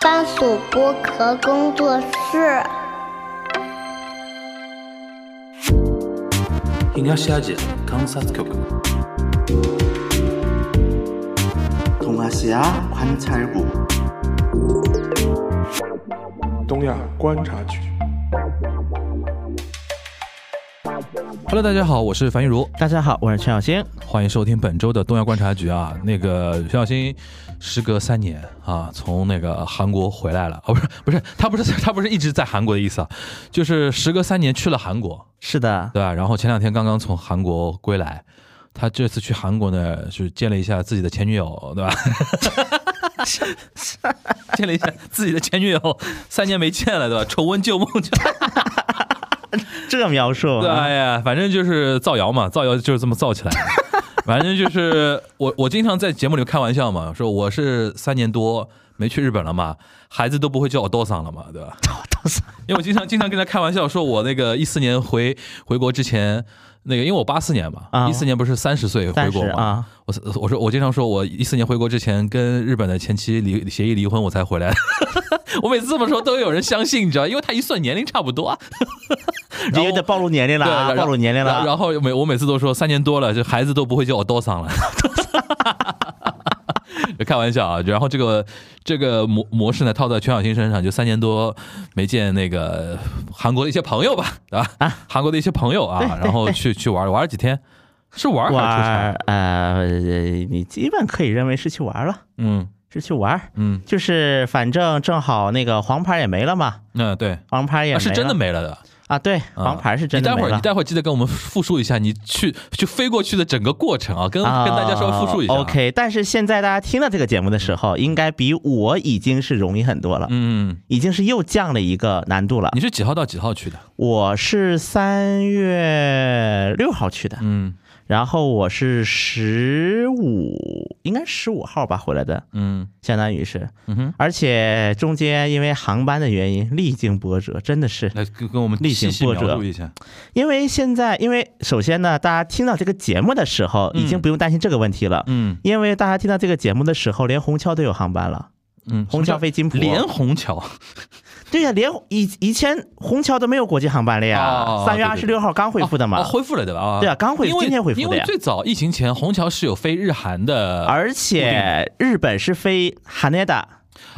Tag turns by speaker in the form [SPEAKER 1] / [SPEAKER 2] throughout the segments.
[SPEAKER 1] 番薯剥壳工作室。
[SPEAKER 2] 東アジア観察局
[SPEAKER 3] 동아시아관찰국
[SPEAKER 4] 东亚观察局。
[SPEAKER 2] Hello，大家好，我是樊玉茹，
[SPEAKER 5] 大家好，我是陈小星。
[SPEAKER 2] 欢迎收听本周的东亚观察局啊。那个徐小新，时隔三年啊，从那个韩国回来了哦，不是不是，他不是他不是一直在韩国的意思啊，就是时隔三年去了韩国，
[SPEAKER 5] 是的，
[SPEAKER 2] 对吧？然后前两天刚刚从韩国归来，他这次去韩国呢，是见了一下自己的前女友，对吧？ 见了一下自己的前女友，三年没见了，对吧？重温旧梦，就
[SPEAKER 5] 这个描述啊
[SPEAKER 2] 对，哎呀，反正就是造谣嘛，造谣就是这么造起来的。反正就是我，我经常在节目里开玩笑嘛，说我是三年多没去日本了嘛，孩子都不会叫我多桑了嘛，对吧？
[SPEAKER 5] 都是
[SPEAKER 2] 因为我经常经常跟他开玩笑，说我那个一四年回回国之前，那个因为我八四年嘛，
[SPEAKER 5] 啊
[SPEAKER 2] 一四年不是三十岁回
[SPEAKER 5] 暂
[SPEAKER 2] 国
[SPEAKER 5] 时
[SPEAKER 2] 嘛，
[SPEAKER 5] 啊，
[SPEAKER 2] 我我说我经常说，我一四年回国之前跟日本的前妻离协议离婚，我才回来。我每次这么说都有人相信，你知道，因为他一算年龄差不多啊。然
[SPEAKER 5] 这
[SPEAKER 2] 后
[SPEAKER 5] 有点暴露年龄了
[SPEAKER 2] 对，然
[SPEAKER 5] 啊，
[SPEAKER 2] 后
[SPEAKER 5] 暴露年龄了
[SPEAKER 2] 然
[SPEAKER 5] 啊。
[SPEAKER 2] 然后每我每次都说三年多了，这孩子都不会叫我多桑了。 开玩笑啊，然后这个这个模模式呢套在全小新身上，就三年多没见那个韩国的一些朋友吧，对吧？韩国的一些朋友啊，然后去去玩玩了几天，是玩还是出差？
[SPEAKER 5] 玩呃，你基本可以认为是去玩了，
[SPEAKER 2] 嗯
[SPEAKER 5] 是去玩，
[SPEAKER 2] 嗯，
[SPEAKER 5] 就是反正正好那个黄牌也没了嘛，
[SPEAKER 2] 那对，
[SPEAKER 5] 黄牌也
[SPEAKER 2] 啊
[SPEAKER 5] 没
[SPEAKER 2] 是真的
[SPEAKER 5] 了
[SPEAKER 2] 没了的。
[SPEAKER 5] 啊，对，
[SPEAKER 2] 啊
[SPEAKER 5] 黄牌是真的
[SPEAKER 2] 你
[SPEAKER 5] 没
[SPEAKER 2] 待会儿，
[SPEAKER 5] 了
[SPEAKER 2] 你。待会儿记得跟我们复述一下你去去飞过去的整个过程啊，跟、
[SPEAKER 5] 啊
[SPEAKER 2] 跟大家稍微复述一下啊。
[SPEAKER 5] OK，但是现在大家听到这个节目的时候，应该比我已经是容易很多了，
[SPEAKER 2] 嗯，
[SPEAKER 5] 已经是又降了一个难度了。
[SPEAKER 2] 你是几号到几号去的？
[SPEAKER 5] 我是三月六号去的，
[SPEAKER 2] 嗯
[SPEAKER 5] 然后我是十五，应该十五号吧回来的，
[SPEAKER 2] 嗯
[SPEAKER 5] 相当于是，
[SPEAKER 2] 嗯哼，
[SPEAKER 5] 而且中间因为航班的原因历经波折，真的是，
[SPEAKER 2] 来跟跟我们
[SPEAKER 5] 历
[SPEAKER 2] 细
[SPEAKER 5] 经
[SPEAKER 2] 细
[SPEAKER 5] 波折
[SPEAKER 2] 描述一下。
[SPEAKER 5] 因为现在，因为首先呢，大家听到这个节目的时候，已经不用担心这个问题了，
[SPEAKER 2] 嗯
[SPEAKER 5] 因为大家听到这个节目的时候，连虹桥都有航班了，
[SPEAKER 2] 嗯，
[SPEAKER 5] 虹桥飞金浦，
[SPEAKER 2] 连虹桥，
[SPEAKER 5] 对呀、连以以前虹桥都没有国际航班了
[SPEAKER 2] 哦
[SPEAKER 5] 呀，三月
[SPEAKER 2] 对
[SPEAKER 5] 二
[SPEAKER 2] 对对
[SPEAKER 5] 十六号刚恢复的嘛，
[SPEAKER 2] 哦哦恢复了对吧？啊，
[SPEAKER 5] 对啊刚恢复
[SPEAKER 2] 因为
[SPEAKER 5] 今天恢复的
[SPEAKER 2] 因
[SPEAKER 5] 呀
[SPEAKER 2] 为最早疫情前，虹桥是有飞日韩的，
[SPEAKER 5] 而且日本是飞哈内达，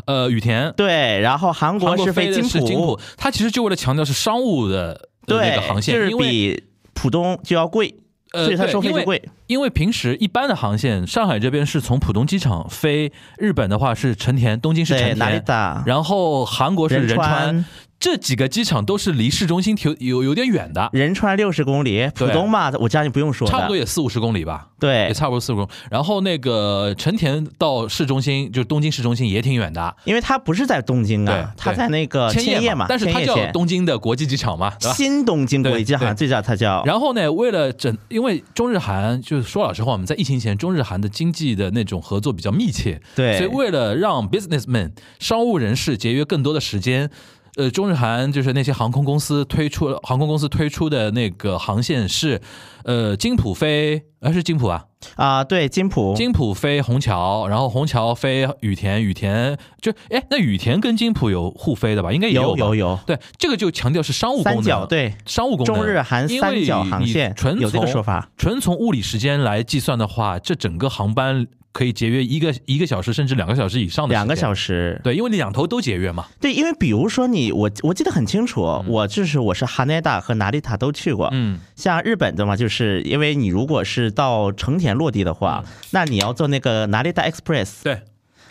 [SPEAKER 2] 呃，羽田，
[SPEAKER 5] 对，然后韩
[SPEAKER 2] 韩
[SPEAKER 5] 国
[SPEAKER 2] 国
[SPEAKER 5] 是
[SPEAKER 2] 飞的
[SPEAKER 5] 金
[SPEAKER 2] 是金
[SPEAKER 5] 浦
[SPEAKER 2] 浦，，它其实就为了强调是商务的的
[SPEAKER 5] 对，
[SPEAKER 2] 那个航线，
[SPEAKER 5] 就是
[SPEAKER 2] 因为
[SPEAKER 5] 比浦东就要贵，
[SPEAKER 2] 呃
[SPEAKER 5] 所以它
[SPEAKER 2] 对
[SPEAKER 5] 收费
[SPEAKER 2] 因为
[SPEAKER 5] 就贵。
[SPEAKER 2] 因为平时一般的航线，上海这边是从浦东机场飞日本的话是成田，东京是
[SPEAKER 5] 对，
[SPEAKER 2] 成
[SPEAKER 5] 哪里
[SPEAKER 2] 田，
[SPEAKER 5] 打？
[SPEAKER 2] 然后韩国是仁
[SPEAKER 5] 仁
[SPEAKER 2] 川
[SPEAKER 5] 川，
[SPEAKER 2] 这几个机场都是离市中心挺有有点远的，
[SPEAKER 5] 仁川六十公里，浦东嘛，我将近不用说
[SPEAKER 2] 差不多
[SPEAKER 5] 的。哎
[SPEAKER 2] 也四五十公里吧，也
[SPEAKER 5] 对，
[SPEAKER 2] 差不多四五十公里。然后那个成田到市中心，就是东京市中心也挺远的，
[SPEAKER 5] 因为它不是在东京啊
[SPEAKER 2] 对，
[SPEAKER 5] 它
[SPEAKER 2] 对
[SPEAKER 5] 在那个
[SPEAKER 2] 千
[SPEAKER 5] 叶
[SPEAKER 2] 嘛
[SPEAKER 5] 嘛，，
[SPEAKER 2] 但是它
[SPEAKER 5] 千叶
[SPEAKER 2] 叫
[SPEAKER 5] 县
[SPEAKER 2] 东京的国际机场嘛，对吧？
[SPEAKER 5] 新东京国际机
[SPEAKER 2] 对对
[SPEAKER 5] 场，最早它叫
[SPEAKER 2] 然后呢，为了整，因为中日韩就是说老实话，我们在疫情前，中日韩的经济的那种合作比较密切，
[SPEAKER 5] 对
[SPEAKER 2] 所以为了让 businessman 商务人士节约更多的时间。呃，中日韩就是那些航空公司推出了航空公司推出的那个航线是，呃，金浦飞，呃是金浦啊，
[SPEAKER 5] 啊，对金浦，
[SPEAKER 2] 金浦飞虹桥，然后虹桥飞羽田，羽田就哎，那羽田跟金浦有互飞的吧？应该也
[SPEAKER 5] 有
[SPEAKER 2] 吧
[SPEAKER 5] 有有
[SPEAKER 2] 对，这个就强调是商务功能，
[SPEAKER 5] 三角，对
[SPEAKER 2] 商务功能，
[SPEAKER 5] 中日韩
[SPEAKER 2] 因
[SPEAKER 5] 三
[SPEAKER 2] 为
[SPEAKER 5] 角航
[SPEAKER 2] 你
[SPEAKER 5] 线
[SPEAKER 2] 纯
[SPEAKER 5] 有这个
[SPEAKER 2] 从
[SPEAKER 5] 说法，
[SPEAKER 2] 纯从物理时间来计算的话，这整个航班可以节约一个一个小时甚至两个小时以上的
[SPEAKER 5] 两个
[SPEAKER 2] 时。
[SPEAKER 5] 小时。
[SPEAKER 2] 对，因为你两头都节约嘛。
[SPEAKER 5] 对，因为比如说你，我我记得很清楚，我就是我是哈内达和拿里塔都去过，
[SPEAKER 2] 嗯，
[SPEAKER 5] 像日本的嘛，就是因为你如果是到成田落地的话，
[SPEAKER 2] 嗯
[SPEAKER 5] 那你要坐那个拿里达 Express，
[SPEAKER 2] 对，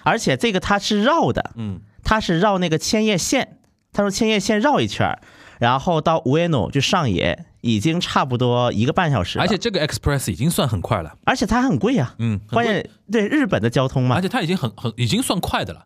[SPEAKER 5] 而且这个它是绕的，
[SPEAKER 2] 嗯，
[SPEAKER 5] 它是绕那个千叶县，他说千叶县绕一圈儿，然后到无 n 诺就上野，已经差不多一个半小时了，
[SPEAKER 2] 而且这个 Express 已经算很快了，
[SPEAKER 5] 而且它很贵呀、
[SPEAKER 2] 嗯，很
[SPEAKER 5] 关
[SPEAKER 2] 贵
[SPEAKER 5] 键对日本的交通嘛
[SPEAKER 2] 而，且它已经很很已经算快的了。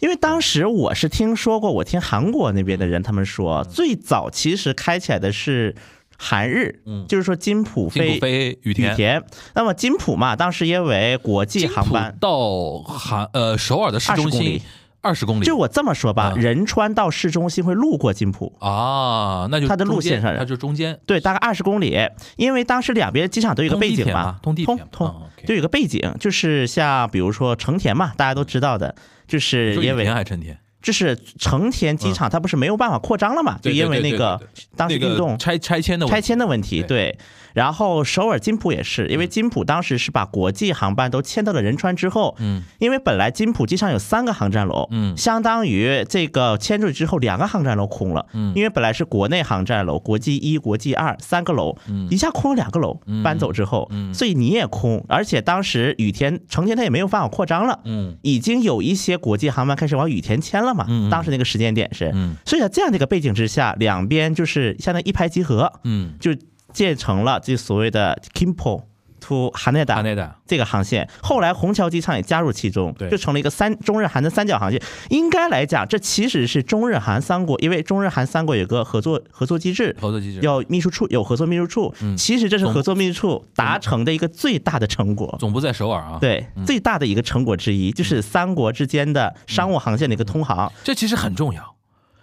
[SPEAKER 5] 因为当时我是听说过，我听韩国那边的人他们说，
[SPEAKER 2] 嗯
[SPEAKER 5] 最早其实开起来的是韩日，
[SPEAKER 2] 嗯
[SPEAKER 5] 就是说金浦
[SPEAKER 2] 金
[SPEAKER 5] 飞
[SPEAKER 2] 浦飞羽
[SPEAKER 5] 羽
[SPEAKER 2] 田，
[SPEAKER 5] 田。那么金浦嘛，当时因为国际
[SPEAKER 2] 金
[SPEAKER 5] 航
[SPEAKER 2] 浦
[SPEAKER 5] 班，
[SPEAKER 2] 到韩呃首尔的市中
[SPEAKER 5] 20公
[SPEAKER 2] 心
[SPEAKER 5] 里
[SPEAKER 2] 二十公里，
[SPEAKER 5] 就我这么说吧，
[SPEAKER 2] 啊
[SPEAKER 5] 仁川到市中心会路过金浦，
[SPEAKER 2] 啊，那就
[SPEAKER 5] 它的
[SPEAKER 2] 中
[SPEAKER 5] 路
[SPEAKER 2] 间
[SPEAKER 5] 线上
[SPEAKER 2] 它就中间
[SPEAKER 5] 对，大概二十公里。因为当时两边机场都有一个
[SPEAKER 2] 通
[SPEAKER 5] 背
[SPEAKER 2] 地
[SPEAKER 5] 景
[SPEAKER 2] 铁
[SPEAKER 5] 嘛，
[SPEAKER 2] 通地铁
[SPEAKER 5] 通
[SPEAKER 2] 嘛
[SPEAKER 5] 通
[SPEAKER 2] 啊，OK
[SPEAKER 5] 就有一个背景，就是像比如说成田嘛，大家都知道的，就是
[SPEAKER 2] 就
[SPEAKER 5] 因
[SPEAKER 2] 羽
[SPEAKER 5] 为
[SPEAKER 2] 田还成田，
[SPEAKER 5] 就是成田机场它不是没有办法扩张了嘛，
[SPEAKER 2] 嗯
[SPEAKER 5] 就
[SPEAKER 2] 对对
[SPEAKER 5] 因为
[SPEAKER 2] 对
[SPEAKER 5] 那
[SPEAKER 2] 对
[SPEAKER 5] 个
[SPEAKER 2] 对对
[SPEAKER 5] 当时
[SPEAKER 2] 那个
[SPEAKER 5] 运动
[SPEAKER 2] 拆拆迁的问
[SPEAKER 5] 拆
[SPEAKER 2] 题
[SPEAKER 5] 迁的问题，
[SPEAKER 2] 对嗯
[SPEAKER 5] 对。然后首尔金浦也是，因为金浦当时是把国际航班都迁到了仁川之后，
[SPEAKER 2] 嗯，
[SPEAKER 5] 因为本来金浦机场有三个航站楼，
[SPEAKER 2] 嗯
[SPEAKER 5] 相当于这个迁出去之后两个航站楼空了，
[SPEAKER 2] 嗯
[SPEAKER 5] 因为本来是国内航站楼，国际一、国际二三个楼，
[SPEAKER 2] 嗯
[SPEAKER 5] 一下空了两个楼，
[SPEAKER 2] 嗯
[SPEAKER 5] 搬走之后，
[SPEAKER 2] 嗯
[SPEAKER 5] 所以你也空，而且当时羽田成田它也没有办法扩张了，
[SPEAKER 2] 嗯
[SPEAKER 5] 已经有一些国际航班开始往羽田迁了嘛，
[SPEAKER 2] 嗯嗯
[SPEAKER 5] 当时那个时间点是，
[SPEAKER 2] 嗯
[SPEAKER 5] 所以在这样的一个背景之下，两边就是相当于一拍即合，
[SPEAKER 2] 嗯，
[SPEAKER 5] 就建成了这所谓的 Kimpo to Haneda
[SPEAKER 2] 大内的，
[SPEAKER 5] 这个航线。后来虹桥机场也加入其中
[SPEAKER 2] 对，
[SPEAKER 5] 就成了一个三中日韩的三角航线。应该来讲，这其实是中日韩三国，因为中日韩三国有个合作合作机制。
[SPEAKER 2] 合作机制，
[SPEAKER 5] 有秘书处，有合作秘书处，
[SPEAKER 2] 嗯
[SPEAKER 5] 其实这是
[SPEAKER 2] 总
[SPEAKER 5] 合作秘书处达成的一个最大的成果。
[SPEAKER 2] 总部嗯在首尔啊。，
[SPEAKER 5] 对，最大的一个成果之一就是三国之间的商务航线的一个通航。
[SPEAKER 2] 这其实很重要，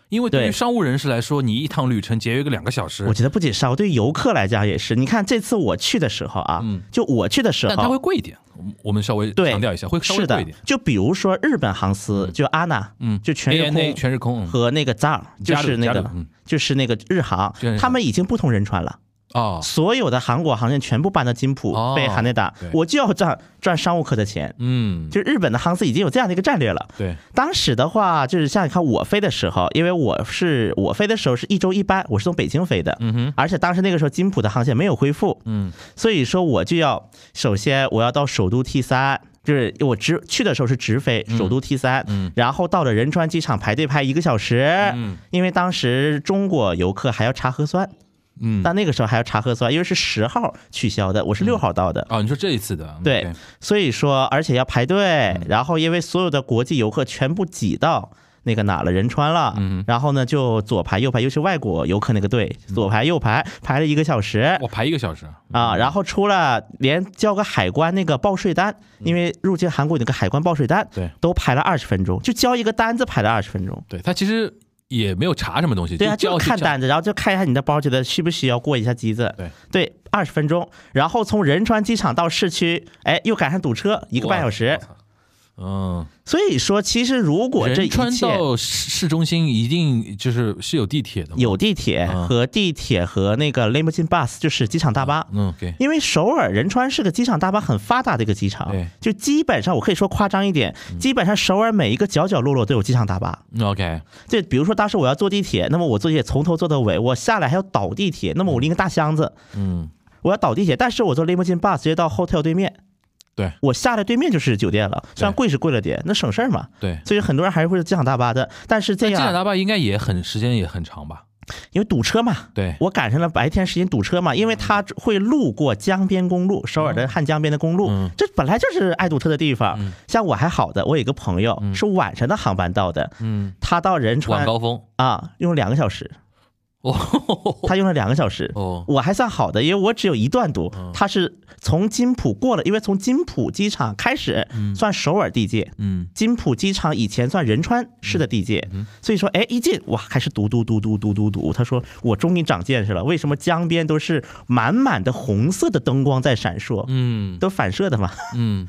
[SPEAKER 2] 因为对于
[SPEAKER 5] 对
[SPEAKER 2] 商务人士来说，你一趟旅程节约个两个小时
[SPEAKER 5] 我，觉得不仅商务，对于游客来讲也是。你看这次我去的时候啊
[SPEAKER 2] 嗯，
[SPEAKER 5] 就我去的时候，
[SPEAKER 2] 但它会贵一点。我们我们稍微
[SPEAKER 5] 对
[SPEAKER 2] 强调一下，会稍微
[SPEAKER 5] 是
[SPEAKER 2] 贵
[SPEAKER 5] 的
[SPEAKER 2] 一点。，
[SPEAKER 5] 就比如说日本航司，就阿娜，
[SPEAKER 2] 嗯
[SPEAKER 5] 就全日
[SPEAKER 2] ANA
[SPEAKER 5] 空，
[SPEAKER 2] 全日空嗯
[SPEAKER 5] 和那个 ZAR，就
[SPEAKER 2] 加入
[SPEAKER 5] 是那
[SPEAKER 2] 加
[SPEAKER 5] 个
[SPEAKER 2] 入嗯
[SPEAKER 5] 就是那个日航
[SPEAKER 2] 就是日，航
[SPEAKER 5] 他们已经不通仁川了，
[SPEAKER 2] 哦，
[SPEAKER 5] 所有的韩国航线全部搬到金浦
[SPEAKER 2] 哦，
[SPEAKER 5] 被韩内达
[SPEAKER 2] 对，
[SPEAKER 5] 我就要赚赚商务客的钱。
[SPEAKER 2] 嗯，
[SPEAKER 5] 就日本的航司已经有这样的一个战略了。
[SPEAKER 2] 对，
[SPEAKER 5] 当时的话，就是像你看我飞的时候，因为我是我飞的时候是一周一班，我是从北京飞的，嗯哼，而且当时那个时候金浦的航线没有恢复，
[SPEAKER 2] 嗯，
[SPEAKER 5] 所以说我就要首先我要到首都 T 三。就是我直去的时候是直飞首都 T 三、
[SPEAKER 2] 嗯
[SPEAKER 5] 然后到了仁川机场排队排一个小时，
[SPEAKER 2] 嗯
[SPEAKER 5] 因为当时中国游客还要查核酸，
[SPEAKER 2] 嗯
[SPEAKER 5] 但那个时候还要查核酸，因为是十号取消的，我是六号到的，
[SPEAKER 2] 哦，你说这一次的嗯
[SPEAKER 5] 对，所以说，而且要排队，然后因为所有的国际游客全部挤到那个哪了仁川了，
[SPEAKER 2] 嗯
[SPEAKER 5] 然后呢就左排右排，尤其外国游客那个队，左排右排排了一个小时
[SPEAKER 2] 我排一个小时，
[SPEAKER 5] 啊，然后出了连交个海关那个报税单，因为入境韩国有那个海关报税单，
[SPEAKER 2] 嗯对
[SPEAKER 5] 都排了二十分钟，就交一个单子排了二十分钟。
[SPEAKER 2] 对他其实也没有查什么东西，
[SPEAKER 5] 对啊，
[SPEAKER 2] 就叫
[SPEAKER 5] 就看单子，然后就看一下你的包，觉得需不需要过一下机子。
[SPEAKER 2] 对
[SPEAKER 5] 对，二十分钟，然后从仁川机场到市区，哎，又赶上堵车，一个半小时。。
[SPEAKER 2] 嗯，
[SPEAKER 5] 所以说，其实如果这一
[SPEAKER 2] 仁川
[SPEAKER 5] 切
[SPEAKER 2] 到市市中心一定就是是有地铁的嘛，
[SPEAKER 5] 有地铁
[SPEAKER 2] 嗯
[SPEAKER 5] 和地铁和那个 limousine bus，就是机场大巴。
[SPEAKER 2] 嗯，OK，
[SPEAKER 5] 因为首尔仁川是个机场大巴很发达的一个机场
[SPEAKER 2] 对，
[SPEAKER 5] 就基本上我可以说夸张一点，基本上首尔每一个角角落落都有机场大巴。
[SPEAKER 2] 嗯 OK，
[SPEAKER 5] 就比如说当时我要坐地铁，那么我坐地铁从头坐到尾，我下来还要倒地铁，那么我拎个大箱子，
[SPEAKER 2] 嗯，
[SPEAKER 5] 我要倒地铁，但是我坐 limousine bus 直接到 hotel 对面，
[SPEAKER 2] 对
[SPEAKER 5] 我下来对面就是酒店了，虽然
[SPEAKER 2] 对
[SPEAKER 5] 贵是贵了点，那省事儿嘛。
[SPEAKER 2] 对。
[SPEAKER 5] 所以很多人还是会坐机场大巴的，但是这
[SPEAKER 2] 那机
[SPEAKER 5] 样
[SPEAKER 2] 场大巴应该也很时间也很长吧？
[SPEAKER 5] 因为堵车嘛。
[SPEAKER 2] 对，
[SPEAKER 5] 我赶上了白天时间堵车嘛，
[SPEAKER 2] 嗯
[SPEAKER 5] 因为它会路过江边公路，首尔的汉江边的公路，
[SPEAKER 2] 哦嗯
[SPEAKER 5] 这本来就是爱堵车的地方。像我还好的，我有一个朋友是晚上的航班到的，
[SPEAKER 2] 嗯，
[SPEAKER 5] 他到仁
[SPEAKER 2] 晚
[SPEAKER 5] 川
[SPEAKER 2] 高峰
[SPEAKER 5] 啊，用了两个小时，
[SPEAKER 2] 哦
[SPEAKER 5] 他用了两个小时。
[SPEAKER 2] 哦，
[SPEAKER 5] 我还算好的，因为我只有一段堵，他是从金浦过了，因为从金浦机场开始算首尔地界，
[SPEAKER 2] 嗯
[SPEAKER 5] 金浦机场以前算仁川市的地界，所以说，哎，一进哇，开始堵堵堵堵堵堵堵。他说，我终于长见识了，为什么江边都是满满的红色的灯光在闪烁，
[SPEAKER 2] 嗯
[SPEAKER 5] 都反射的嘛？
[SPEAKER 2] 嗯，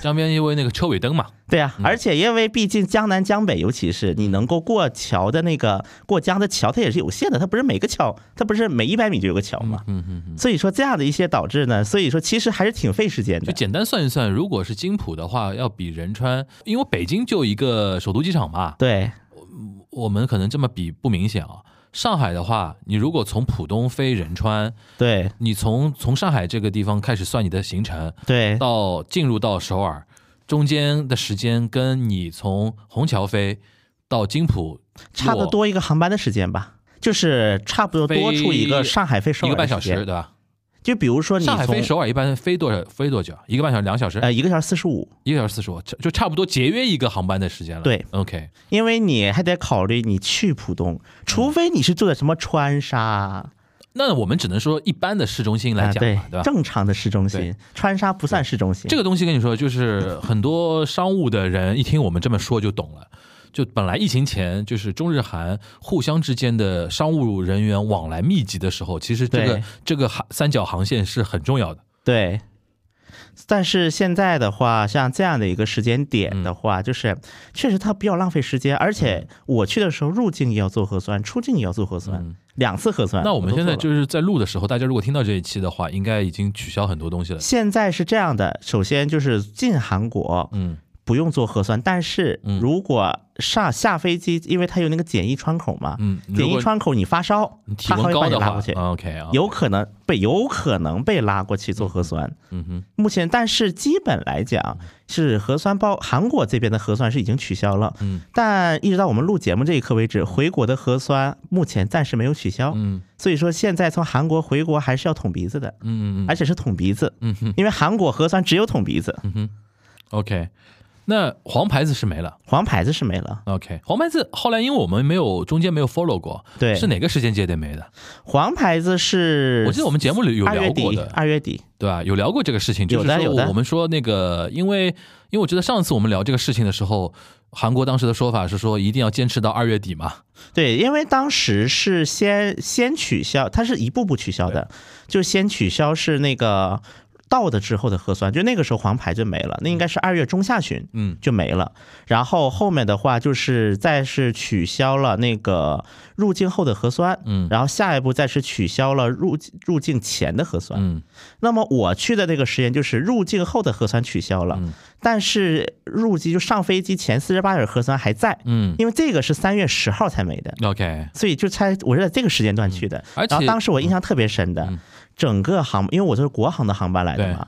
[SPEAKER 2] 江边因为那个车尾灯嘛，
[SPEAKER 5] 对啊，而且因为毕竟江南江北，尤其是你能够过桥的那个过江的桥，它也是有限的，它不是每个桥，它不是每一百米就有个桥嘛。
[SPEAKER 2] 嗯嗯嗯，
[SPEAKER 5] 所以说这样的一些导致呢，所以说其实还是挺费时间
[SPEAKER 2] 就
[SPEAKER 5] 的。
[SPEAKER 2] 简单算一算，如果是金浦的话，要比仁川，因为北京就一个首都机场嘛，
[SPEAKER 5] 对，
[SPEAKER 2] 我们可能这么比不明显啊。上海的话，你如果从浦东飞仁川，
[SPEAKER 5] 对，
[SPEAKER 2] 你从从上海这个地方开始算你的行程，
[SPEAKER 5] 对，
[SPEAKER 2] 到进入到首尔，中间的时间跟你从虹桥飞到金浦
[SPEAKER 5] 差不多一个航班的时间吧，就是差不多
[SPEAKER 2] 飞
[SPEAKER 5] 多出一个上海飞首
[SPEAKER 2] 一
[SPEAKER 5] 尔
[SPEAKER 2] 个半
[SPEAKER 5] 的
[SPEAKER 2] 小时，
[SPEAKER 5] 间
[SPEAKER 2] 对。吧？
[SPEAKER 5] 就比如说你
[SPEAKER 2] 上海飞
[SPEAKER 5] 从
[SPEAKER 2] 首尔一般飞多少飞多久？一个半小时、两小时、
[SPEAKER 5] 呃一个小时四十五，
[SPEAKER 2] 一个小时四十五，就差不多节约一个航班的时间了。
[SPEAKER 5] 对
[SPEAKER 2] ，OK，
[SPEAKER 5] 因为你还得考虑你去浦东，
[SPEAKER 2] 嗯
[SPEAKER 5] 除非你是住在什么川沙，
[SPEAKER 2] 那我们只能说一般的市中心来
[SPEAKER 5] 啊
[SPEAKER 2] 讲
[SPEAKER 5] 对
[SPEAKER 2] 嘛，对吧？
[SPEAKER 5] 正常的市中心
[SPEAKER 2] 对，
[SPEAKER 5] 川沙不算市中心。
[SPEAKER 2] 这个东西跟你说，就是很多商务的人一听我们这么说就懂了。就本来疫情前，就是中日韩互相之间的商务人员往来密集的时候，其实这个
[SPEAKER 5] 对
[SPEAKER 2] 这个航三角航线是很重要的。
[SPEAKER 5] 对。但是现在的话，像这样的一个时间点的
[SPEAKER 2] 嗯
[SPEAKER 5] 话，就是确实它比较浪费时间，而且我去的时候入境也要做核酸，出境也要做核酸，两次核酸。
[SPEAKER 2] 嗯那我们
[SPEAKER 5] 都
[SPEAKER 2] 现在
[SPEAKER 5] 做了
[SPEAKER 2] 就是在录的时候，大家如果听到这一期的话，应该已经取消很多东西了。
[SPEAKER 5] 现在是这样的，首先就是进韩国，
[SPEAKER 2] 嗯，
[SPEAKER 5] 不用做核酸，但是
[SPEAKER 2] 嗯
[SPEAKER 5] 如果上下飞机，因为它有那个检疫窗口嘛，
[SPEAKER 2] 嗯如
[SPEAKER 5] 检
[SPEAKER 2] 果
[SPEAKER 5] 疫窗口你发烧，
[SPEAKER 2] 体
[SPEAKER 5] 它还
[SPEAKER 2] 温
[SPEAKER 5] 会
[SPEAKER 2] 高
[SPEAKER 5] 把你
[SPEAKER 2] 的
[SPEAKER 5] 拉
[SPEAKER 2] 话
[SPEAKER 5] 过去，
[SPEAKER 2] ，OK 啊，
[SPEAKER 5] 有可能被有可能被拉过去做核酸。
[SPEAKER 2] 嗯哼，
[SPEAKER 5] 目前，但是基本来讲是核酸包，韩国这边的核酸是已经取消了，
[SPEAKER 2] 嗯
[SPEAKER 5] 但一直到我们录节目这一刻为止，回国的核酸目前暂时没有取消，
[SPEAKER 2] 嗯
[SPEAKER 5] 所以说现在从韩国回国还是要捅鼻子的，
[SPEAKER 2] 嗯嗯
[SPEAKER 5] 而且是捅鼻子，
[SPEAKER 2] 嗯哼
[SPEAKER 5] 因为韩国核酸只有捅鼻子，
[SPEAKER 2] 嗯，OK。那黄牌子是没了
[SPEAKER 5] 黄牌子是没了。
[SPEAKER 2] ，OK。黄牌子后来因为我们没有中间没有 follow 过，
[SPEAKER 5] 对
[SPEAKER 2] 是哪个时间节点没的？
[SPEAKER 5] 黄牌子是，
[SPEAKER 2] 我记得我们节目里有
[SPEAKER 5] 二
[SPEAKER 2] 聊
[SPEAKER 5] 月
[SPEAKER 2] 过
[SPEAKER 5] 底
[SPEAKER 2] 的，，
[SPEAKER 5] 二月底，
[SPEAKER 2] 对吧？有聊过这个事情，就是
[SPEAKER 5] 有的有
[SPEAKER 2] 说
[SPEAKER 5] 的
[SPEAKER 2] 我们说那个，因为因为我觉得上次我们聊这个事情的时候，韩国当时的说法是说一定要坚持到二月底嘛，
[SPEAKER 5] 对，因为当时是先先取消，它是一步步取消的，就先取消是那个到的之后的核酸，就那个时候黄牌就没了，那应该是二月中下旬，
[SPEAKER 2] 嗯
[SPEAKER 5] 就没了。然后后面的话就是再是取消了那个入境后的核酸，
[SPEAKER 2] 嗯
[SPEAKER 5] 然后下一步再是取消了入入境前的核酸，
[SPEAKER 2] 嗯
[SPEAKER 5] 那么我去的那个实验就是入境后的核酸取消了，
[SPEAKER 2] 嗯
[SPEAKER 5] 但是入机就上飞机前四十八小时核酸还在，
[SPEAKER 2] 嗯
[SPEAKER 5] 因为这个是三月十号才没的，
[SPEAKER 2] ，OK，
[SPEAKER 5] 所以就猜我是在这个时间段去的。
[SPEAKER 2] 嗯而且嗯
[SPEAKER 5] 然后当时我印象特别深的，整个航，因为我就是国航的航班来的嘛。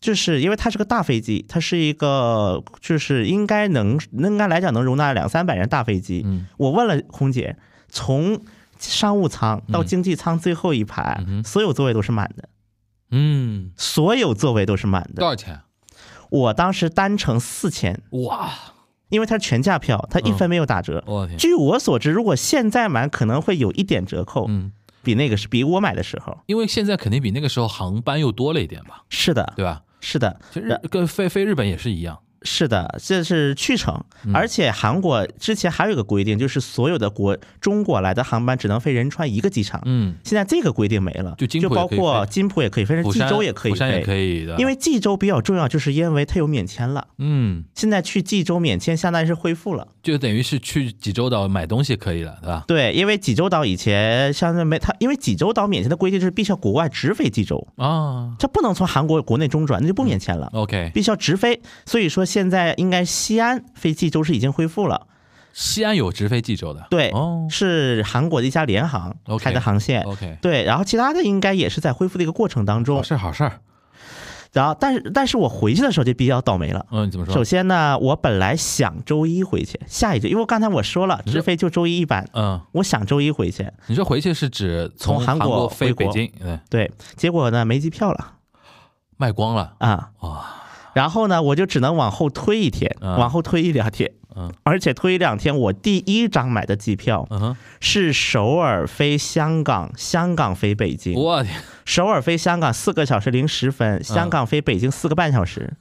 [SPEAKER 5] 就是因为它是个大飞机，它是一个就是应该能应该来讲能容纳两三百人大飞机。
[SPEAKER 2] 嗯
[SPEAKER 5] 我问了空姐，从商务舱到经济舱最后一排，
[SPEAKER 2] 嗯嗯哼
[SPEAKER 5] 所有座位都是满的。
[SPEAKER 2] 嗯，
[SPEAKER 5] 所有座位都是满
[SPEAKER 2] 多
[SPEAKER 5] 的。
[SPEAKER 2] 少钱？
[SPEAKER 5] 我当时单程四千，
[SPEAKER 2] 哇，
[SPEAKER 5] 因为它是全价
[SPEAKER 2] 嗯
[SPEAKER 5] 票，它一分没有打折。
[SPEAKER 2] 我的天，
[SPEAKER 5] 据我所知，如果现在买可能会有一点折扣，
[SPEAKER 2] 嗯，
[SPEAKER 5] 比那个是比我买的时候。
[SPEAKER 2] 因为现在肯定比那个时候航班又多了一点吧，
[SPEAKER 5] 是的，
[SPEAKER 2] 对吧？
[SPEAKER 5] 是的，
[SPEAKER 2] 其实
[SPEAKER 5] 然
[SPEAKER 2] 跟飞飞日本也是一样，
[SPEAKER 5] 是的，这是去程。
[SPEAKER 2] 嗯
[SPEAKER 5] 而且韩国之前还有一个规定，就是所有的国中国来的航班只能飞仁川一个机场。
[SPEAKER 2] 嗯，
[SPEAKER 5] 现在这个规定没了，
[SPEAKER 2] 就
[SPEAKER 5] 就
[SPEAKER 2] 金浦也
[SPEAKER 5] 包
[SPEAKER 2] 可以飞
[SPEAKER 5] 括金浦也可以飞，甚至
[SPEAKER 2] 釜
[SPEAKER 5] 济
[SPEAKER 2] 山
[SPEAKER 5] 州也可以
[SPEAKER 2] 釜山也可
[SPEAKER 5] 飞。
[SPEAKER 2] 以啊的，
[SPEAKER 5] 因为济州比较重要，就是因为它有免签了。
[SPEAKER 2] 嗯，
[SPEAKER 5] 现在去济州免签，相当于是恢复了。
[SPEAKER 2] 就等于是去济州岛买东西可以了，对吧？
[SPEAKER 5] 对，因为济州岛以前相对没它，因为济州岛免签的规定就是必须要国外直飞济州，
[SPEAKER 2] 啊
[SPEAKER 5] 它不能从韩国国内中转，那就不免签了，
[SPEAKER 2] ，OK，
[SPEAKER 5] 必须要直飞。所以说现在应该西安飞济州是已经恢复了，
[SPEAKER 2] 西安有直飞济州的，
[SPEAKER 5] 对，
[SPEAKER 2] 哦
[SPEAKER 5] 是韩国的一家联航
[SPEAKER 2] OK
[SPEAKER 5] 开的航线。
[SPEAKER 2] ，OK，哦
[SPEAKER 5] 对，然后其他的应该也是在恢复的一个过程当
[SPEAKER 2] 好
[SPEAKER 5] 中，
[SPEAKER 2] 事儿好事儿，
[SPEAKER 5] 然后但是但是我回去的时候就比较倒霉了。
[SPEAKER 2] 嗯，你怎么
[SPEAKER 5] 首
[SPEAKER 2] 说？
[SPEAKER 5] 先呢，我本来想周一回去，下一周，因为刚才我说了，直飞就周一一班，
[SPEAKER 2] 嗯，
[SPEAKER 5] 我想周一回去，
[SPEAKER 2] 你说回去是指
[SPEAKER 5] 从
[SPEAKER 2] 韩
[SPEAKER 5] 韩国
[SPEAKER 2] 飞
[SPEAKER 5] 回
[SPEAKER 2] 北
[SPEAKER 5] 国
[SPEAKER 2] 京，对，
[SPEAKER 5] 对，结果呢没机票了。
[SPEAKER 2] 卖光了，
[SPEAKER 5] 啊
[SPEAKER 2] 哇
[SPEAKER 5] 然后呢，我就只能往后推一天，
[SPEAKER 2] 嗯
[SPEAKER 5] 往后推一两天。
[SPEAKER 2] 嗯，
[SPEAKER 5] 而且推一两天，我第一张买的机票
[SPEAKER 2] 嗯哼，
[SPEAKER 5] 是首尔飞香港，香港飞北京。
[SPEAKER 2] 我嗯天，
[SPEAKER 5] 首尔飞香港四个小时零十分，香港飞北京四个半小 时，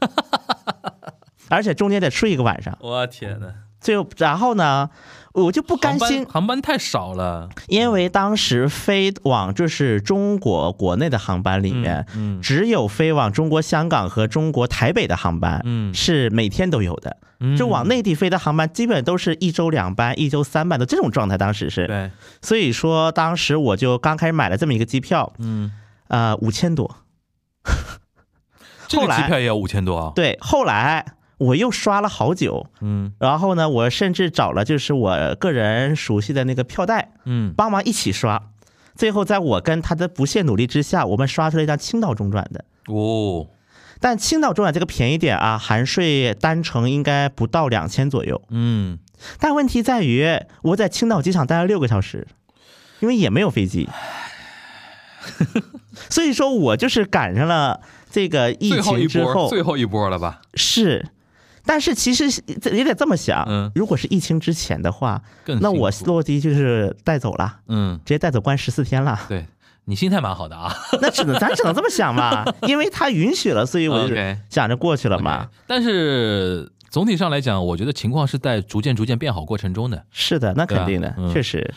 [SPEAKER 5] 而且中间得睡一个晚上。
[SPEAKER 2] 我天呐，
[SPEAKER 5] 最后，然后呢，我就不甘
[SPEAKER 2] 航班
[SPEAKER 5] 心，
[SPEAKER 2] 航班太少了，
[SPEAKER 5] 因为当时飞往就是中国国内的航班里面，
[SPEAKER 2] 嗯
[SPEAKER 5] 只有飞往中国香港和中国台北的航班，
[SPEAKER 2] 嗯
[SPEAKER 5] 是每天都有的。就往内地飞的航班，基本都是一周两班、一周三班的这种状态。当时是，
[SPEAKER 2] 对，
[SPEAKER 5] 所以说当时我就刚开始买了这么一个机票，
[SPEAKER 2] 嗯，
[SPEAKER 5] 呃，五千多。
[SPEAKER 2] 这个
[SPEAKER 5] 后来
[SPEAKER 2] 机票也要五千多啊，
[SPEAKER 5] 对，后来我又刷了好久，
[SPEAKER 2] 嗯
[SPEAKER 5] 然后呢，我甚至找了就是我个人熟悉的那个票代
[SPEAKER 2] 嗯，
[SPEAKER 5] 帮忙一起刷。最后，在我跟他的不懈努力之下，我们刷出了一张青岛中转的。
[SPEAKER 2] 哦，
[SPEAKER 5] 但青岛中转这个便宜点啊，含税单程应该不到两千左右。
[SPEAKER 2] 嗯，
[SPEAKER 5] 但问题在于，我在青岛机场待了六个小时，因为也没有飞机， 所以说我就是赶上了这个疫
[SPEAKER 2] 最后一
[SPEAKER 5] 情之
[SPEAKER 2] 波，
[SPEAKER 5] 后
[SPEAKER 2] 最后一波了吧？
[SPEAKER 5] 是。但是其实这也得这么想，
[SPEAKER 2] 嗯
[SPEAKER 5] 如果是疫情之前的话，
[SPEAKER 2] 更
[SPEAKER 5] 那我
[SPEAKER 2] 辛苦
[SPEAKER 5] 落地就是带走了，
[SPEAKER 2] 嗯，。
[SPEAKER 5] 直接带走关十四天了
[SPEAKER 2] 对你心态蛮好的啊，
[SPEAKER 5] 那只能咱只 能这么想嘛，因为他允许了，所以我就
[SPEAKER 2] OK
[SPEAKER 5] 想着过去了嘛。
[SPEAKER 2] 但是总体上来讲，我觉得情况是在逐渐逐渐变好过程中的。
[SPEAKER 5] 是的，那肯定的
[SPEAKER 2] 对啊，嗯
[SPEAKER 5] 确实，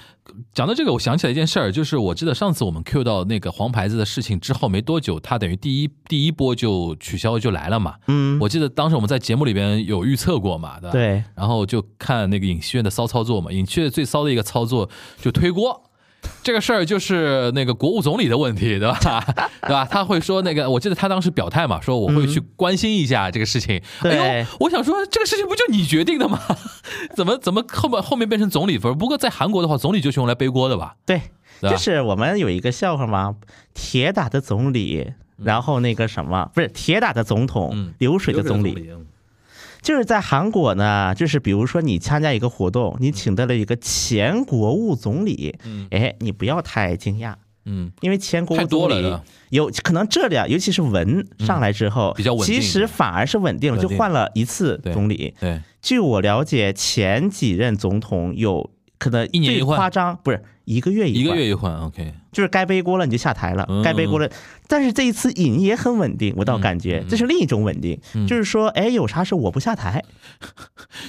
[SPEAKER 2] 讲到这个，我想起来一件事儿，就是我记得上次我们 Q 到那个黄牌子的事情之后没多久，它等于第一第一波就取消就来了嘛。
[SPEAKER 5] 嗯，
[SPEAKER 2] 我记得当时我们在节目里边有预测过嘛，对吧？
[SPEAKER 5] 对，
[SPEAKER 2] 然后就看那个尹锡悦的骚操作嘛，尹锡悦最骚的一个操作就推锅。这个事儿就是那个国务总理的问题，对吧？ 对吧？他会说那个，我记得他当时表态嘛，说我会去关心一下这个事情。
[SPEAKER 5] 对
[SPEAKER 2] 哎呦，我想说这个事情不就你决定的吗？ 怎么怎么后面后面变成总理分？不过在韩国的话，总理就是用来背锅的吧？
[SPEAKER 5] 对，
[SPEAKER 2] 对吧
[SPEAKER 5] 就是我们有一个笑话嘛，铁打的总理，然后那个什么，不是铁打的总统
[SPEAKER 2] 嗯，
[SPEAKER 5] 流水的总理，，就是在韩国呢，就是比如说你参加一个活动，你请到了一个前国务总理，
[SPEAKER 2] 嗯
[SPEAKER 5] 哎，你不要太惊讶，
[SPEAKER 2] 嗯，
[SPEAKER 5] 因为前国务
[SPEAKER 2] 太多
[SPEAKER 5] 总
[SPEAKER 2] 了
[SPEAKER 5] 理
[SPEAKER 2] 的
[SPEAKER 5] 有可能这俩，尤其是文上来之后，
[SPEAKER 2] 比较稳定
[SPEAKER 5] 其实反而是稳定了，
[SPEAKER 2] 稳
[SPEAKER 5] 就
[SPEAKER 2] 定
[SPEAKER 5] 换了一次总理。
[SPEAKER 2] 对，
[SPEAKER 5] 据我了解，前几任总统有可能
[SPEAKER 2] 一年一
[SPEAKER 5] 最
[SPEAKER 2] 换
[SPEAKER 5] 夸张，不是一个月一
[SPEAKER 2] 一个
[SPEAKER 5] 换
[SPEAKER 2] 月一换，OK，
[SPEAKER 5] 就是该背锅了你就下台了，
[SPEAKER 2] 嗯嗯
[SPEAKER 5] 该背锅了。但是这一次尹也很稳定，我倒感觉这是另一种稳定，就是说，哎，有啥事我不下台，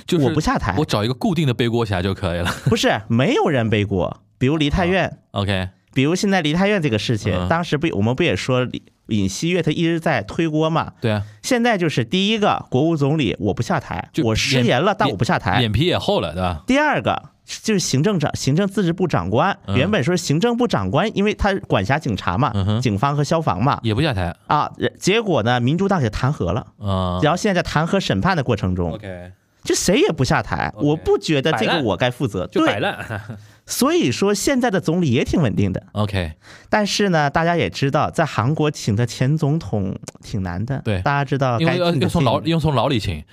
[SPEAKER 2] 就是
[SPEAKER 5] 我不下台
[SPEAKER 2] 我， 找一个固定的背锅侠就可以了。
[SPEAKER 5] 不是没有人背锅，比如梨泰
[SPEAKER 2] 啊
[SPEAKER 5] 院，
[SPEAKER 2] OK，
[SPEAKER 5] 比如现在梨泰院这个事情，
[SPEAKER 2] 嗯
[SPEAKER 5] 当时不我们不也说李尹锡悦他一直在推锅嘛？
[SPEAKER 2] 对啊，
[SPEAKER 5] 现在就是第一个国务总理我不下台，
[SPEAKER 2] 就
[SPEAKER 5] 我失言了，但我不下台。
[SPEAKER 2] 眼皮也厚了，对吧？
[SPEAKER 5] 第二个就是行政长、行政自治部长官，
[SPEAKER 2] 嗯
[SPEAKER 5] 原本说行政部长官，因为他管辖警察嘛
[SPEAKER 2] 嗯、哼
[SPEAKER 5] 警方和消防嘛，
[SPEAKER 2] 也不下台，
[SPEAKER 5] 啊，人结果呢，民主党给弹劾了。
[SPEAKER 2] 嗯
[SPEAKER 5] 然后现在在弹劾审判的过程中，
[SPEAKER 2] ，OK，
[SPEAKER 5] 就谁也不下台，
[SPEAKER 2] OK
[SPEAKER 5] 我不觉得这
[SPEAKER 2] 摆
[SPEAKER 5] 个
[SPEAKER 2] 烂
[SPEAKER 5] 我该负责。
[SPEAKER 2] 就摆
[SPEAKER 5] 对，
[SPEAKER 2] 烂
[SPEAKER 5] 所以说现在的总理也挺稳定的。
[SPEAKER 2] ，OK，
[SPEAKER 5] 但是呢，大家也知道，在韩国请的前总统挺难的。
[SPEAKER 2] 对
[SPEAKER 5] 大家知道
[SPEAKER 2] 因
[SPEAKER 5] 啊该
[SPEAKER 2] 为要
[SPEAKER 5] 请的
[SPEAKER 2] 要从牢
[SPEAKER 5] 请
[SPEAKER 2] 要从牢里请，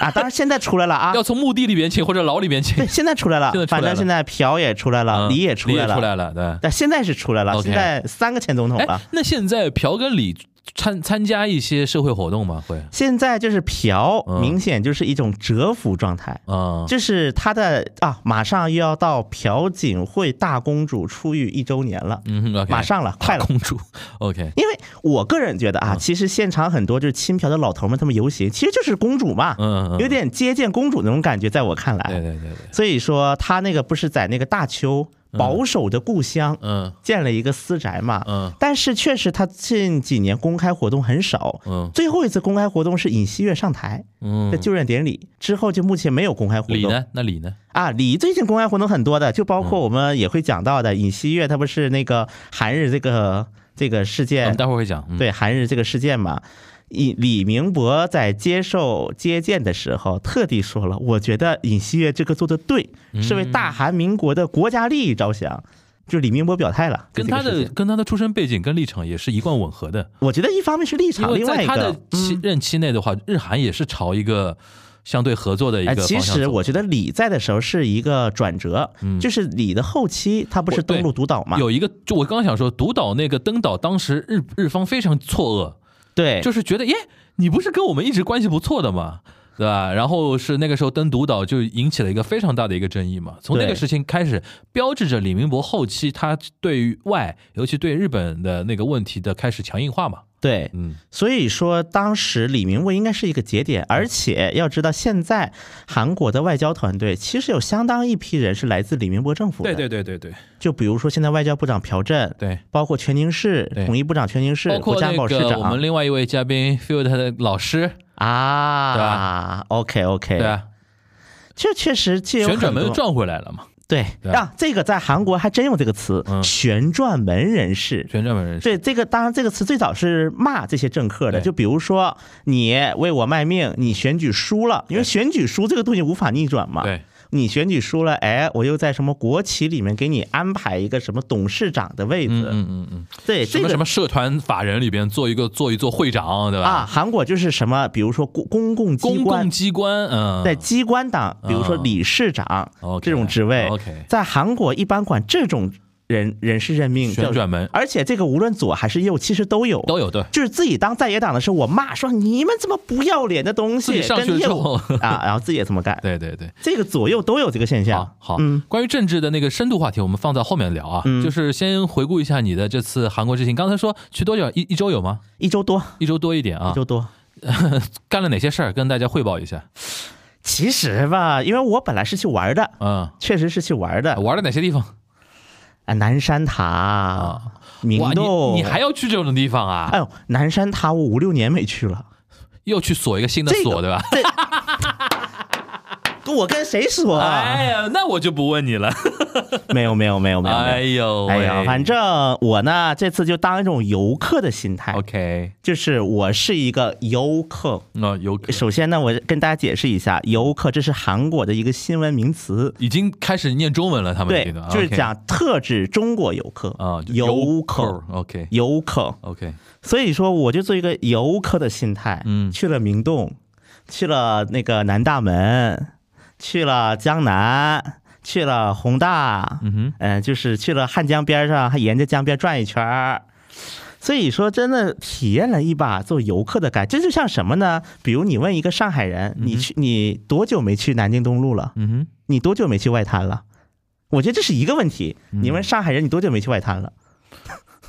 [SPEAKER 5] 啊，当然现在出来了啊
[SPEAKER 2] 要，从墓地里边请或者牢里边请
[SPEAKER 5] 对，，现在出来了
[SPEAKER 2] 现在，出来
[SPEAKER 5] 反
[SPEAKER 2] 了
[SPEAKER 5] 正现在朴也出来了，
[SPEAKER 2] 嗯
[SPEAKER 5] 李也
[SPEAKER 2] 李
[SPEAKER 5] 来
[SPEAKER 2] 也出来
[SPEAKER 5] 了，
[SPEAKER 2] 了，对。
[SPEAKER 5] 但现在是出来了，
[SPEAKER 2] OK
[SPEAKER 5] 现在三个前总统
[SPEAKER 2] 哎
[SPEAKER 5] 了。，
[SPEAKER 2] 那现在朴跟李参参加一些社会活动吗？会，
[SPEAKER 5] 现在就是朴，
[SPEAKER 2] 嗯
[SPEAKER 5] 明显就是一种蛰伏状态。
[SPEAKER 2] 嗯，
[SPEAKER 5] 就是他的啊，马上又要到朴槿惠大公主出狱一周年了，
[SPEAKER 2] 嗯，OK，
[SPEAKER 5] 马上了，快了。
[SPEAKER 2] 公主，OK，嗯
[SPEAKER 5] 因为我个人觉得啊，其实现场很多就是亲朴的老头们，他们游行其实就是公主嘛，
[SPEAKER 2] 嗯嗯嗯
[SPEAKER 5] 有点接见公主那种感觉，在我看
[SPEAKER 2] 对对
[SPEAKER 5] 来。
[SPEAKER 2] 对对，
[SPEAKER 5] 所以说他那个不是在那个大邱保守的故乡
[SPEAKER 2] 嗯
[SPEAKER 5] 建了一个私宅嘛，
[SPEAKER 2] 嗯
[SPEAKER 5] 但是确实他近几年公开活动很少。
[SPEAKER 2] 嗯
[SPEAKER 5] 最后一次公开活动是尹锡悦上台的
[SPEAKER 2] 嗯，
[SPEAKER 5] 就任典礼之后，就目前没有公开活动。
[SPEAKER 2] 李呢？那李呢？
[SPEAKER 5] 啊，李最近公开活动很多的，就包括
[SPEAKER 2] 嗯
[SPEAKER 5] 我们也会讲到的尹锡悦，他不是那个韩日这个这个事
[SPEAKER 2] 我
[SPEAKER 5] 件
[SPEAKER 2] 们，待会儿会讲，嗯，
[SPEAKER 5] 对韩日这个事件嘛。尹李明博在接受接见的时候，特地说了，我觉得尹锡悦这个做的对，
[SPEAKER 2] 嗯
[SPEAKER 5] 是为大韩民国的国家利益着想。就李明博表态了，
[SPEAKER 2] 跟
[SPEAKER 5] 对这
[SPEAKER 2] 他
[SPEAKER 5] 个事
[SPEAKER 2] 的
[SPEAKER 5] 情，
[SPEAKER 2] 跟他的出身背景跟立场也是一贯吻合的，
[SPEAKER 5] 我觉得一方面是立
[SPEAKER 2] 因
[SPEAKER 5] 场，
[SPEAKER 2] 为
[SPEAKER 5] 另外
[SPEAKER 2] 在
[SPEAKER 5] 一
[SPEAKER 2] 他的
[SPEAKER 5] 个，嗯
[SPEAKER 2] 期任期内的话，日韩也是朝一个相对合作的一
[SPEAKER 5] 哎，
[SPEAKER 2] 个方
[SPEAKER 5] 其
[SPEAKER 2] 向
[SPEAKER 5] 实
[SPEAKER 2] 走嗯
[SPEAKER 5] 我觉得李在的时候是一个转折，就是李的后期他不是
[SPEAKER 2] 我对
[SPEAKER 5] 登陆独岛嘛，
[SPEAKER 2] 有一个，就我刚刚想说，独岛那个登岛，当时日日方非常错
[SPEAKER 5] 对
[SPEAKER 2] 愕，，就是觉得耶，你不是跟我们一直关系不错的吗？对吧？然后是那个时候登独岛就引起了一个非常大的一个争议嘛。从那个
[SPEAKER 5] 对
[SPEAKER 2] 事情开始，标志着李明博后期他对外，尤其对日本的那个问题的开始强硬化嘛。
[SPEAKER 5] 对，
[SPEAKER 2] 嗯，
[SPEAKER 5] 所以说，当时李明博应该是一个节点，而且要知道，现在韩国的外交团队其实有相当一批人是来自李明博政府的。
[SPEAKER 2] 对对对对
[SPEAKER 5] 就比如说现在外交部长朴振，
[SPEAKER 2] 对。
[SPEAKER 5] 包括全宁市
[SPEAKER 2] 对
[SPEAKER 5] 统一部长全宁市、
[SPEAKER 2] 包
[SPEAKER 5] 国
[SPEAKER 2] 括
[SPEAKER 5] 家
[SPEAKER 2] 那
[SPEAKER 5] 安保市
[SPEAKER 2] 个我
[SPEAKER 5] 长
[SPEAKER 2] 们另外一位嘉宾 Field 的老师，对
[SPEAKER 5] 啊
[SPEAKER 2] 吧。
[SPEAKER 5] OK OK，
[SPEAKER 2] 对，啊，
[SPEAKER 5] 这确实就有
[SPEAKER 2] 旋转门
[SPEAKER 5] 很
[SPEAKER 2] 又
[SPEAKER 5] 多
[SPEAKER 2] 转回来了嘛，
[SPEAKER 5] 对
[SPEAKER 2] 对
[SPEAKER 5] 啊，这个在韩国还真有这个词，
[SPEAKER 2] 嗯
[SPEAKER 5] 旋转门人士。
[SPEAKER 2] 旋转门人士
[SPEAKER 5] 对，这个当然这个词最早是骂这些政客的，
[SPEAKER 2] 对
[SPEAKER 5] 就比如说你为我卖命，你选举输了，因为
[SPEAKER 2] 对
[SPEAKER 5] 选举输这个东西无法逆转嘛。
[SPEAKER 2] 对，
[SPEAKER 5] 你选举输了，哎，我又在什么国企里面给你安排一个什么董事长的位
[SPEAKER 2] 嗯
[SPEAKER 5] 置，
[SPEAKER 2] 嗯嗯嗯，
[SPEAKER 5] 对，
[SPEAKER 2] 什
[SPEAKER 5] 哎这个
[SPEAKER 2] 么什么社团法人里边做一个做一做会长，对吧？
[SPEAKER 5] 啊，韩国就是什么，比如说公公共机
[SPEAKER 2] 公
[SPEAKER 5] 关
[SPEAKER 2] 共。机关，嗯，
[SPEAKER 5] 在机关党，比如说
[SPEAKER 2] 嗯
[SPEAKER 5] 理事长、
[SPEAKER 2] OK，
[SPEAKER 5] 这种职位
[SPEAKER 2] OK
[SPEAKER 5] 在韩国一般管这种人人事任命叫
[SPEAKER 2] 旋转门
[SPEAKER 5] 而且这个无论左还是右，其实都有
[SPEAKER 2] 都有对，
[SPEAKER 5] 就是自己当在野党的时候，我骂说你们怎么不要脸的东
[SPEAKER 2] 自
[SPEAKER 5] 西，
[SPEAKER 2] 己上去
[SPEAKER 5] 跟业
[SPEAKER 2] 之
[SPEAKER 5] 务
[SPEAKER 2] 后
[SPEAKER 5] 啊， 然后自己也这么干，
[SPEAKER 2] 对对对。
[SPEAKER 5] 这个左右都有这个现象
[SPEAKER 2] 好。好
[SPEAKER 5] 嗯，，
[SPEAKER 2] 关于政治的那个深度话题，我们放在后面聊啊。就是先回顾一下你的这次韩国之行。刚才说去多久？一一周有吗？
[SPEAKER 5] 一周多，
[SPEAKER 2] 一周多一点啊
[SPEAKER 5] 一。周多，
[SPEAKER 2] 干了哪些事儿，跟大家汇报一下。
[SPEAKER 5] 其实吧，因为我本来是去玩的，
[SPEAKER 2] 嗯，
[SPEAKER 5] 确实是去玩的，
[SPEAKER 2] 玩了哪些地方？
[SPEAKER 5] 啊，南山塔、明
[SPEAKER 2] 啊哇，
[SPEAKER 5] 洞，
[SPEAKER 2] 你你还要去这种地方啊？
[SPEAKER 5] 哎呦，南山塔我五六年没去了，
[SPEAKER 2] 又去锁一个新的
[SPEAKER 5] 这个
[SPEAKER 2] 锁，对吧？
[SPEAKER 5] 我跟谁说啊？
[SPEAKER 2] 哎呀，那我就不问你了。
[SPEAKER 5] 没有没有没有没有，
[SPEAKER 2] 哎
[SPEAKER 5] 没有
[SPEAKER 2] 呦喂，
[SPEAKER 5] 哎呀，反正我呢这次就当一种游客的心态，
[SPEAKER 2] OK，
[SPEAKER 5] 就是我是一个游客。
[SPEAKER 2] 那有可
[SPEAKER 5] 首先呢，我跟大家解释一下，游客这是韩国的一个新闻名词，
[SPEAKER 2] 已经开始念中文了，他们
[SPEAKER 5] 对
[SPEAKER 2] 这个，
[SPEAKER 5] 就是
[SPEAKER 2] 啊 OK
[SPEAKER 5] 讲特指中国游客
[SPEAKER 2] 啊，就
[SPEAKER 5] 游
[SPEAKER 2] 扣
[SPEAKER 5] 客，
[SPEAKER 2] OK
[SPEAKER 5] 游客。
[SPEAKER 2] OK，
[SPEAKER 5] 所以说，我就做一个游客的心态，
[SPEAKER 2] 嗯
[SPEAKER 5] 去了明洞，去了那个南大门，去了江南，去了宏大，
[SPEAKER 2] 嗯哼，
[SPEAKER 5] 嗯、就是去了汉江边上，还沿着江边转一圈儿。所以说，真的体验了一把做游客的感，这就像什么呢？比如你问一个上海人，你去你多久没去南京东路了？
[SPEAKER 2] 嗯哼，
[SPEAKER 5] 你多久没去外滩了？我觉得这是一个问题。你问上海人，你多久没去外滩了？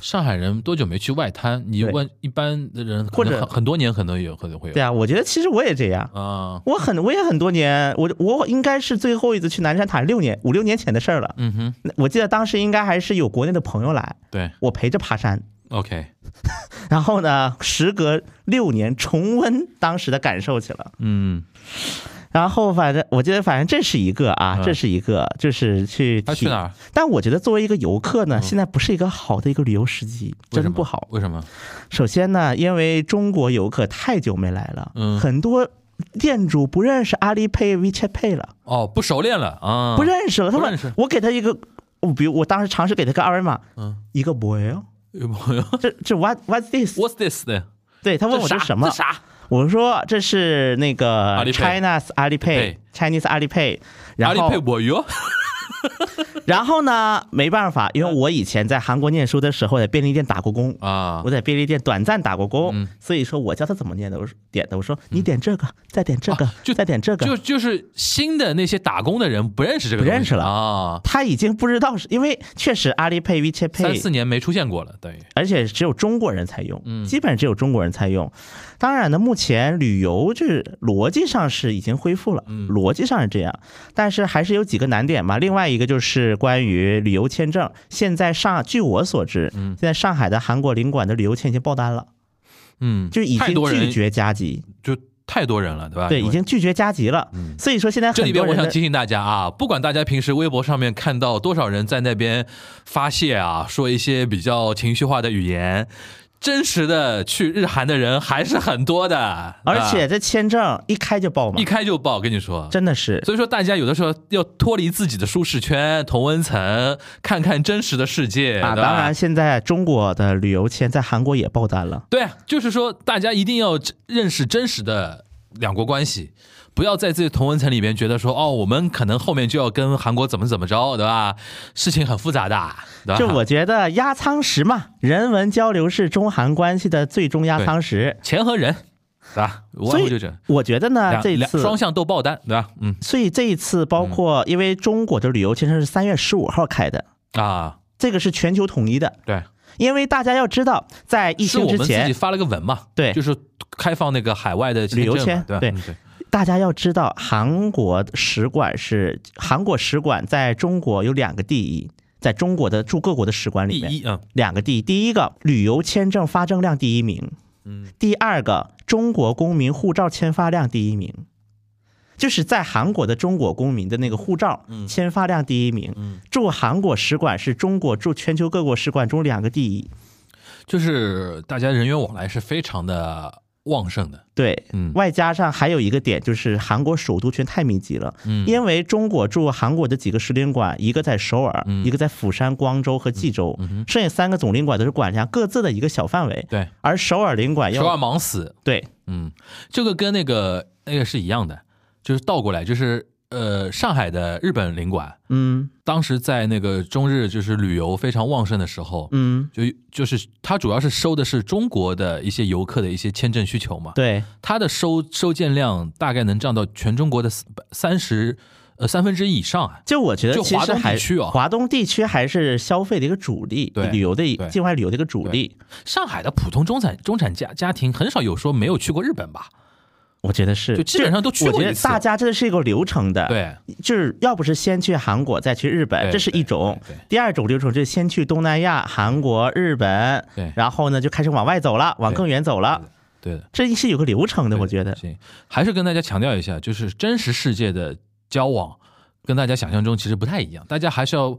[SPEAKER 2] 上海人多久没去外滩？你
[SPEAKER 5] 对
[SPEAKER 2] 问一般的人，
[SPEAKER 5] 或者
[SPEAKER 2] 可能很很多年，可能有可能会有
[SPEAKER 5] 对啊，我觉得其实我也这样。
[SPEAKER 2] 啊，
[SPEAKER 5] 我很我也很多年，我我应该是最后一次去南山塔六年五六年前的事儿了。
[SPEAKER 2] 嗯哼，
[SPEAKER 5] 我记得当时应该还是有国内的朋友来，
[SPEAKER 2] 对
[SPEAKER 5] 我陪着爬山。
[SPEAKER 2] ，OK，
[SPEAKER 5] 然后呢，时隔六年重温当时的感受去了。
[SPEAKER 2] 嗯，
[SPEAKER 5] 然后反正我记得，反正这是一个啊，
[SPEAKER 2] 嗯
[SPEAKER 5] 这是一个，就是去
[SPEAKER 2] 他
[SPEAKER 5] 体
[SPEAKER 2] 去哪？儿？嗯
[SPEAKER 5] 但我觉得作为一个游客呢，现在不是一个好的一个旅游时机，
[SPEAKER 2] 为什
[SPEAKER 5] 真
[SPEAKER 2] 么
[SPEAKER 5] 不好。
[SPEAKER 2] 为什么？
[SPEAKER 5] 首先呢，因为中国游客太久没来了，
[SPEAKER 2] 嗯
[SPEAKER 5] 很多店主不认识阿里 Pay、WeChat Pay 了。
[SPEAKER 2] 哦，不熟练了啊，
[SPEAKER 5] 不认识了。他
[SPEAKER 2] 不
[SPEAKER 5] 们
[SPEAKER 2] 认识
[SPEAKER 5] 我给他一个，我比如我当时尝试给他个二维码，
[SPEAKER 2] 嗯，
[SPEAKER 5] 一个 boy，
[SPEAKER 2] 有朋友
[SPEAKER 5] 这这 what what's this？
[SPEAKER 2] ，What's this 的？
[SPEAKER 5] 对他问我
[SPEAKER 2] 这
[SPEAKER 5] 这
[SPEAKER 2] 啥
[SPEAKER 5] 什么
[SPEAKER 2] 这？啥？
[SPEAKER 5] 我说这是那个
[SPEAKER 2] Alipay
[SPEAKER 5] China's Alipay
[SPEAKER 2] Pay
[SPEAKER 5] Chinese Alipay，
[SPEAKER 2] 阿
[SPEAKER 5] 然
[SPEAKER 2] 里配
[SPEAKER 5] 后
[SPEAKER 2] 我哟，
[SPEAKER 5] 然后呢没办法，因为我以前在韩国念书的时候在便利店打过工。
[SPEAKER 2] 啊
[SPEAKER 5] 我，在便利店短暂打过工，
[SPEAKER 2] 嗯
[SPEAKER 5] 所以说我教他怎么念的，我说点的，我说你点这个，再点这个，
[SPEAKER 2] 啊就
[SPEAKER 5] 再点这个，
[SPEAKER 2] 就就是新的那些打工的人不认识这个东西，
[SPEAKER 5] 不认识了
[SPEAKER 2] 啊，
[SPEAKER 5] 他已经不知道是因为确实阿里 Pay、WeChat
[SPEAKER 2] 三
[SPEAKER 5] Pay
[SPEAKER 2] 四年没出现过了，等于
[SPEAKER 5] 而且只有中国人才用，
[SPEAKER 2] 嗯
[SPEAKER 5] 基本上只有中国人才用。当然呢，目前旅游就是逻辑上是已经恢复了，
[SPEAKER 2] 嗯
[SPEAKER 5] 逻辑上是这样，但是还是有几个难点嘛。另外一个就是关于旅游签证，现在上据我所知，现在上海的韩国领馆的旅游签已经爆单了，
[SPEAKER 2] 嗯，
[SPEAKER 5] 就已
[SPEAKER 2] 太
[SPEAKER 5] 经
[SPEAKER 2] 多人
[SPEAKER 5] 拒绝加急，
[SPEAKER 2] 就太多人了，对吧？
[SPEAKER 5] 对，
[SPEAKER 2] 因为
[SPEAKER 5] 已经拒绝加急了。所以说现在
[SPEAKER 2] 这
[SPEAKER 5] 很
[SPEAKER 2] 里
[SPEAKER 5] 多
[SPEAKER 2] 边我
[SPEAKER 5] 人
[SPEAKER 2] 想
[SPEAKER 5] 的
[SPEAKER 2] 提醒大家啊，不管大家平时微博上面看到多少人在那边发泄啊，说一些比较情绪化的语言，真实的去日韩的人还是很多的，
[SPEAKER 5] 而且
[SPEAKER 2] 啊
[SPEAKER 5] 这签证一开就爆嘛
[SPEAKER 2] 一，开就爆，跟你说。
[SPEAKER 5] 真的是。
[SPEAKER 2] 所以说，大家有的时候要脱离自己的舒适圈、同温层，看看真实的世界，
[SPEAKER 5] 啊，
[SPEAKER 2] 对
[SPEAKER 5] 当
[SPEAKER 2] 吧
[SPEAKER 5] 然，现在中国的旅游签在韩国也爆单了。
[SPEAKER 2] 对啊，就是说大家一定要真认识真实的两国关系，不要在自己同文层里面觉得说哦，我们可能后面就要跟韩国怎么怎么着，对吧？事情很复杂的，对吧？
[SPEAKER 5] 就我觉得压舱石嘛，人文交流是中韩关系的最终压舱石。
[SPEAKER 2] 钱和人，对吧？无外
[SPEAKER 5] 所
[SPEAKER 2] 乎就这
[SPEAKER 5] 以
[SPEAKER 2] 样，
[SPEAKER 5] 我觉得呢，
[SPEAKER 2] 两
[SPEAKER 5] 这
[SPEAKER 2] 两
[SPEAKER 5] 次，
[SPEAKER 2] 双嗯向都爆单，对吧？嗯
[SPEAKER 5] 所以这一次包括，因为中国的旅游签证是三月十五号开的，
[SPEAKER 2] 啊，
[SPEAKER 5] 这个是全球统一的。
[SPEAKER 2] 对，
[SPEAKER 5] 因为大家要知道，在疫
[SPEAKER 2] 是
[SPEAKER 5] 情
[SPEAKER 2] 我
[SPEAKER 5] 之
[SPEAKER 2] 们自己
[SPEAKER 5] 前，
[SPEAKER 2] 发了个文嘛，
[SPEAKER 5] 对
[SPEAKER 2] 就是开放那个海外的
[SPEAKER 5] 旅游
[SPEAKER 2] 签证嘛
[SPEAKER 5] 签
[SPEAKER 2] 对吧
[SPEAKER 5] 对
[SPEAKER 2] 嗯对，
[SPEAKER 5] 大家要知道，韩国使馆是韩国使馆在中国有两个第一，在中国的驻各国的使馆
[SPEAKER 2] 第
[SPEAKER 5] 里面，
[SPEAKER 2] 一，嗯
[SPEAKER 5] 两个第一，第一个旅游签证发证量第一名，
[SPEAKER 2] 嗯，
[SPEAKER 5] 第二个中国公民护照签发量第一名，就是在韩国的中国公民的那个护照
[SPEAKER 2] 嗯
[SPEAKER 5] 签发量第一名，嗯，驻韩国使馆是中国驻全球各国使馆中两个第一，
[SPEAKER 2] 就是大家人员往来是非常的旺盛的，
[SPEAKER 5] 对，
[SPEAKER 2] 嗯
[SPEAKER 5] 外加上还有一个点就是韩国首都圈太密集了，嗯，因为中国驻韩国的几个使领馆，一个在首尔，
[SPEAKER 2] 嗯
[SPEAKER 5] 一个在釜山、光州和济州，剩下三个总领馆都是管辖各自的一个小范围，
[SPEAKER 2] 对，
[SPEAKER 5] 而首尔领馆
[SPEAKER 2] 首尔
[SPEAKER 5] 要
[SPEAKER 2] 忙死，
[SPEAKER 5] 对
[SPEAKER 2] 嗯，这个跟那个那个是一样的，就是倒过来，就是呃，上海的日本领馆，
[SPEAKER 5] 嗯
[SPEAKER 2] 当时在那个中日就是旅游非常旺盛的时候，
[SPEAKER 5] 嗯
[SPEAKER 2] 就就是它主要是收的是中国的一些游客的一些签证需求嘛，
[SPEAKER 5] 对。
[SPEAKER 2] 它的收收件量大概能占到全中国的三十呃三分之一以上啊。
[SPEAKER 5] 就我觉得
[SPEAKER 2] 就
[SPEAKER 5] 其
[SPEAKER 2] 华
[SPEAKER 5] 实
[SPEAKER 2] 东地
[SPEAKER 5] 还
[SPEAKER 2] 区啊
[SPEAKER 5] 华东地区还是消费的一个主力，
[SPEAKER 2] 对
[SPEAKER 5] 旅游的一
[SPEAKER 2] 对
[SPEAKER 5] 境外旅游的一个主力，
[SPEAKER 2] 上海的普通中产中产家家庭很少有说没有去过日本吧？
[SPEAKER 5] 我觉得是，
[SPEAKER 2] 就基本上都去
[SPEAKER 5] 我
[SPEAKER 2] 过
[SPEAKER 5] 觉
[SPEAKER 2] 一
[SPEAKER 5] 得
[SPEAKER 2] 次
[SPEAKER 5] 大家这是一个流程的，，
[SPEAKER 2] 对，
[SPEAKER 5] 就是要不是先去韩国，再去日本，
[SPEAKER 2] 对
[SPEAKER 5] 这是一种
[SPEAKER 2] 对对对；
[SPEAKER 5] 第二种流程就是先去东南亚、韩国、日本
[SPEAKER 2] 对，
[SPEAKER 5] 然后呢就开始往外走了，往
[SPEAKER 2] 对
[SPEAKER 5] 更远走了，
[SPEAKER 2] 对的。
[SPEAKER 5] 这是有个流程的，我觉得。
[SPEAKER 2] 行，还是跟大家强调一下，就是真实世界的交往跟大家想象中其实不太一样，大家还是要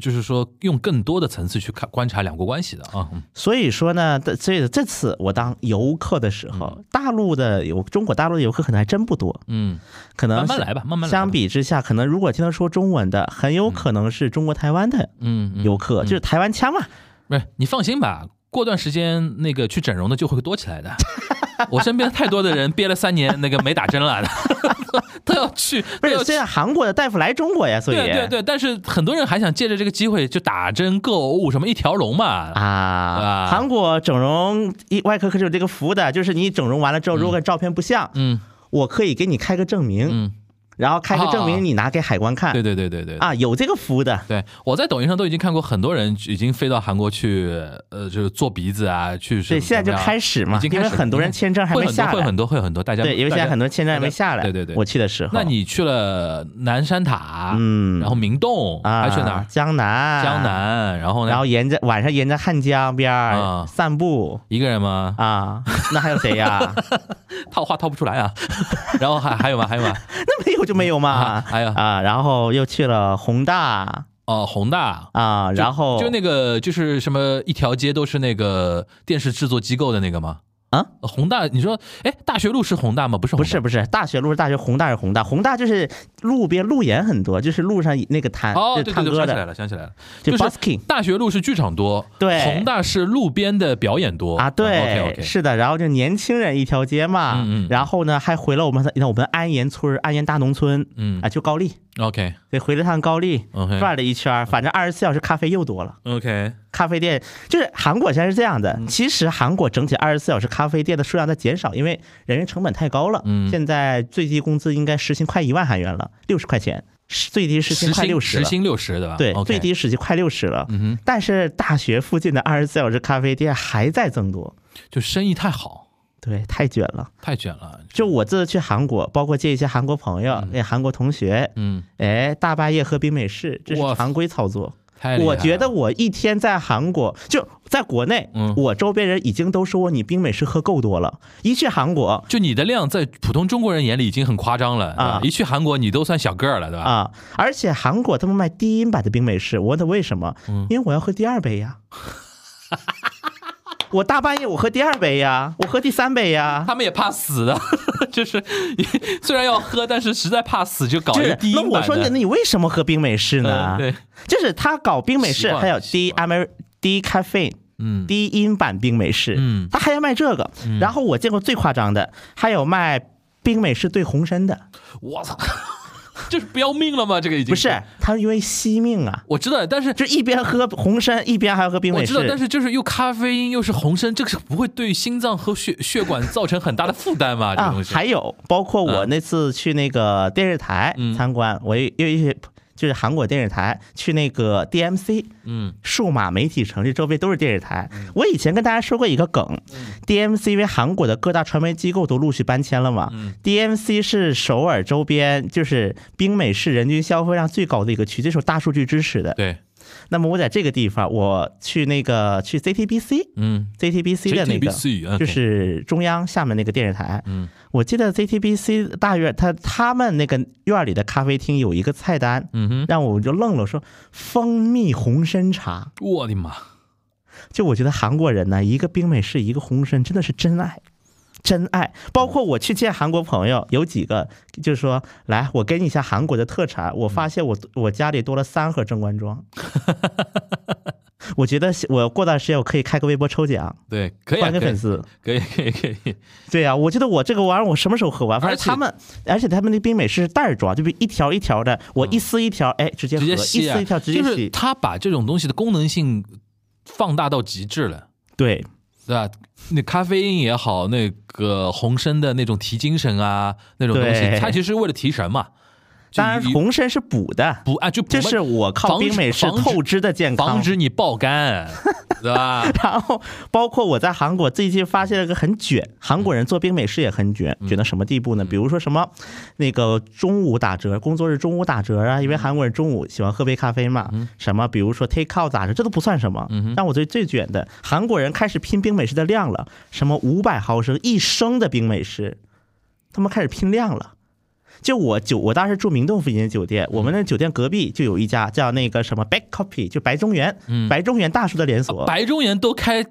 [SPEAKER 2] 就是说用更多的层次去看观察两国关系的啊。嗯
[SPEAKER 5] 所以说呢，这这这次我当游客的时候，大陆的游中国大陆的游客可能还真不多，
[SPEAKER 2] 嗯，
[SPEAKER 5] 可能
[SPEAKER 2] 慢慢
[SPEAKER 5] 是
[SPEAKER 2] 来吧，慢慢来吧。
[SPEAKER 5] 相比之下，可能如果听到说中文的，很有可能是中国台湾的
[SPEAKER 2] 嗯，嗯
[SPEAKER 5] 游客，就是台湾腔嘛。
[SPEAKER 2] 不是你放心吧，过段时间那个去整容的就会多起来的。 我身边太多的人憋了三年，那个没打针了 的，都要去，
[SPEAKER 5] 不
[SPEAKER 2] 都
[SPEAKER 5] 是，
[SPEAKER 2] 要去
[SPEAKER 5] 虽。然韩国的大夫来中国呀，所以
[SPEAKER 2] 对对对，但是很多人还想借着这个机会就打针购物什么一条龙嘛。
[SPEAKER 5] 啊，韩国整容一外科可是有这个服务的，就是你整容完了之后，如果照片不像，
[SPEAKER 2] 嗯
[SPEAKER 5] 我可以给你开个证明，
[SPEAKER 2] 嗯，
[SPEAKER 5] 然后开个证
[SPEAKER 2] 啊
[SPEAKER 5] 明你拿给海关看。
[SPEAKER 2] 对对对对对。
[SPEAKER 5] 啊，有这个服务的，
[SPEAKER 2] 对，我在抖音上都已经看过很多人已经飞到韩国去，呃，就是做鼻子啊，去
[SPEAKER 5] 对，现在就开
[SPEAKER 2] 始
[SPEAKER 5] 始嘛
[SPEAKER 2] 已，经
[SPEAKER 5] 因
[SPEAKER 2] 开
[SPEAKER 5] 为
[SPEAKER 2] 始嗯
[SPEAKER 5] 很多人签证还没下
[SPEAKER 2] 会很。多
[SPEAKER 5] 来
[SPEAKER 2] 会很多会很多，大家
[SPEAKER 5] 对，因为现在很多签证还没下来。
[SPEAKER 2] 对对对。
[SPEAKER 5] 我去的时候，
[SPEAKER 2] 那你去了南山塔，
[SPEAKER 5] 嗯
[SPEAKER 2] 然后明洞，
[SPEAKER 5] 啊，
[SPEAKER 2] 还去哪儿？
[SPEAKER 5] 江南，
[SPEAKER 2] 江南，然后呢？
[SPEAKER 5] 然后沿着晚上沿着汉江边
[SPEAKER 2] 啊
[SPEAKER 5] 儿散步
[SPEAKER 2] 一个人吗？
[SPEAKER 5] 啊， 那还有谁呀？
[SPEAKER 2] 套话套不出来啊。 然后还还有吗？还有吗？
[SPEAKER 5] 那没有就没有嘛。
[SPEAKER 2] 还有
[SPEAKER 5] 啊，然后又去了宏大
[SPEAKER 2] 哦，宏大。
[SPEAKER 5] 啊，
[SPEAKER 2] 就
[SPEAKER 5] 然后
[SPEAKER 2] 就那个就是什么一条街都是那个电视制作机构的那个吗？
[SPEAKER 5] 啊，
[SPEAKER 2] 宏大，你说，哎，大学路是宏大吗？不是宏大，
[SPEAKER 5] 不是不是，大学路是大学，宏大是宏大，宏大就是路边路演很多，就是路上那个摊，
[SPEAKER 2] 哦，
[SPEAKER 5] 就
[SPEAKER 2] 对对
[SPEAKER 5] 是哎唱
[SPEAKER 2] 对，想起
[SPEAKER 5] 歌
[SPEAKER 2] 来
[SPEAKER 5] 的，
[SPEAKER 2] 了，想起来了，
[SPEAKER 5] 就
[SPEAKER 2] 就是
[SPEAKER 5] busking
[SPEAKER 2] 大学路是剧场多，
[SPEAKER 5] 对
[SPEAKER 2] 宏大是路边的表演多
[SPEAKER 5] 啊，
[SPEAKER 2] ，OK
[SPEAKER 5] 对，
[SPEAKER 2] OK，
[SPEAKER 5] 是的，然后就年轻人一条街嘛
[SPEAKER 2] 哦嗯嗯，
[SPEAKER 5] 然后呢还回了我们那我们安岩村安岩大农村
[SPEAKER 2] 嗯哎
[SPEAKER 5] 啊，就高丽，
[SPEAKER 2] ，OK
[SPEAKER 5] 对，回了趟高丽
[SPEAKER 2] OK
[SPEAKER 5] 转了一圈儿，反正二十四小时咖啡又多了。
[SPEAKER 2] OK，
[SPEAKER 5] 咖啡店就是韩国现在是这样的，
[SPEAKER 2] 嗯
[SPEAKER 5] 其实韩国整体二十四小时咖啡店的数量在减少，因为人员成本太高了。
[SPEAKER 2] 嗯
[SPEAKER 5] 现在最低工资应该时薪快一万韩元了，六十块钱，是最低时薪
[SPEAKER 2] 时
[SPEAKER 5] 快
[SPEAKER 2] 薪
[SPEAKER 5] 六十
[SPEAKER 2] 时
[SPEAKER 5] 了。
[SPEAKER 2] 薪六十对吧？
[SPEAKER 5] 对
[SPEAKER 2] OK 嗯
[SPEAKER 5] 最低时薪快六十了。
[SPEAKER 2] 哼
[SPEAKER 5] 但是大学附近的二十四小时咖啡店还在增多，
[SPEAKER 2] 就生意太好，
[SPEAKER 5] 对，太卷了。
[SPEAKER 2] 太卷了，
[SPEAKER 5] 就我这次去韩国，包括见一些韩国朋友、那韩国同学，
[SPEAKER 2] 嗯，
[SPEAKER 5] 哎，大半夜喝冰美式，这
[SPEAKER 2] 哇
[SPEAKER 5] 是常规操作。
[SPEAKER 2] 太厉害了
[SPEAKER 5] 我觉得我一天在韩国，就在国内，
[SPEAKER 2] 嗯
[SPEAKER 5] 我周边人已经都说我你冰美式喝够多了，一去韩国
[SPEAKER 2] 就你的量在普通中国人眼里已经很夸张了对吧
[SPEAKER 5] 啊
[SPEAKER 2] 一去韩国你都算小个儿了，对吧？
[SPEAKER 5] 啊，而且韩国他们卖低音版的冰美式，我问他为什么，
[SPEAKER 2] 嗯
[SPEAKER 5] 因为我要喝第二 杯呀。我大半夜我喝第二杯呀，我喝第三杯呀，
[SPEAKER 2] 他们也怕死的， 就是虽然要喝，但是实在怕死，就搞
[SPEAKER 5] 就
[SPEAKER 2] 一个
[SPEAKER 5] 是
[SPEAKER 2] 低音
[SPEAKER 5] 那
[SPEAKER 2] 版
[SPEAKER 5] 我说
[SPEAKER 2] 的
[SPEAKER 5] 那你为什么喝冰美式呢
[SPEAKER 2] 嗯？对，
[SPEAKER 5] 就是他搞冰美
[SPEAKER 2] 习
[SPEAKER 5] 式，
[SPEAKER 2] 惯了
[SPEAKER 5] 还有
[SPEAKER 2] 习
[SPEAKER 5] 低
[SPEAKER 2] 惯
[SPEAKER 5] amer 低 caffeine
[SPEAKER 2] 嗯
[SPEAKER 5] 低音版冰美式，
[SPEAKER 2] 嗯
[SPEAKER 5] 他还要卖这个。然后我见过最夸张的，还有卖冰美式兑红参的，
[SPEAKER 2] 我操， 这是不要命了吗？这个已经
[SPEAKER 5] 不是，他因为惜命啊，
[SPEAKER 2] 我知道，但是
[SPEAKER 5] 就一边喝红参一边还要喝冰
[SPEAKER 2] 我
[SPEAKER 5] 美
[SPEAKER 2] 知
[SPEAKER 5] 式。
[SPEAKER 2] 道，但是就是又咖啡因又是红参，这个是不会对心脏和血血管造成很大的负担吗？这个
[SPEAKER 5] 啊
[SPEAKER 2] 东，西，
[SPEAKER 5] 还有包括我那次去那个电视台
[SPEAKER 2] 嗯
[SPEAKER 5] 参观，我有有一些就是韩国电视台去那个 DMC，
[SPEAKER 2] 嗯，
[SPEAKER 5] 数码媒体城，这周围都是电视台。我以前跟大家说过一个梗，DMC 因为韩国的各大传媒机构都陆续搬迁了嘛，DMC 是首尔周边就是冰美式人均消费量最高的一个区，这是有大数据支持的。
[SPEAKER 2] 对，
[SPEAKER 5] 那么我在这个地方，我去那个去 CTBC。
[SPEAKER 2] 嗯
[SPEAKER 5] ZTBC 的那个
[SPEAKER 2] JTBC，OK
[SPEAKER 5] 就是中央厦门那个电视台。嗯，我记得 ZTBC 大院，他他们那个院儿里的咖啡厅有一个菜单，
[SPEAKER 2] 嗯哼，
[SPEAKER 5] 让我就愣了，说蜂蜜红参茶。
[SPEAKER 2] 我的妈，
[SPEAKER 5] 就我觉得韩国人呢，一个冰美式，一个红参，真的是真爱。真爱，包括我去见韩国朋友，有几个就是说，来，我给你一下韩国的特产。
[SPEAKER 2] 嗯
[SPEAKER 5] 我发现我我家里多了三盒正官庄， 我觉得我过段时间我可以开个微博抽奖，
[SPEAKER 2] 对，可以啊，
[SPEAKER 5] 换
[SPEAKER 2] 可
[SPEAKER 5] 个粉
[SPEAKER 2] 以，
[SPEAKER 5] 丝。
[SPEAKER 2] 可以，可以，可以，
[SPEAKER 5] 对呀、我觉得我这个玩意儿我什么时候喝完？反
[SPEAKER 2] 而
[SPEAKER 5] 正
[SPEAKER 2] 且
[SPEAKER 5] 他们，而且他们那冰美式是袋儿装，就比一条一条的，我一撕一条，哎，直接
[SPEAKER 2] 嗯
[SPEAKER 5] 喝，
[SPEAKER 2] 直接
[SPEAKER 5] 一
[SPEAKER 2] 吸啊，
[SPEAKER 5] 撕一条直接
[SPEAKER 2] 就是
[SPEAKER 5] 吸。
[SPEAKER 2] 他把这种东西的功能性放大到极致了。
[SPEAKER 5] 对，
[SPEAKER 2] 对吧？那咖啡因也好，那个红参的那种提精神啊，那种东西，
[SPEAKER 5] 对
[SPEAKER 2] 它其实是为了提神嘛。
[SPEAKER 5] 当然
[SPEAKER 2] 就一
[SPEAKER 5] 红参是补的，
[SPEAKER 2] 不啊，就
[SPEAKER 5] 这是我靠
[SPEAKER 2] 防止
[SPEAKER 5] 冰美式
[SPEAKER 2] 防止
[SPEAKER 5] 透支的健康
[SPEAKER 2] 防。止你爆 肝，对吧？
[SPEAKER 5] 然后包括我在韩国最近发现了个很卷，韩国人做冰美式也很卷，卷到什么地步呢？比如说什么那个中午打折，工作日中午打折啊，因为韩国人中午喜欢喝杯咖啡嘛。什么比如说 take out 打折，这都不算什么。但我最最卷的，韩国人开始拼冰美式的量了，什么五百毫升一升的冰美式，他们开始拼量了。就我酒，我当时住明洞附近的酒店，我们那酒店隔壁就有一家叫那个什么 Back Coffee，就白中原，白中原大叔的连锁，
[SPEAKER 2] 白中原都开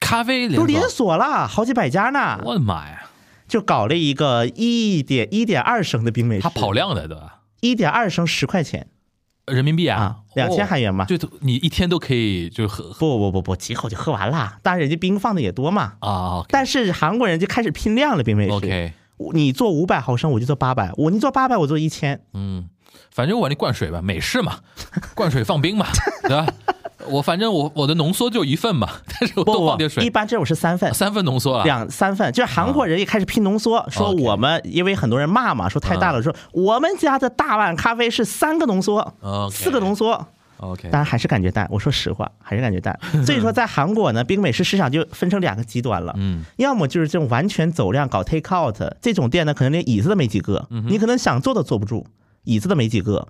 [SPEAKER 2] 咖啡连锁，
[SPEAKER 5] 都连锁啊了，好几百家呢，
[SPEAKER 2] 我的妈呀，
[SPEAKER 5] 就搞了一个一点一点二升的冰美式，
[SPEAKER 2] 他跑量的对吧？
[SPEAKER 5] 一点二升十块钱
[SPEAKER 2] 人民币
[SPEAKER 5] 啊
[SPEAKER 2] 啊，，
[SPEAKER 5] 两千韩元嘛。
[SPEAKER 2] 就你一天都可以就喝喝
[SPEAKER 5] 不不不不，几口就喝完了，但是人家冰放的也多嘛。
[SPEAKER 2] 啊，OK，
[SPEAKER 5] 但是韩国人就开始拼量了冰美式
[SPEAKER 2] OK，
[SPEAKER 5] 你做五百毫升，我就做八百；我你做八百，我做一千。
[SPEAKER 2] 嗯，反正我往里灌水吧，美式 嘛，灌水放冰嘛，对吧？我反正我我的浓缩就一份 嘛，但是我
[SPEAKER 5] 不
[SPEAKER 2] 多放
[SPEAKER 5] 不
[SPEAKER 2] 点
[SPEAKER 5] 不，
[SPEAKER 2] 水
[SPEAKER 5] 一，般这种是三份，
[SPEAKER 2] 三份浓缩了，啊
[SPEAKER 5] 两三份，就是韩国人也开始拼浓缩，说
[SPEAKER 2] OK 嗯
[SPEAKER 5] 我们因为很多人骂嘛，说太大了，说我们家的大碗咖啡是三个浓缩，
[SPEAKER 2] OK
[SPEAKER 5] 四个浓缩，
[SPEAKER 2] OK，
[SPEAKER 5] 当然还是感觉淡。我说实话，还是感觉淡。所 以说，在韩国呢，冰美式市场就分成两个极端了，
[SPEAKER 2] 嗯，
[SPEAKER 5] 要么就是这种完全走量搞 take out 这种店呢，可能连椅子都没几个，
[SPEAKER 2] 嗯
[SPEAKER 5] 你可能想坐都坐不住，椅子都没几个。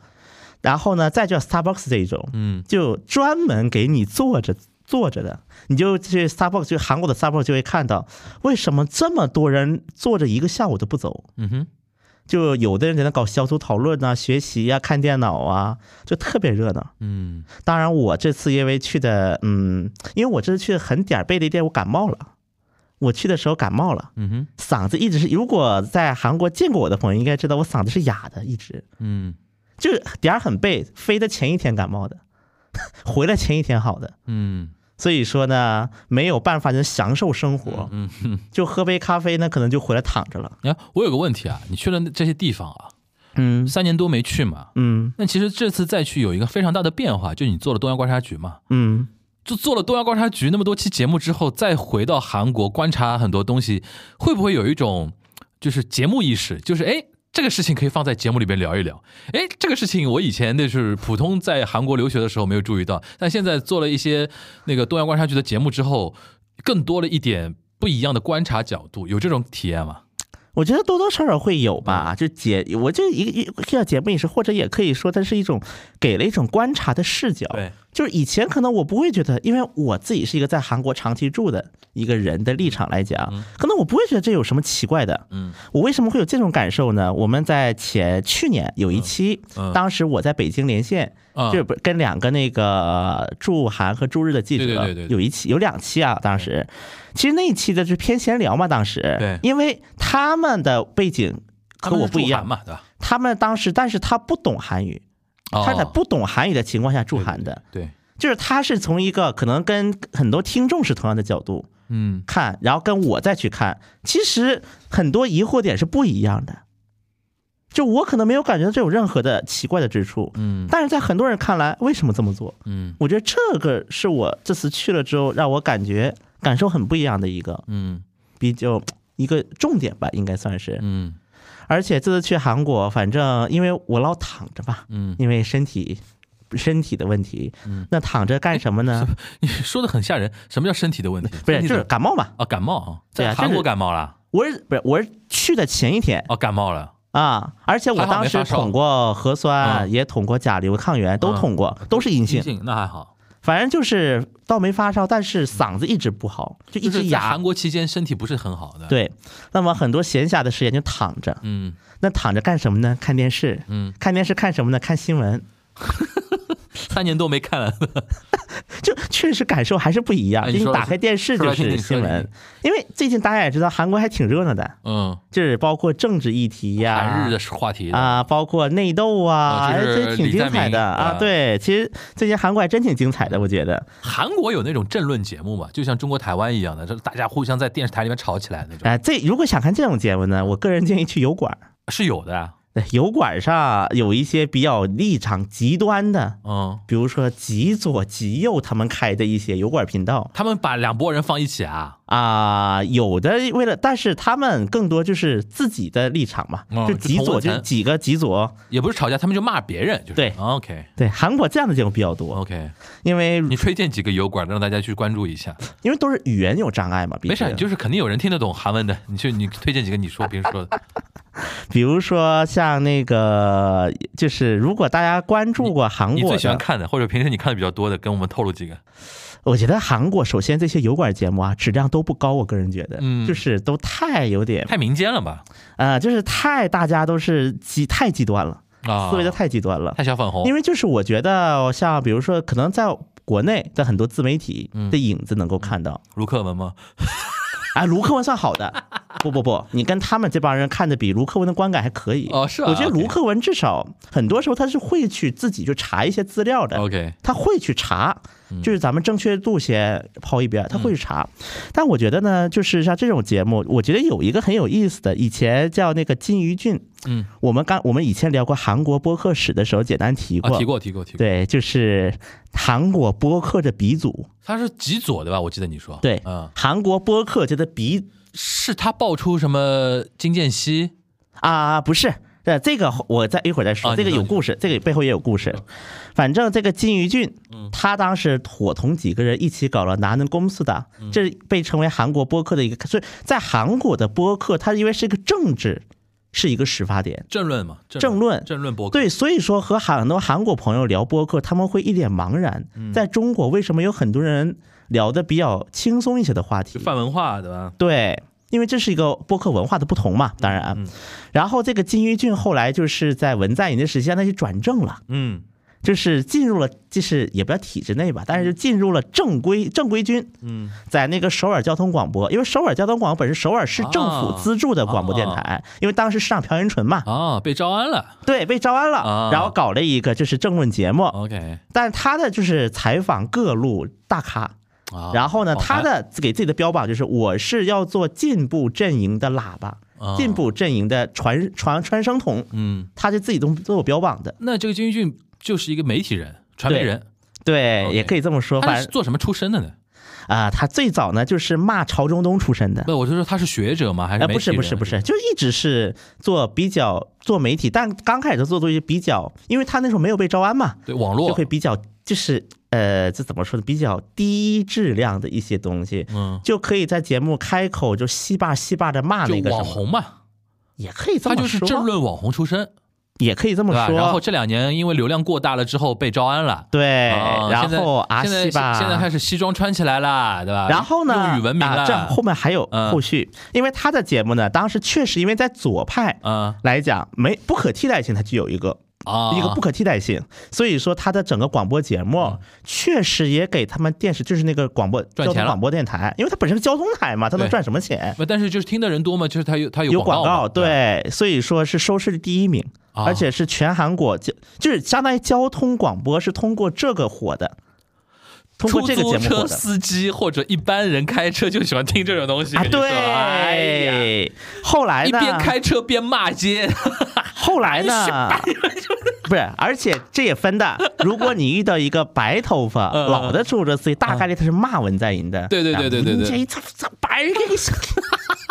[SPEAKER 5] 然后呢，再叫 Starbucks 这一种，
[SPEAKER 2] 嗯，
[SPEAKER 5] 就专门给你坐着坐着的，你就去 Starbucks，就韩国的 Starbucks 就会看到，为什么这么多人坐着一个下午都不走？
[SPEAKER 2] 嗯哼，
[SPEAKER 5] 就有的人在那搞小组讨论啊、学习啊、看电脑啊，就特别热闹。
[SPEAKER 2] 嗯，
[SPEAKER 5] 当然，我这次因为去的，嗯，因为我这次去的很点儿背的店，我感冒了。我去的时候感冒了，
[SPEAKER 2] 嗯哼，
[SPEAKER 5] 嗓子一直是，如果在韩国见过我的朋友应该知道，我嗓子是哑的，一直
[SPEAKER 2] 嗯
[SPEAKER 5] 就是点儿很背，飞的前一天感冒的， 回来前一天好的。
[SPEAKER 2] 嗯
[SPEAKER 5] 所以说呢，没有办法就享受生活，
[SPEAKER 2] 嗯哼，
[SPEAKER 5] 就喝杯咖啡呢，可能就回来躺着了。
[SPEAKER 2] 你看我有个问题啊，你去了那这些地方啊，
[SPEAKER 5] 嗯
[SPEAKER 2] 三年多没去嘛，
[SPEAKER 5] 嗯
[SPEAKER 2] 那其实这次再去有一个非常大的变化，就你做了东亚观察局嘛，
[SPEAKER 5] 嗯，
[SPEAKER 2] 就做了东亚观察局那么多期节目之后，再回到韩国观察很多东西，会不会有一种就是节目意识，就是哎这个事情可以放在节目里边聊一聊，哎这个事情我以前那是普通在韩国留学的时候没有注意到，但现在做了一些那个东亚观察局的节目之后，更多了一点不一样的观察角度，有这种体验吗？
[SPEAKER 5] 我觉得多多少少会有
[SPEAKER 2] 嗯
[SPEAKER 5] 吧，就节，我这一个一个叫节目也是，或者也可以说它是一种给了一种观察的视角。
[SPEAKER 2] 对，
[SPEAKER 5] 就是以前可能我不会觉得，因为我自己是一个在韩国长期住的一个人的立场来讲，可能我不会觉得这有什么奇怪的。
[SPEAKER 2] 嗯，
[SPEAKER 5] 我为什么会有这种感受呢？我们在前去年有一期，
[SPEAKER 2] 嗯
[SPEAKER 5] 当时我在北京连线，
[SPEAKER 2] 啊
[SPEAKER 5] 就是不跟两个那个驻韩和驻日的记者，
[SPEAKER 2] 对对对对对
[SPEAKER 5] 有一期有两期啊，当时其实那一期的是偏闲聊嘛，当时
[SPEAKER 2] 对
[SPEAKER 5] 因为他们的背景和我不一样
[SPEAKER 2] 他们是驻韩，嘛，对吧？
[SPEAKER 5] 他们当时但是他不懂韩语，他在
[SPEAKER 2] 哦
[SPEAKER 5] 不懂韩语的情况下驻韩的。
[SPEAKER 2] 对，
[SPEAKER 5] 就是他是从一个可能跟很多听众是同样的角度
[SPEAKER 2] 嗯
[SPEAKER 5] 看，然后跟我再去看，其实很多疑惑点是不一样的。就我可能没有感觉到这有任何的奇怪的之处，
[SPEAKER 2] 嗯
[SPEAKER 5] 但是在很多人看来，为什么这么做？
[SPEAKER 2] 嗯
[SPEAKER 5] 我觉得这个是我这次去了之后让我感觉感受很不一样的一个
[SPEAKER 2] 嗯
[SPEAKER 5] 比较一个重点吧，应该算是。
[SPEAKER 2] 嗯
[SPEAKER 5] 而且这次去韩国，反正因为我老躺着吧，
[SPEAKER 2] 嗯，
[SPEAKER 5] 因为身体身体的问题，那躺着干什么 呢？
[SPEAKER 2] 你说的很吓人。什么叫身体的问题？
[SPEAKER 5] 不是，
[SPEAKER 2] 身体
[SPEAKER 5] 就
[SPEAKER 2] 怎
[SPEAKER 5] 是
[SPEAKER 2] 么
[SPEAKER 5] 感冒嘛。
[SPEAKER 2] 啊，感冒啊，
[SPEAKER 5] 对啊
[SPEAKER 2] 在韩
[SPEAKER 5] 这
[SPEAKER 2] 国
[SPEAKER 5] 是
[SPEAKER 2] 感冒了，
[SPEAKER 5] 我是不是我是去的前一天
[SPEAKER 2] 哦，感冒了，
[SPEAKER 5] 啊，而且我
[SPEAKER 2] 还好
[SPEAKER 5] 当
[SPEAKER 2] 没
[SPEAKER 5] 时
[SPEAKER 2] 发烧
[SPEAKER 5] 捅过核酸，
[SPEAKER 2] 嗯
[SPEAKER 5] 也捅过甲流抗原，都
[SPEAKER 2] 嗯
[SPEAKER 5] 捅过，都是阴性
[SPEAKER 2] 阴。性那还好，
[SPEAKER 5] 反正就是倒没发烧，但是嗓子一直不好，就一
[SPEAKER 2] 就
[SPEAKER 5] 直
[SPEAKER 2] 是在
[SPEAKER 5] 哑
[SPEAKER 2] 韩。国期间身体不是很好的，，
[SPEAKER 5] 对，那么很多闲暇的时间就躺着，
[SPEAKER 2] 嗯
[SPEAKER 5] 那躺着干什么呢？看电视，
[SPEAKER 2] 嗯，
[SPEAKER 5] 看电视看什么呢？看新闻，
[SPEAKER 2] 三年多没看了，
[SPEAKER 5] 就确实感受还是不一样。
[SPEAKER 2] 哎
[SPEAKER 5] 就
[SPEAKER 2] 你
[SPEAKER 5] 你
[SPEAKER 2] 说
[SPEAKER 5] 打开电视
[SPEAKER 2] 说
[SPEAKER 5] 就
[SPEAKER 2] 来听
[SPEAKER 5] 是
[SPEAKER 2] 听说
[SPEAKER 5] 新
[SPEAKER 2] 来
[SPEAKER 5] 闻
[SPEAKER 2] 听，
[SPEAKER 5] 因为最近大家也知道韩国还挺热闹的，
[SPEAKER 2] 嗯，
[SPEAKER 5] 就是包括政治议题呀、
[SPEAKER 2] 韩日的话题，
[SPEAKER 5] 啊，包括内斗啊，
[SPEAKER 2] 啊
[SPEAKER 5] 哎
[SPEAKER 2] 就是
[SPEAKER 5] 这挺
[SPEAKER 2] 李
[SPEAKER 5] 精
[SPEAKER 2] 在
[SPEAKER 5] 彩
[SPEAKER 2] 明
[SPEAKER 5] 的啊。
[SPEAKER 2] 啊
[SPEAKER 5] 对，其实最近韩国还真挺精彩的，我觉得。
[SPEAKER 2] 韩国有那种政论节目嘛，就像中国台湾一样的，就是大家互
[SPEAKER 5] 啊
[SPEAKER 2] 相在电视台里面吵起来那种，
[SPEAKER 5] 哎，这如果想看这种节目呢，我个人建议去油管儿，
[SPEAKER 2] 是有的啊，
[SPEAKER 5] 对油管上有一些比较立场极端的，
[SPEAKER 2] 嗯，
[SPEAKER 5] 比如说极左极右他们开的一些油管频道
[SPEAKER 2] 他们把两拨人放一起啊，
[SPEAKER 5] 啊、有的为了，但是他们更多就是自己的立场嘛，
[SPEAKER 2] 哦就
[SPEAKER 5] 就极
[SPEAKER 2] 同
[SPEAKER 5] 左
[SPEAKER 2] 温
[SPEAKER 5] 就
[SPEAKER 2] 层
[SPEAKER 5] 几个极左，
[SPEAKER 2] 也不是吵架，他们就骂别人，就是
[SPEAKER 5] 对
[SPEAKER 2] OK
[SPEAKER 5] 对韩国这样的节目比较多，
[SPEAKER 2] OK，
[SPEAKER 5] 因为
[SPEAKER 2] 你推荐几个油管让大家去关注一 下，
[SPEAKER 5] 因为都是语言有障碍嘛，毕
[SPEAKER 2] 没事，
[SPEAKER 5] 竟
[SPEAKER 2] 就是肯定有人听得懂韩文的，你去你推荐几个你说平时 说
[SPEAKER 5] 啊
[SPEAKER 2] 的，
[SPEAKER 5] 比如说像那个，就是如果大家关注过韩
[SPEAKER 2] 你
[SPEAKER 5] 国
[SPEAKER 2] 最喜欢
[SPEAKER 5] 的，
[SPEAKER 2] 看的或者平时你看的比较多的，跟我们透露 几个。
[SPEAKER 5] 我觉得韩国首先这些油管节目啊，质量都不高，我个人觉得，
[SPEAKER 2] 嗯
[SPEAKER 5] 就是都太有点
[SPEAKER 2] 太民间了吧？
[SPEAKER 5] 呃，就是太大家都是极太极端了，
[SPEAKER 2] 啊，
[SPEAKER 5] 思维的太极端了。
[SPEAKER 2] 太小粉红，
[SPEAKER 5] 因
[SPEAKER 2] 为
[SPEAKER 5] 为就是我觉得像比如说，可能在国内的很多自媒体
[SPEAKER 2] 嗯
[SPEAKER 5] 的影子能够看到，
[SPEAKER 2] 卢克文吗？
[SPEAKER 5] 啊，卢克文算 好的。不不不，你跟他们这帮人看着比卢克文的观感还可以
[SPEAKER 2] 哦是啊
[SPEAKER 5] 我觉得
[SPEAKER 2] OK
[SPEAKER 5] 卢克文至少很多时候他是会去自己就查一些资料的
[SPEAKER 2] OK
[SPEAKER 5] 他会去查，
[SPEAKER 2] 嗯
[SPEAKER 5] 就是咱们正确度先抛一边，他会去查。但我觉得呢，就是像这种节目，我觉得有一个很有意思的，以前叫那个金鱼俊，
[SPEAKER 2] 嗯，
[SPEAKER 5] 我们刚我们以前聊过韩国播客史的时候，简单提
[SPEAKER 2] 啊，
[SPEAKER 5] 过，
[SPEAKER 2] 提过提过提过，
[SPEAKER 5] 对，就是韩国播客的鼻祖，
[SPEAKER 2] 他是极左的吧？我记得你说，
[SPEAKER 5] 对，
[SPEAKER 2] 嗯，
[SPEAKER 5] 韩国播客界的鼻
[SPEAKER 2] 是他爆出什么金建熙
[SPEAKER 5] 啊，不是。呃，这个我再一会儿再
[SPEAKER 2] 啊
[SPEAKER 5] 说，
[SPEAKER 2] 你
[SPEAKER 5] 这个
[SPEAKER 2] 说嗯
[SPEAKER 5] 有
[SPEAKER 2] 你
[SPEAKER 5] 故事，这个背后也有故事。反正这个金鱼俊，
[SPEAKER 2] 嗯
[SPEAKER 5] 他当时伙同几个人一起搞了拿能公司的，
[SPEAKER 2] 嗯
[SPEAKER 5] 这被称为韩国播客的一个，所以在韩国的播客，它因为是一个政治，是一个始发点。
[SPEAKER 2] 政论嘛？
[SPEAKER 5] 政论
[SPEAKER 2] 政论博客，
[SPEAKER 5] 对，所以说和很多韩国朋友聊播客，他们会一脸茫然。
[SPEAKER 2] 嗯
[SPEAKER 5] 在中国，为什么有很多人聊的比较轻松一些的话题
[SPEAKER 2] 就？泛文化对吧？
[SPEAKER 5] 对，因为这是一个播客文化的不同嘛，当然啊。
[SPEAKER 2] 嗯
[SPEAKER 5] 然后这个金鱼俊后来就是在文在寅的时期，他去转正了，
[SPEAKER 2] 嗯，
[SPEAKER 5] 就是进入了，就是也不叫体制内吧，但是就
[SPEAKER 2] 嗯
[SPEAKER 5] 进入了正规正规军。嗯，在那个首尔交通广播，因为首尔交通广播本身首尔市政府
[SPEAKER 2] 啊
[SPEAKER 5] 资助的广播电
[SPEAKER 2] 啊
[SPEAKER 5] 台，因为当时市长朴元淳嘛，
[SPEAKER 2] 啊，被招安了
[SPEAKER 5] 对，被招安了
[SPEAKER 2] 啊，
[SPEAKER 5] 然后搞了一个就是政论节目，
[SPEAKER 2] ，OK
[SPEAKER 5] 但是他的就是采访各路大咖。
[SPEAKER 2] 啊。
[SPEAKER 5] 然后呢，
[SPEAKER 2] 好
[SPEAKER 5] 他
[SPEAKER 2] 看
[SPEAKER 5] 的给自己的标榜就是我是要做进步阵营的喇叭，
[SPEAKER 2] 啊
[SPEAKER 5] 进步阵营的传传传声筒，
[SPEAKER 2] 嗯，
[SPEAKER 5] 他是自己都都有标榜的。
[SPEAKER 2] 那这个金玉俊就是一个媒体人、传媒人，
[SPEAKER 5] 对，
[SPEAKER 2] OK
[SPEAKER 5] 也可以这么说。
[SPEAKER 2] 他
[SPEAKER 5] 反
[SPEAKER 2] 是
[SPEAKER 5] 正
[SPEAKER 2] 做什么出身的呢？
[SPEAKER 5] 啊，他最早呢就是骂曹中东出身的。
[SPEAKER 2] 不，我就说他是学者吗？还
[SPEAKER 5] 哎，
[SPEAKER 2] 是
[SPEAKER 5] 不是不是不是，就是一直是做比较做媒体，但刚开始就做做一些比较，因为他那时候没有被招安嘛，
[SPEAKER 2] 对网
[SPEAKER 5] 就
[SPEAKER 2] 络
[SPEAKER 5] 会比较就是呃，这怎么说呢？比较低质量的一些东西，
[SPEAKER 2] 嗯，
[SPEAKER 5] 就可以在节目开口就戏霸戏霸的骂那
[SPEAKER 2] 就
[SPEAKER 5] 个什
[SPEAKER 2] 网
[SPEAKER 5] 么
[SPEAKER 2] 红嘛，
[SPEAKER 5] 也可以这
[SPEAKER 2] 他
[SPEAKER 5] 么说，
[SPEAKER 2] 就是政论网红出身，
[SPEAKER 5] 也可以这么
[SPEAKER 2] 对吧？
[SPEAKER 5] 说。
[SPEAKER 2] 然后这两年因为流量过大了之后被招安了，
[SPEAKER 5] 对，
[SPEAKER 2] 啊
[SPEAKER 5] 哎然
[SPEAKER 2] 现在
[SPEAKER 5] 后阿
[SPEAKER 2] 现在
[SPEAKER 5] 西吧，
[SPEAKER 2] 现在开始西装穿起来了，对吧？
[SPEAKER 5] 然后呢，
[SPEAKER 2] 啊用语文明
[SPEAKER 5] 啊
[SPEAKER 2] 了，
[SPEAKER 5] 这后面还有
[SPEAKER 2] 嗯
[SPEAKER 5] 后续，因为他的节目呢，当时确实因为在左派
[SPEAKER 2] 啊
[SPEAKER 5] 来讲没不可替代性，它具有一个。
[SPEAKER 2] 啊，
[SPEAKER 5] 一个不可替代性，所以说他的整个广播节目确实也给他们电视，就是那个广播
[SPEAKER 2] 嗯赚
[SPEAKER 5] 交
[SPEAKER 2] 钱
[SPEAKER 5] 通
[SPEAKER 2] 了
[SPEAKER 5] 广播电台，因为它本身是交通台嘛，它能
[SPEAKER 2] 对
[SPEAKER 5] 赚什么钱？
[SPEAKER 2] 不，但是就是听的人多嘛，就是他有他
[SPEAKER 5] 有
[SPEAKER 2] 广
[SPEAKER 5] 广告，
[SPEAKER 2] 嘛吧
[SPEAKER 5] 对，所以说是收视率第一名，
[SPEAKER 2] 啊
[SPEAKER 5] 而且是全韩国就就是相当于交通广播是通过这个火的，通过
[SPEAKER 2] 出
[SPEAKER 5] 这个
[SPEAKER 2] 租
[SPEAKER 5] 节目火
[SPEAKER 2] 车
[SPEAKER 5] 的。
[SPEAKER 2] 司机或者一般人开车就喜欢听这种 东西
[SPEAKER 5] 啊，
[SPEAKER 2] 跟你说哎呀
[SPEAKER 5] 对，后来
[SPEAKER 2] 一
[SPEAKER 5] 呢？
[SPEAKER 2] 边开车边骂 街，
[SPEAKER 5] 后来 呢？不是，而且这也分的。如果你遇到一个白头发、
[SPEAKER 2] 嗯
[SPEAKER 5] 老的出租车司机，大概率他是骂文在寅的。
[SPEAKER 2] 对对对对对对
[SPEAKER 5] 这一操操白人给你洗。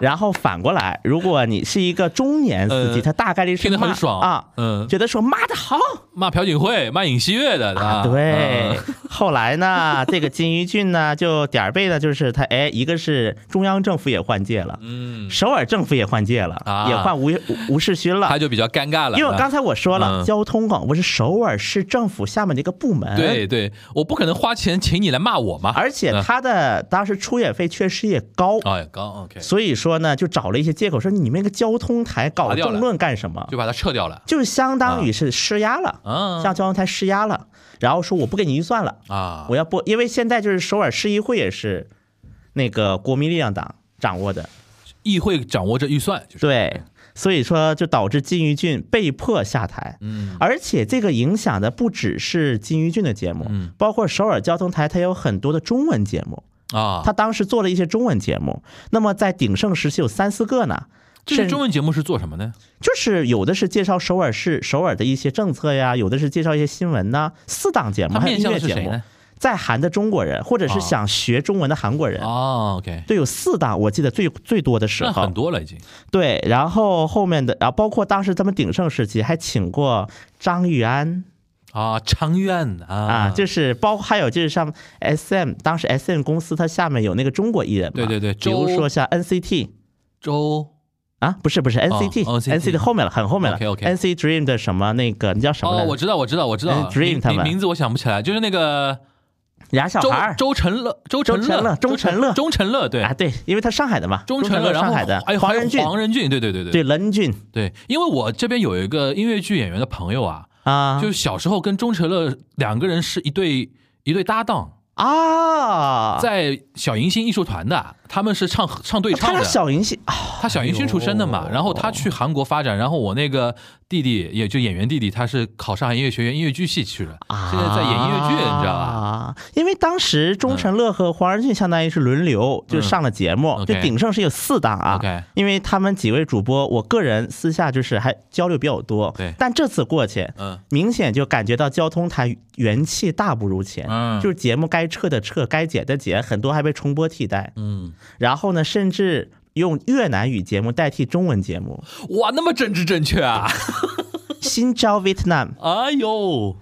[SPEAKER 5] 然后反过来，如果你是一个中年司机，
[SPEAKER 2] 嗯
[SPEAKER 5] 他大概率是
[SPEAKER 2] 听得很
[SPEAKER 5] 骂
[SPEAKER 2] 爽
[SPEAKER 5] 啊，
[SPEAKER 2] 嗯
[SPEAKER 5] 觉得说骂的好。
[SPEAKER 2] 骂朴槿惠，骂尹锡悦的嗯
[SPEAKER 5] 啊，对。后来 呢，这个金鱼俊呢，就点儿背呢，就是他，哎，一个是中央政府也换届了，
[SPEAKER 2] 嗯，
[SPEAKER 5] 首尔政府也换届了，
[SPEAKER 2] 啊
[SPEAKER 5] 也换吴吴吴世勋了
[SPEAKER 2] 他。就比较尴尬了，
[SPEAKER 5] 因为我刚才我说了，
[SPEAKER 2] 嗯
[SPEAKER 5] 交通广播是首尔市政府下面的一个部门，
[SPEAKER 2] 对，对，我不可能花钱请你来骂我嘛，嗯
[SPEAKER 5] 而且他的当时出演费确实也高，
[SPEAKER 2] 哎刚 OK
[SPEAKER 5] 所以说呢，就找了一些借口说你们那个交通台搞
[SPEAKER 2] 划掉了
[SPEAKER 5] 政论干什么？
[SPEAKER 2] 就把他撤掉了
[SPEAKER 5] 就是相当于是施压了，
[SPEAKER 2] 啊
[SPEAKER 5] 向交通台施压了，然后说我不给你预算了。
[SPEAKER 2] 啊
[SPEAKER 5] 我要播，因为现在就是首尔市议会也是那个国民力量党掌握的，
[SPEAKER 2] 议会掌握着预算，就是
[SPEAKER 5] 对，所以说就导致金鱼俊被迫下台。嗯，而且这个影响的不只是金鱼俊的节目，
[SPEAKER 2] 嗯
[SPEAKER 5] 包括首尔交通台，它有很多的中文节目，
[SPEAKER 2] 啊，
[SPEAKER 5] 它当时做了一些中文节目。那么在鼎盛时期有三四个呢，
[SPEAKER 2] 这
[SPEAKER 5] 甚
[SPEAKER 2] 是中文节目是做什么呢？
[SPEAKER 5] 就是有的是介绍首尔市首尔的一些政策呀，有的是介绍一些新闻呐、四档节目
[SPEAKER 2] 它
[SPEAKER 5] 还有
[SPEAKER 2] 面
[SPEAKER 5] 音
[SPEAKER 2] 向
[SPEAKER 5] 乐
[SPEAKER 2] 的是
[SPEAKER 5] 节
[SPEAKER 2] 谁
[SPEAKER 5] 目
[SPEAKER 2] 呢，？
[SPEAKER 5] 在韩的中国人或者
[SPEAKER 2] 啊
[SPEAKER 5] 是想学中文的韩国人。
[SPEAKER 2] 哦，OK，
[SPEAKER 5] 对，有四档，我记得最最多的时
[SPEAKER 2] 那
[SPEAKER 5] 候，
[SPEAKER 2] 很多了已经。
[SPEAKER 5] 对，然后后面的，然后包括当时咱们鼎盛时期还请过张玉安
[SPEAKER 2] 啊，长院啊，
[SPEAKER 5] 啊，就是是包括还有就是像 S M，当时 S M 公司它下面有那个中国艺人嘛，
[SPEAKER 2] 对对对
[SPEAKER 5] 比如
[SPEAKER 2] 周哦
[SPEAKER 5] 说像 N C T
[SPEAKER 2] 周
[SPEAKER 5] 啊，不是不是 N C T
[SPEAKER 2] NCT
[SPEAKER 5] N C 的后面了，很后面了
[SPEAKER 2] OK，OK
[SPEAKER 5] N C Dream 的什么那个你叫什么来
[SPEAKER 2] 哦，
[SPEAKER 5] 着？
[SPEAKER 2] 我知道，我知道，我知道
[SPEAKER 5] 嗯，Dream
[SPEAKER 2] 名
[SPEAKER 5] 他们
[SPEAKER 2] 名字我想不起来，就是那个
[SPEAKER 5] 俩小
[SPEAKER 2] 周
[SPEAKER 5] 孩儿
[SPEAKER 2] 周成乐，周成
[SPEAKER 5] 周成乐
[SPEAKER 2] 周
[SPEAKER 5] 周成乐
[SPEAKER 2] 钟成乐，对
[SPEAKER 5] 啊，，对，因为他上海的嘛，
[SPEAKER 2] 钟
[SPEAKER 5] 成
[SPEAKER 2] 乐，
[SPEAKER 5] 乐
[SPEAKER 2] 然后
[SPEAKER 5] 上海的
[SPEAKER 2] 还有
[SPEAKER 5] 黄
[SPEAKER 2] 还有
[SPEAKER 5] 仁俊，
[SPEAKER 2] 黄仁俊，对对对对
[SPEAKER 5] 对任俊
[SPEAKER 2] 对，因为我这边有一个音乐剧演员的朋友啊，
[SPEAKER 5] 啊，
[SPEAKER 2] 就是小时候跟钟成乐两个人是一对一对搭档，
[SPEAKER 5] 啊，
[SPEAKER 2] 在小迎新艺术团的，他们是唱唱对
[SPEAKER 5] 他
[SPEAKER 2] 唱
[SPEAKER 5] 俩
[SPEAKER 2] 的。
[SPEAKER 5] 小银星啊，
[SPEAKER 2] 他小迎新出身的嘛，
[SPEAKER 5] 哎呦
[SPEAKER 2] 然后他去韩国发展，然后我那个弟弟，也就演员弟弟，他是考上海音乐学院音乐剧系去了，
[SPEAKER 5] 啊
[SPEAKER 2] 现在在演音乐剧，你知道吧？
[SPEAKER 5] 吧？啊因为当时钟成乐和黄仁俊相当于是轮流就上了节目，
[SPEAKER 2] 嗯
[SPEAKER 5] 就
[SPEAKER 2] OK
[SPEAKER 5] 鼎盛是有四档啊。
[SPEAKER 2] OK
[SPEAKER 5] 因为他们几位主播，我个人私下就是还交流比较多。
[SPEAKER 2] 对
[SPEAKER 5] 但这次过去，
[SPEAKER 2] 嗯，
[SPEAKER 5] 明显就感觉到交通台元气大不如前。
[SPEAKER 2] 嗯
[SPEAKER 5] 就是节目该撤的撤，该解的解，很多还被重播替代。
[SPEAKER 2] 嗯，
[SPEAKER 5] 然后呢，甚至用越南语节目代替中文节目，
[SPEAKER 2] 哇，那么政治正确 啊！
[SPEAKER 5] 新招 Vietnam。
[SPEAKER 2] 哎呦，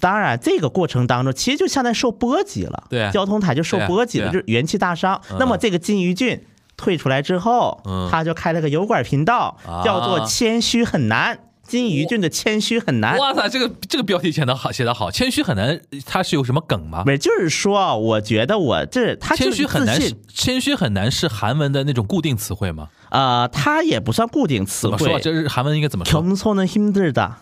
[SPEAKER 5] 当然，这个过程当中，其实就相当于受波及了，
[SPEAKER 2] 对
[SPEAKER 5] 交通台就受波及了，
[SPEAKER 2] 对
[SPEAKER 5] 就是元气大伤。那么这个金鱼俊退出来之后，
[SPEAKER 2] 嗯
[SPEAKER 5] 他就开了个油管频道，
[SPEAKER 2] 啊
[SPEAKER 5] 叫做“谦虚很难”。金鱼俊的谦虚很难，
[SPEAKER 2] 哇塞，这个这个标题写的好，写的好，谦虚很难，他是有什么梗吗
[SPEAKER 5] 不？是就是说啊，我觉得我这他就
[SPEAKER 2] 谦
[SPEAKER 5] 是
[SPEAKER 2] 虚很难
[SPEAKER 5] 自
[SPEAKER 2] 是
[SPEAKER 5] 信，
[SPEAKER 2] 谦虚很难是韩文的那种固定词汇吗？
[SPEAKER 5] 呃，他也不算固定词
[SPEAKER 2] 怎么说啊？
[SPEAKER 5] 汇。
[SPEAKER 2] 这是韩文应该怎么说？
[SPEAKER 5] 겸손은힘들다。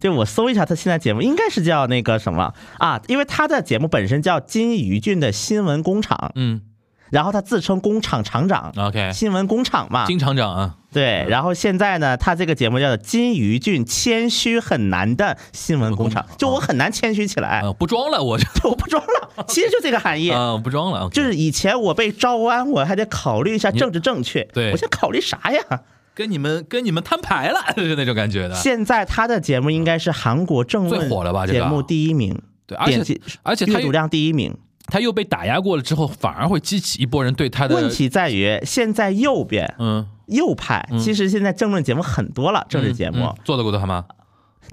[SPEAKER 5] 对，我搜一下他现在节目，应该是叫那个什么啊？因为他的节目本身叫金鱼俊的新闻工厂，
[SPEAKER 2] 嗯
[SPEAKER 5] 然后他自称工厂厂长，
[SPEAKER 2] ，OK，
[SPEAKER 5] 新闻工厂嘛，
[SPEAKER 2] 金厂长啊，
[SPEAKER 5] 对。然后现在呢，他这个节目叫做《金鱼俊谦虚很难的新闻工
[SPEAKER 2] 嗯
[SPEAKER 5] 厂》，就我很难谦虚起来，
[SPEAKER 2] 呃，不装了，我这，
[SPEAKER 5] 就我不装
[SPEAKER 2] 嗯
[SPEAKER 5] 了，其实就这个含义。
[SPEAKER 2] 啊，不装了，
[SPEAKER 5] 就是是以前我被招安，我还得考虑一下政治正确。
[SPEAKER 2] 对
[SPEAKER 5] 我现在考虑啥呀？
[SPEAKER 2] 跟你们跟你们摊牌了， 就是那种感觉的。
[SPEAKER 5] 现在他的节目应该是韩国政
[SPEAKER 2] 最
[SPEAKER 5] 论
[SPEAKER 2] 火了吧这个
[SPEAKER 5] 节目第一名，
[SPEAKER 2] 对，而
[SPEAKER 5] 点
[SPEAKER 2] 且
[SPEAKER 5] 击
[SPEAKER 2] 而且他
[SPEAKER 5] 阅
[SPEAKER 2] 又
[SPEAKER 5] 读量第一名。
[SPEAKER 2] 他又被打压过了之后，反而会激起一波人对他的
[SPEAKER 5] 问题在于现在右边
[SPEAKER 2] 嗯
[SPEAKER 5] 右派，其实现在政论节目很多了，政治节
[SPEAKER 2] 嗯
[SPEAKER 5] 目
[SPEAKER 2] 嗯，做得过他吗？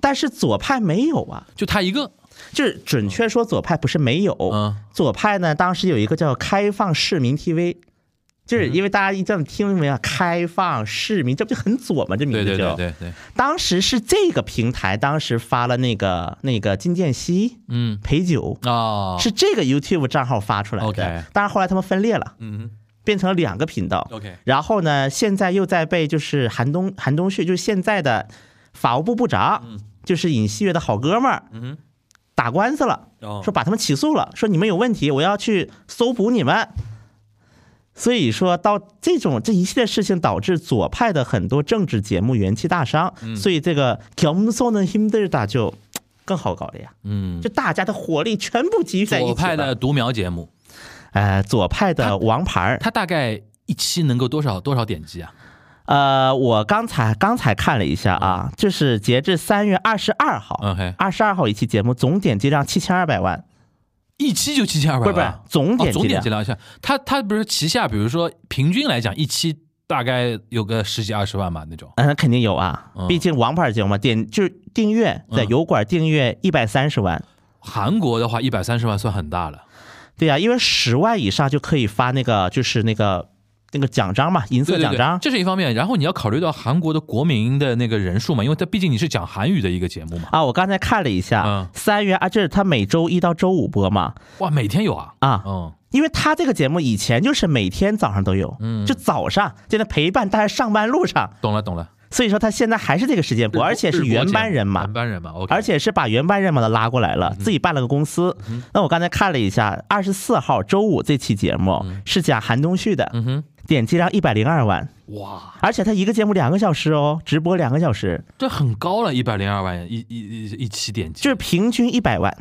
[SPEAKER 5] 但是左派没有啊。
[SPEAKER 2] 就他一个，
[SPEAKER 5] 就是准确说，左派不是没有，
[SPEAKER 2] 嗯
[SPEAKER 5] 左派呢，当时有一个叫开放市民 TV，就是因为大家一这么听明白，开放市民，这不就很左吗？这名
[SPEAKER 2] 对
[SPEAKER 5] 字就。
[SPEAKER 2] 对对对对，
[SPEAKER 5] 当时是这个平台，当时发了那个那个金建熙、
[SPEAKER 2] 嗯
[SPEAKER 5] 陪酒，
[SPEAKER 2] 啊，
[SPEAKER 5] 是这个 YouTube 账号发出来的。
[SPEAKER 2] OK
[SPEAKER 5] 但是后来他们分裂了，
[SPEAKER 2] 嗯
[SPEAKER 5] 变成了两个频道。
[SPEAKER 2] OK
[SPEAKER 5] 然后呢，现在又在被就是韩东韩东旭，就是现在的法务部部长，就是尹锡悦的好哥们儿，
[SPEAKER 2] 嗯
[SPEAKER 5] 打官司了。
[SPEAKER 2] 哦
[SPEAKER 5] 说把他们起诉了，说你们有问题，我要去搜捕你们。所以说到这种这一系列事情，导致左派的很多政治节目元气大伤，
[SPEAKER 2] 嗯
[SPEAKER 5] 所以这个 Kimson 的 Himderda 就嘖更好搞了呀，
[SPEAKER 2] 嗯，
[SPEAKER 5] 就大家的火力全部集在一起
[SPEAKER 2] 左
[SPEAKER 5] 了
[SPEAKER 2] 派的，独苗节目，
[SPEAKER 5] 呃，左派的王牌儿，
[SPEAKER 2] 他大概一期能够多少多少点击啊？
[SPEAKER 5] 呃，我刚才刚才看了一下啊，就是截至三月二十二号，
[SPEAKER 2] 嗯 OK，
[SPEAKER 5] 二十二号一期节目总点击量七千二百万，
[SPEAKER 2] 一期就七千二
[SPEAKER 5] 不
[SPEAKER 2] 百
[SPEAKER 5] 是不是
[SPEAKER 2] 万，
[SPEAKER 5] 总
[SPEAKER 2] 哦，
[SPEAKER 5] 点
[SPEAKER 2] 总
[SPEAKER 5] 击
[SPEAKER 2] 点
[SPEAKER 5] 量
[SPEAKER 2] 击，量一下，他他不是旗下，比如说平均来讲，一期大概有个十几二十万吧那种。
[SPEAKER 5] 嗯，那肯定有啊
[SPEAKER 2] 嗯，
[SPEAKER 5] 毕竟王牌节目嘛，点就是订阅在
[SPEAKER 2] 嗯
[SPEAKER 5] 油管订阅一百三十万，
[SPEAKER 2] 韩国的话，一百三十万算很大了。
[SPEAKER 5] 对呀、因为十万以上就可以发那个就是那个那个奖章嘛，银
[SPEAKER 2] 对
[SPEAKER 5] 色
[SPEAKER 2] 对
[SPEAKER 5] 奖
[SPEAKER 2] 对，
[SPEAKER 5] 章
[SPEAKER 2] 这是一方面。然后你要考虑到韩国的国民的那个人数嘛，因为它毕竟你是讲韩语的一个节目嘛。
[SPEAKER 5] 啊。我刚才看了一
[SPEAKER 2] 嗯
[SPEAKER 5] 下，三月啊，这是他每周一到周五播嘛
[SPEAKER 2] 哇，每天有啊。
[SPEAKER 5] 啊，
[SPEAKER 2] 嗯，
[SPEAKER 5] 因为他这个节目以前就是每天早上都有，
[SPEAKER 2] 嗯
[SPEAKER 5] 就早上就在陪伴大家上班路上，
[SPEAKER 2] 懂了懂了。
[SPEAKER 5] 所以说他现在还是这个时间播，而且是原班人马
[SPEAKER 2] 原，班人马，OK。嗯
[SPEAKER 5] 而且是把原班人马都拉过来了，自己办了个公司。那我刚才看了一下，二十四号周五这期节目是讲韩东旭的，
[SPEAKER 2] 嗯哼，
[SPEAKER 5] 点击量一百零二万，
[SPEAKER 2] 哇，
[SPEAKER 5] 而且他一个节目两个小时哦，直播两个小时，
[SPEAKER 2] 这很高了，一百零二万一一一一期点击，
[SPEAKER 5] 就是平均一百万。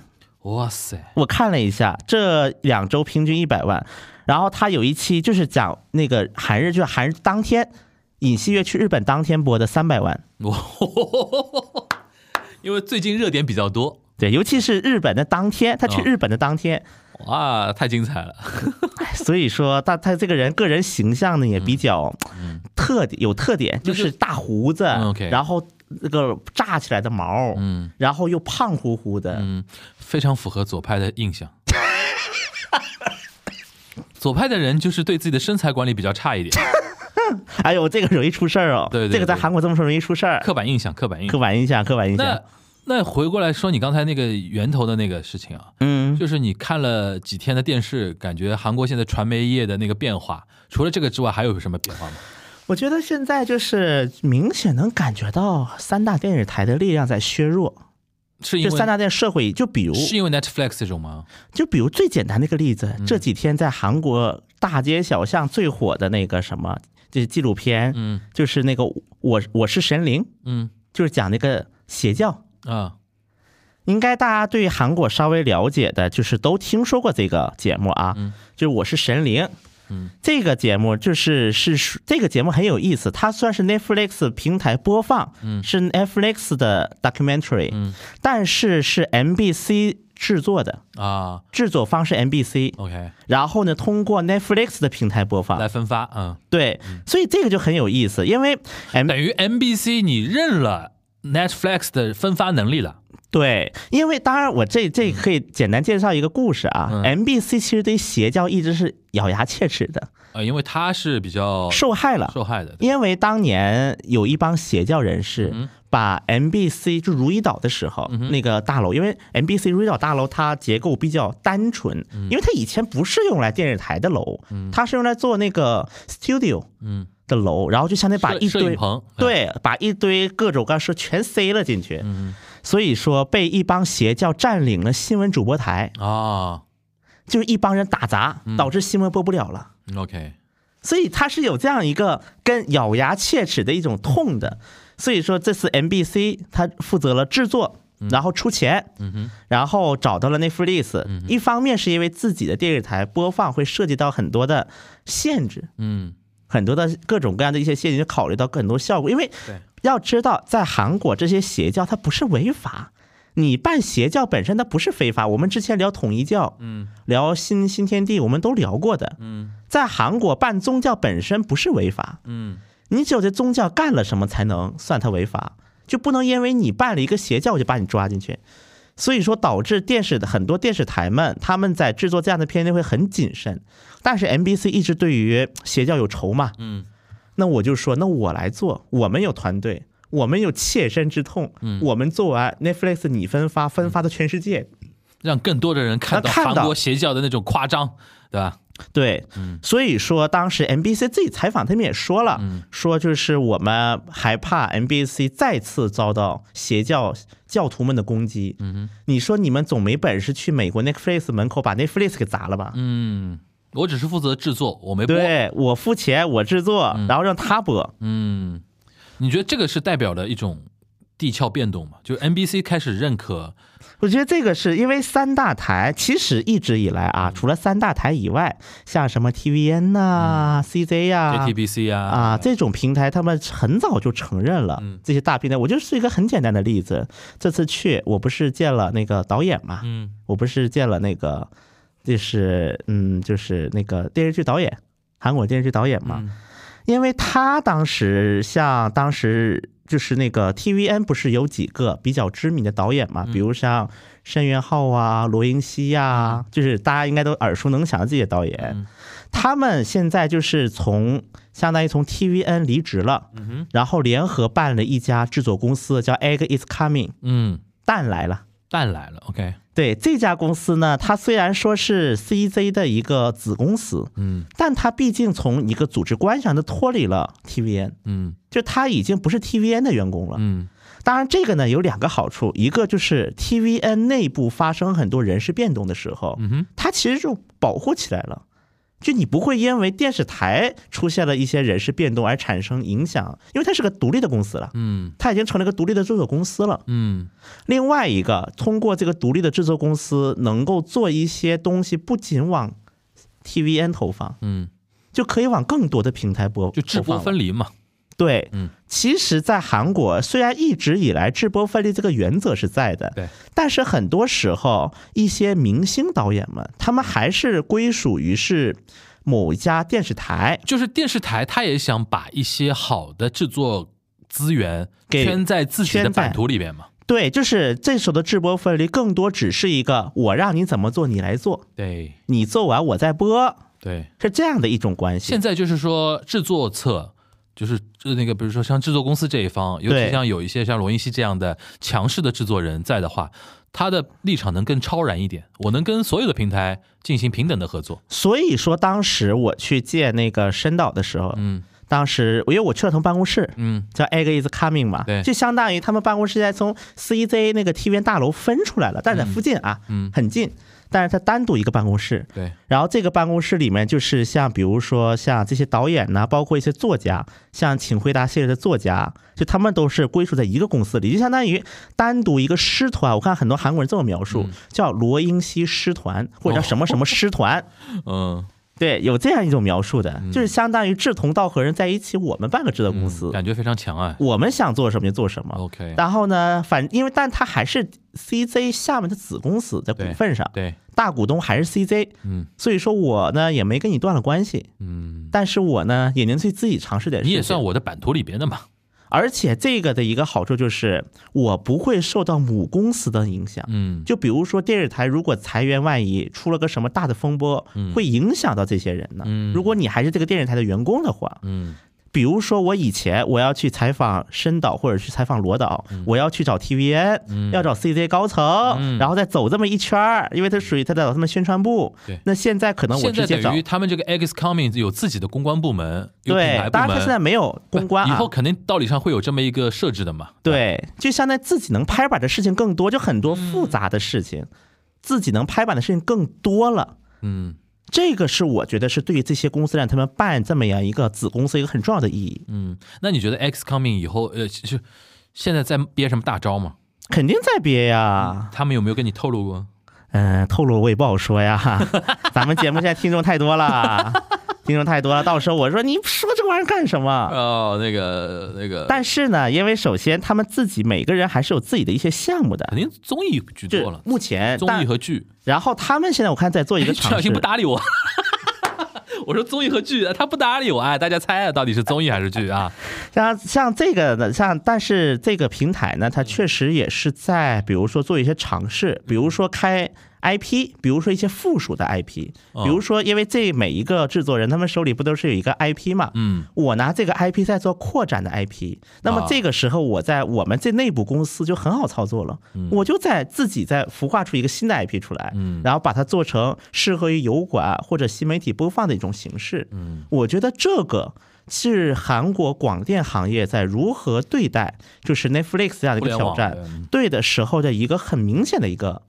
[SPEAKER 2] 哇塞，
[SPEAKER 5] 我看了一下，这两周平均一百万。然后他有一期就是讲那个韩日，就是韩日当天尹锡悦去日本当天播的三百万，
[SPEAKER 2] 我因为最近热点比较多，
[SPEAKER 5] 对，尤其是日本的当天，他去
[SPEAKER 2] 哦
[SPEAKER 5] 日本的当天，
[SPEAKER 2] 哇，太精彩了，
[SPEAKER 5] 所以说他他这个人个人形象呢也比较特点有特点，就
[SPEAKER 2] 嗯就是
[SPEAKER 5] 是大胡子
[SPEAKER 2] 嗯，OK，
[SPEAKER 5] 然后那个炸起来的毛，
[SPEAKER 2] 嗯
[SPEAKER 5] 然后又胖乎乎的，
[SPEAKER 2] 嗯，非常符合左派的印 象。左派的人就是对自己的身材管理比较差一点，
[SPEAKER 5] 哎呦，这个容易出事儿哦，
[SPEAKER 2] 对对
[SPEAKER 5] 这个在
[SPEAKER 2] 对
[SPEAKER 5] 韩国这么说容易出事儿，
[SPEAKER 2] 刻板印象，刻板印
[SPEAKER 5] 刻
[SPEAKER 2] 象。
[SPEAKER 5] 板印象，刻板印
[SPEAKER 2] 那
[SPEAKER 5] 象，
[SPEAKER 2] 那回过来说你刚才那个源头的那个事情啊，
[SPEAKER 5] 嗯，
[SPEAKER 2] 就是你看了几天的电视，感觉韩国现在传媒业的那个变化，除了这个之外，还有什么变化吗？
[SPEAKER 5] 我觉得现在就是明显能感觉到三大电视台的力量在削弱，
[SPEAKER 2] 是因
[SPEAKER 5] 就
[SPEAKER 2] 为
[SPEAKER 5] 三大电视社会，就比如
[SPEAKER 2] 是因嗯为 Netflix 这种吗？
[SPEAKER 5] 就比如最简单的一个例子，这几天在韩国大街小巷最火的那个什么，就是纪录片，
[SPEAKER 2] 嗯
[SPEAKER 5] 就是那个我我是神灵，
[SPEAKER 2] 嗯
[SPEAKER 5] 就是讲那个邪教。
[SPEAKER 2] 啊，
[SPEAKER 5] 应该大家对韩国稍微了解的，就是都听说过这个节目啊，就是我是神灵。
[SPEAKER 2] 嗯，
[SPEAKER 5] 这个节目就是是属这个节目很有意思，它虽然是 Netflix 平台播放，
[SPEAKER 2] 嗯
[SPEAKER 5] 是 Netflix 的 documentary，、
[SPEAKER 2] 嗯
[SPEAKER 5] 但是是 MBC 制作的，
[SPEAKER 2] 啊
[SPEAKER 5] 制作方是 MBC，
[SPEAKER 2] ，OK，
[SPEAKER 5] 然后呢，通过 Netflix 的平台播放
[SPEAKER 2] 来。分发，嗯，
[SPEAKER 5] 对，所以这个就很有意思，因为 M
[SPEAKER 2] 等于 MBC 你认了 Netflix 的分发能力了，
[SPEAKER 5] 对，因为当然我这
[SPEAKER 2] 嗯
[SPEAKER 5] 这可以简单介绍一个故事啊。MBC 其实对邪教一直是咬牙切齿的，
[SPEAKER 2] 呃，因为它是比较
[SPEAKER 5] 受害了。
[SPEAKER 2] 哦受害的，对
[SPEAKER 5] 因为当年有一帮邪教人
[SPEAKER 2] 嗯
[SPEAKER 5] 士把 MBC 就如意岛的时候，那个大楼，因为 MBC 如意岛大楼它结构比较单纯，
[SPEAKER 2] 嗯
[SPEAKER 5] 因为它以前不是用来电视台的楼，它是用来做那个 studio
[SPEAKER 2] 嗯
[SPEAKER 5] 的楼，然后就相当于把
[SPEAKER 2] 摄
[SPEAKER 5] 一
[SPEAKER 2] 摄影
[SPEAKER 5] 堆
[SPEAKER 2] 棚
[SPEAKER 5] 对，把一堆各种各样的事全塞了进去，所以说被一帮邪教占领了新闻主播台，
[SPEAKER 2] 啊
[SPEAKER 5] 就是一帮人打砸，导致新闻播不了了。
[SPEAKER 2] ，OK，
[SPEAKER 5] 所以它是有这样一个跟咬牙切齿的一种痛的。所以说这次 MBC 它负责了制作，然后出钱，然后找到了 Netflix。一方面是因为自己的电视台播放会涉及到很多的限制，
[SPEAKER 2] 嗯
[SPEAKER 5] 很多的各种各样的一些陷阱，就考虑到很多效果。因为
[SPEAKER 2] 对
[SPEAKER 5] 要知道，在韩国这些邪教它不是违法，你办邪教本身它不是非法。我们之前聊统一教，嗯，聊新新天地，我们都聊过的，嗯，在韩国办宗教本身不是违法，
[SPEAKER 2] 嗯
[SPEAKER 5] 你只有这宗教干了什么才能算它违法，就不能因为你办了一个邪教我就把你抓进去。所以说，导致电视的很多电视台们，他们在制作这样的片子会很谨慎。但是 MBC 一直对于邪教有仇嘛，
[SPEAKER 2] 嗯
[SPEAKER 5] 那我就说，那我来做，我们有团队，我们有切身之痛，我们做完 Netflix 你分发，分发到全世界，
[SPEAKER 2] 让更多的人看到
[SPEAKER 5] 看
[SPEAKER 2] 韩
[SPEAKER 5] 到
[SPEAKER 2] 国邪教的那种夸张，对吧？
[SPEAKER 5] 对，
[SPEAKER 2] 嗯
[SPEAKER 5] 所以说当时 MBC 自己采访，他们也说了，
[SPEAKER 2] 嗯
[SPEAKER 5] 说就是我们害怕 MBC 再次遭到邪教教徒们的攻击。
[SPEAKER 2] 嗯
[SPEAKER 5] 你说你们总没本事去美国 Netflix 门口把 Netflix 给砸了吧？
[SPEAKER 2] 嗯，我只是负责制作，我没播，
[SPEAKER 5] 对我付钱，我制作，然后让他播。
[SPEAKER 2] 嗯，你觉得这个是代表了一种地壳变动吗？就是 NBC 开始认可，
[SPEAKER 5] 我觉得这个是因为三大台其实一直以来
[SPEAKER 2] 嗯
[SPEAKER 5] 啊，除了三大台以外，像什么 TVN
[SPEAKER 2] 嗯
[SPEAKER 5] 呐、CJ 呀、
[SPEAKER 2] JTBC 啊
[SPEAKER 5] 啊，这种平台他们很早就承认了。这些大平台，我就是一个很简单的例子。这次去，我不是见了那个导演嘛，
[SPEAKER 2] 嗯
[SPEAKER 5] 我不是见了那个，就是嗯，就是那个电视剧导演，韩国电视剧导演嘛。
[SPEAKER 2] 嗯
[SPEAKER 5] 因为他当时像当时就是那个 TVN 不是有几个比较知名的导演嘛，比如像申元浩啊、罗英熙呀、就是大家应该都耳熟能详的这些导演，他们现在就是从相当于从 TVN 离职了，然后联合办了一家制作公司叫 Egg Is Coming，
[SPEAKER 2] 嗯，
[SPEAKER 5] 蛋来了。
[SPEAKER 2] 蛋来了，OK，
[SPEAKER 5] 对这家公司呢，它虽然说是 CZ 的一个子公司，
[SPEAKER 2] 嗯
[SPEAKER 5] 但它毕竟从一个组织关系上都脱离了 TVN，
[SPEAKER 2] 嗯
[SPEAKER 5] 就他已经不是 TVN 的员工了。
[SPEAKER 2] 嗯
[SPEAKER 5] 当然，这个呢有两个好处，一个就是 TVN 内部发生很多人事变动的时候，
[SPEAKER 2] 嗯哼，
[SPEAKER 5] 它其实就保护起来了。就你不会因为电视台出现了一些人事变动而产生影响，因为它是个独立的公司了，
[SPEAKER 2] 嗯
[SPEAKER 5] 它已经成了一个独立的制作公司了。
[SPEAKER 2] 嗯
[SPEAKER 5] 另外一个，通过这个独立的制作公司，能够做一些东西，不仅往 TVN 投放，
[SPEAKER 2] 嗯，
[SPEAKER 5] 就可以往更多的平台播，
[SPEAKER 2] 就制
[SPEAKER 5] 投
[SPEAKER 2] 播
[SPEAKER 5] 放了
[SPEAKER 2] 分离嘛，
[SPEAKER 5] 对，
[SPEAKER 2] 嗯，
[SPEAKER 5] 其实，在韩国虽然一直以来制播分立这个原则是在的，
[SPEAKER 2] 对，
[SPEAKER 5] 但是很多时候一些明星导演们，他们还是归属于是某一家电视台，
[SPEAKER 2] 就是电视台，他也想把一些好的制作资源
[SPEAKER 5] 给
[SPEAKER 2] 圈在自己的
[SPEAKER 5] 圈在
[SPEAKER 2] 版图里面嘛。
[SPEAKER 5] 对，就是这时候的制播分离更多只是一个我让你怎么做你来做，
[SPEAKER 2] 对
[SPEAKER 5] 你做完我再播，
[SPEAKER 2] 对，
[SPEAKER 5] 是这样的一种关系
[SPEAKER 2] 现。在就是说制作侧。就是呃那个，比如说像制作公司这一方，尤其
[SPEAKER 5] 对
[SPEAKER 2] 像有一些像罗云熙这样的强势的制作人在的话，他的立场能更超然一点。我能跟所有的平台进行平等的合作。
[SPEAKER 5] 所以说，当时我去见那个申导的时候，
[SPEAKER 2] 嗯
[SPEAKER 5] 当时因为我去了他们办公室，
[SPEAKER 2] 嗯，
[SPEAKER 5] 叫 Egg is coming 嘛，
[SPEAKER 2] 对
[SPEAKER 5] 就相当于他们办公室现在从 CJ 那个 TV 大楼分出来了，但是在附近啊，
[SPEAKER 2] 嗯嗯
[SPEAKER 5] 很近，但是它单独一个办公室。
[SPEAKER 2] 对，
[SPEAKER 5] 然后这个办公室里面就是像比如说像这些导演呐、包括一些作家，像《请回答》系列的作家，就他们都是归属在一个公司里，就相当于单独一个师团。我看很多韩国人这么描
[SPEAKER 2] 嗯
[SPEAKER 5] 述，叫罗英熙师团或者叫什么什么师团。
[SPEAKER 2] 嗯，
[SPEAKER 5] 对，有这样一种描述的，就是相当于志同道合人在一起，我们办个制作公司，
[SPEAKER 2] 感觉哦非常强啊。
[SPEAKER 5] 我们想做什么就做什么。
[SPEAKER 2] OK，
[SPEAKER 5] 然后呢，反因为但它还是 CJ 下面的子公司在股
[SPEAKER 2] 对
[SPEAKER 5] 份上，
[SPEAKER 2] 对，
[SPEAKER 5] 大股东还是 CJ，
[SPEAKER 2] 嗯
[SPEAKER 5] 所以说我呢也没跟你断了关系，
[SPEAKER 2] 嗯，
[SPEAKER 5] 但是我呢也能去自己尝试点事
[SPEAKER 2] 你
[SPEAKER 5] 情，
[SPEAKER 2] 也算我的版图里边的嘛。
[SPEAKER 5] 而且这个的一个好处就是我不会受到母公司的影响。
[SPEAKER 2] 嗯，
[SPEAKER 5] 就比如说电视台如果裁员，万一出了个什么大的风波，会影响到这些人呢
[SPEAKER 2] 嗯。
[SPEAKER 5] 如果你还是这个电视台的员工的话，
[SPEAKER 2] 嗯
[SPEAKER 5] 比如说我以前我要去采访申导或者去采访罗导，
[SPEAKER 2] 嗯
[SPEAKER 5] 我要去找 TVN，、要找 CJ 高层，然后再走这么一圈儿，因为它属于他的他们宣传部
[SPEAKER 2] 对。
[SPEAKER 5] 那现在可能我
[SPEAKER 2] 现
[SPEAKER 5] 直
[SPEAKER 2] 在
[SPEAKER 5] 接找
[SPEAKER 2] 等于。他们这个 X Coming 有自己的公关部门，有品
[SPEAKER 5] 对
[SPEAKER 2] 牌，部
[SPEAKER 5] 当然他
[SPEAKER 2] 门
[SPEAKER 5] 现在没有公关
[SPEAKER 2] 以
[SPEAKER 5] 啊
[SPEAKER 2] 后，肯定道理上会有这么一个设置的嘛。
[SPEAKER 5] 对，就相当于自己能拍板的事情更多，就很多
[SPEAKER 2] 嗯
[SPEAKER 5] 复杂的事情，自己能拍板的事情更多了。
[SPEAKER 2] 嗯
[SPEAKER 5] 这个是我觉得是对于这些公司让他们办这么样一个子公司一个很重要的意义，
[SPEAKER 2] 嗯，那你觉得 X Coming 以后呃，其实现在在憋什么大招吗？
[SPEAKER 5] 肯定在憋呀、
[SPEAKER 2] 他们有没有跟你透露过？
[SPEAKER 5] 嗯，透露我也不好说呀， 咱们节目现在听众太 多了，听众太多了，到时候我说你说这玩意儿干什么？
[SPEAKER 2] 哦，那个那个，
[SPEAKER 5] 但是呢，因为首先他们自己每个人还是有自己的一些项目的
[SPEAKER 2] 肯，定综艺居多
[SPEAKER 5] 就
[SPEAKER 2] 了，
[SPEAKER 5] 目前
[SPEAKER 2] 综艺
[SPEAKER 5] 但
[SPEAKER 2] 和剧。
[SPEAKER 5] 然后他们现在我看在做 一个
[SPEAKER 2] 陈
[SPEAKER 5] 尝
[SPEAKER 2] 小
[SPEAKER 5] 试
[SPEAKER 2] 新不，搭理我。我说综艺和剧，他不搭理我，哎，大家猜啊，到底是综艺还是剧啊？
[SPEAKER 5] 像像这个呢，像但是这个平台呢，它确实也是在比如说做一些尝
[SPEAKER 2] 嗯
[SPEAKER 5] 试，比如说开 IP，比如说一些附属的 IP，
[SPEAKER 2] 哦
[SPEAKER 5] 比如说因为这每一个制作人他们手里不都是有一个 IP 嘛，
[SPEAKER 2] 嗯，
[SPEAKER 5] 我拿这个 IP 在做扩展的 IP，那么
[SPEAKER 2] 啊
[SPEAKER 5] 这个时候我在我们这内部公司就很好操作了，我就在自己在孵化出一个新的 IP 出来，
[SPEAKER 2] 嗯
[SPEAKER 5] 然后把它做成适合于油管或者新媒体播放的一种形式，嗯，我觉得这个。是韩国广电行业在如何对待就是 Netflix 这样的一个挑
[SPEAKER 2] 互
[SPEAKER 5] 战
[SPEAKER 2] 联网的嗯，
[SPEAKER 5] 对的时候的一个很明显的一个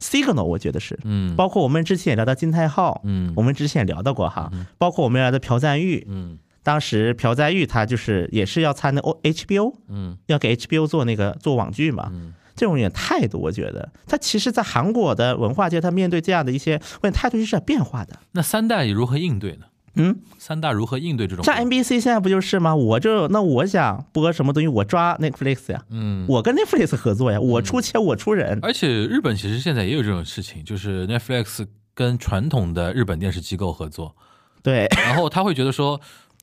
[SPEAKER 5] signal，我觉得是，
[SPEAKER 2] 嗯
[SPEAKER 5] 包括我们之前也聊到金泰浩，
[SPEAKER 2] 嗯
[SPEAKER 5] 我们之前也聊到过哈，包括我们也聊到朴赞玉，
[SPEAKER 2] 嗯
[SPEAKER 5] 当时朴赞玉他就是也是要参那 O HBO，
[SPEAKER 2] 嗯
[SPEAKER 5] 要给 HBO 做那个做网剧嘛，这种也态度，我觉得他其实，在韩国的文化界，他面对这样的一些问题态度是在变化的。
[SPEAKER 2] 那三大如何应对呢？
[SPEAKER 5] 嗯，
[SPEAKER 2] 三大如何应对这种？
[SPEAKER 5] 像 NBC 现在不就是吗？我就那我想播什么东西，我抓 Netflix 呀，
[SPEAKER 2] 嗯，
[SPEAKER 5] 我跟 Netflix 合作呀，我出钱，我出人。
[SPEAKER 2] 而且日本其实现在也有这种事情，就是 Netflix 跟传统的日本电视机构合作，
[SPEAKER 5] 对
[SPEAKER 2] 然后他会觉得说，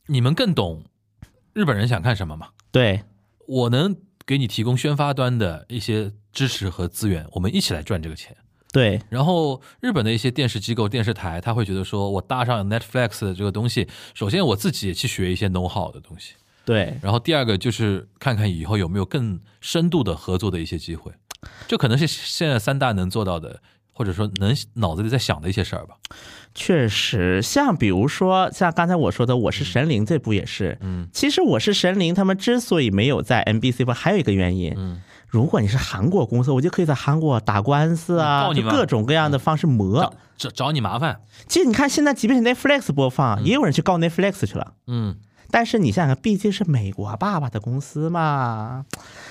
[SPEAKER 2] 你们更懂日本人想看什么嘛，
[SPEAKER 5] 对
[SPEAKER 2] 我能给你提供宣发端的一些支持和资源，我们一起来赚这个钱。
[SPEAKER 5] 对
[SPEAKER 2] 然后日本的一些电视机构、电视台，他会觉得说，我搭上 Netflix 的这个东西，首先我自己也去学一些 know how 的东西，
[SPEAKER 5] 对，
[SPEAKER 2] 然后第二个就是看看以后有没有更深度的合作的一些机会，这可能是现在三大能做到的，或者说能脑子里在想的一些事儿吧。
[SPEAKER 5] 确实，像比如说，像刚才我说的《我是神灵》这部也是，嗯，其实《我是神灵》他们之所以没有在 NBC 播，还有一个原因，嗯，如果你是韩国公司，我就可以在韩国打官司
[SPEAKER 2] 嗯
[SPEAKER 5] 啊
[SPEAKER 2] 告，你嗯
[SPEAKER 5] 就
[SPEAKER 2] 吗
[SPEAKER 5] 各种各样的方式磨
[SPEAKER 2] 找。找找你麻烦，
[SPEAKER 5] 其实你看，现在即便是 Netflix 播放，也有人去告 Netflix 去了。
[SPEAKER 2] 嗯，
[SPEAKER 5] 但是你想想，毕竟是美国爸爸的公司嘛，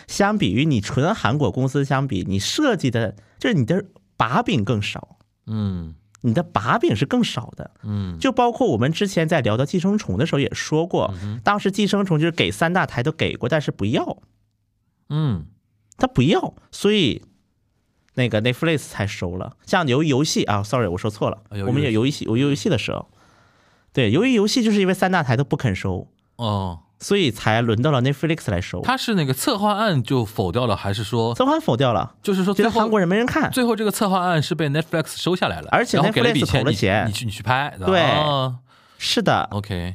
[SPEAKER 5] 相比于你纯韩国公司相比，你设计的就是你的把柄更少，
[SPEAKER 2] 嗯，
[SPEAKER 5] 你的把柄是更少的。
[SPEAKER 2] 嗯
[SPEAKER 5] 就包括我们之前在聊到寄生虫的时候也说过，当时寄生虫就是给三大台都给过，但是不要，
[SPEAKER 2] 嗯
[SPEAKER 5] 他不要，所以那个 Netflix 才收了。像由于游戏啊，sorry，我说错了，
[SPEAKER 2] 啊鱿鱼
[SPEAKER 5] 我们有游戏，有游戏的时候，对，由于游戏就是因为三大台都不肯收，
[SPEAKER 2] 哦，
[SPEAKER 5] 所以才轮到了 Netflix 来收。
[SPEAKER 2] 他是那个策划案就否掉了，还是说
[SPEAKER 5] 曾焕否掉了，
[SPEAKER 2] 就是说
[SPEAKER 5] 觉
[SPEAKER 2] 最
[SPEAKER 5] 得
[SPEAKER 2] 后
[SPEAKER 5] 韩国人没人看，
[SPEAKER 2] 最后这个策划案是被 Netflix 收下来了，
[SPEAKER 5] 而且
[SPEAKER 2] 然后给了一笔
[SPEAKER 5] Netflix
[SPEAKER 2] 钱，
[SPEAKER 5] 投了钱
[SPEAKER 2] 你你去你去拍，
[SPEAKER 5] 对
[SPEAKER 2] 哦
[SPEAKER 5] 是的，
[SPEAKER 2] ，OK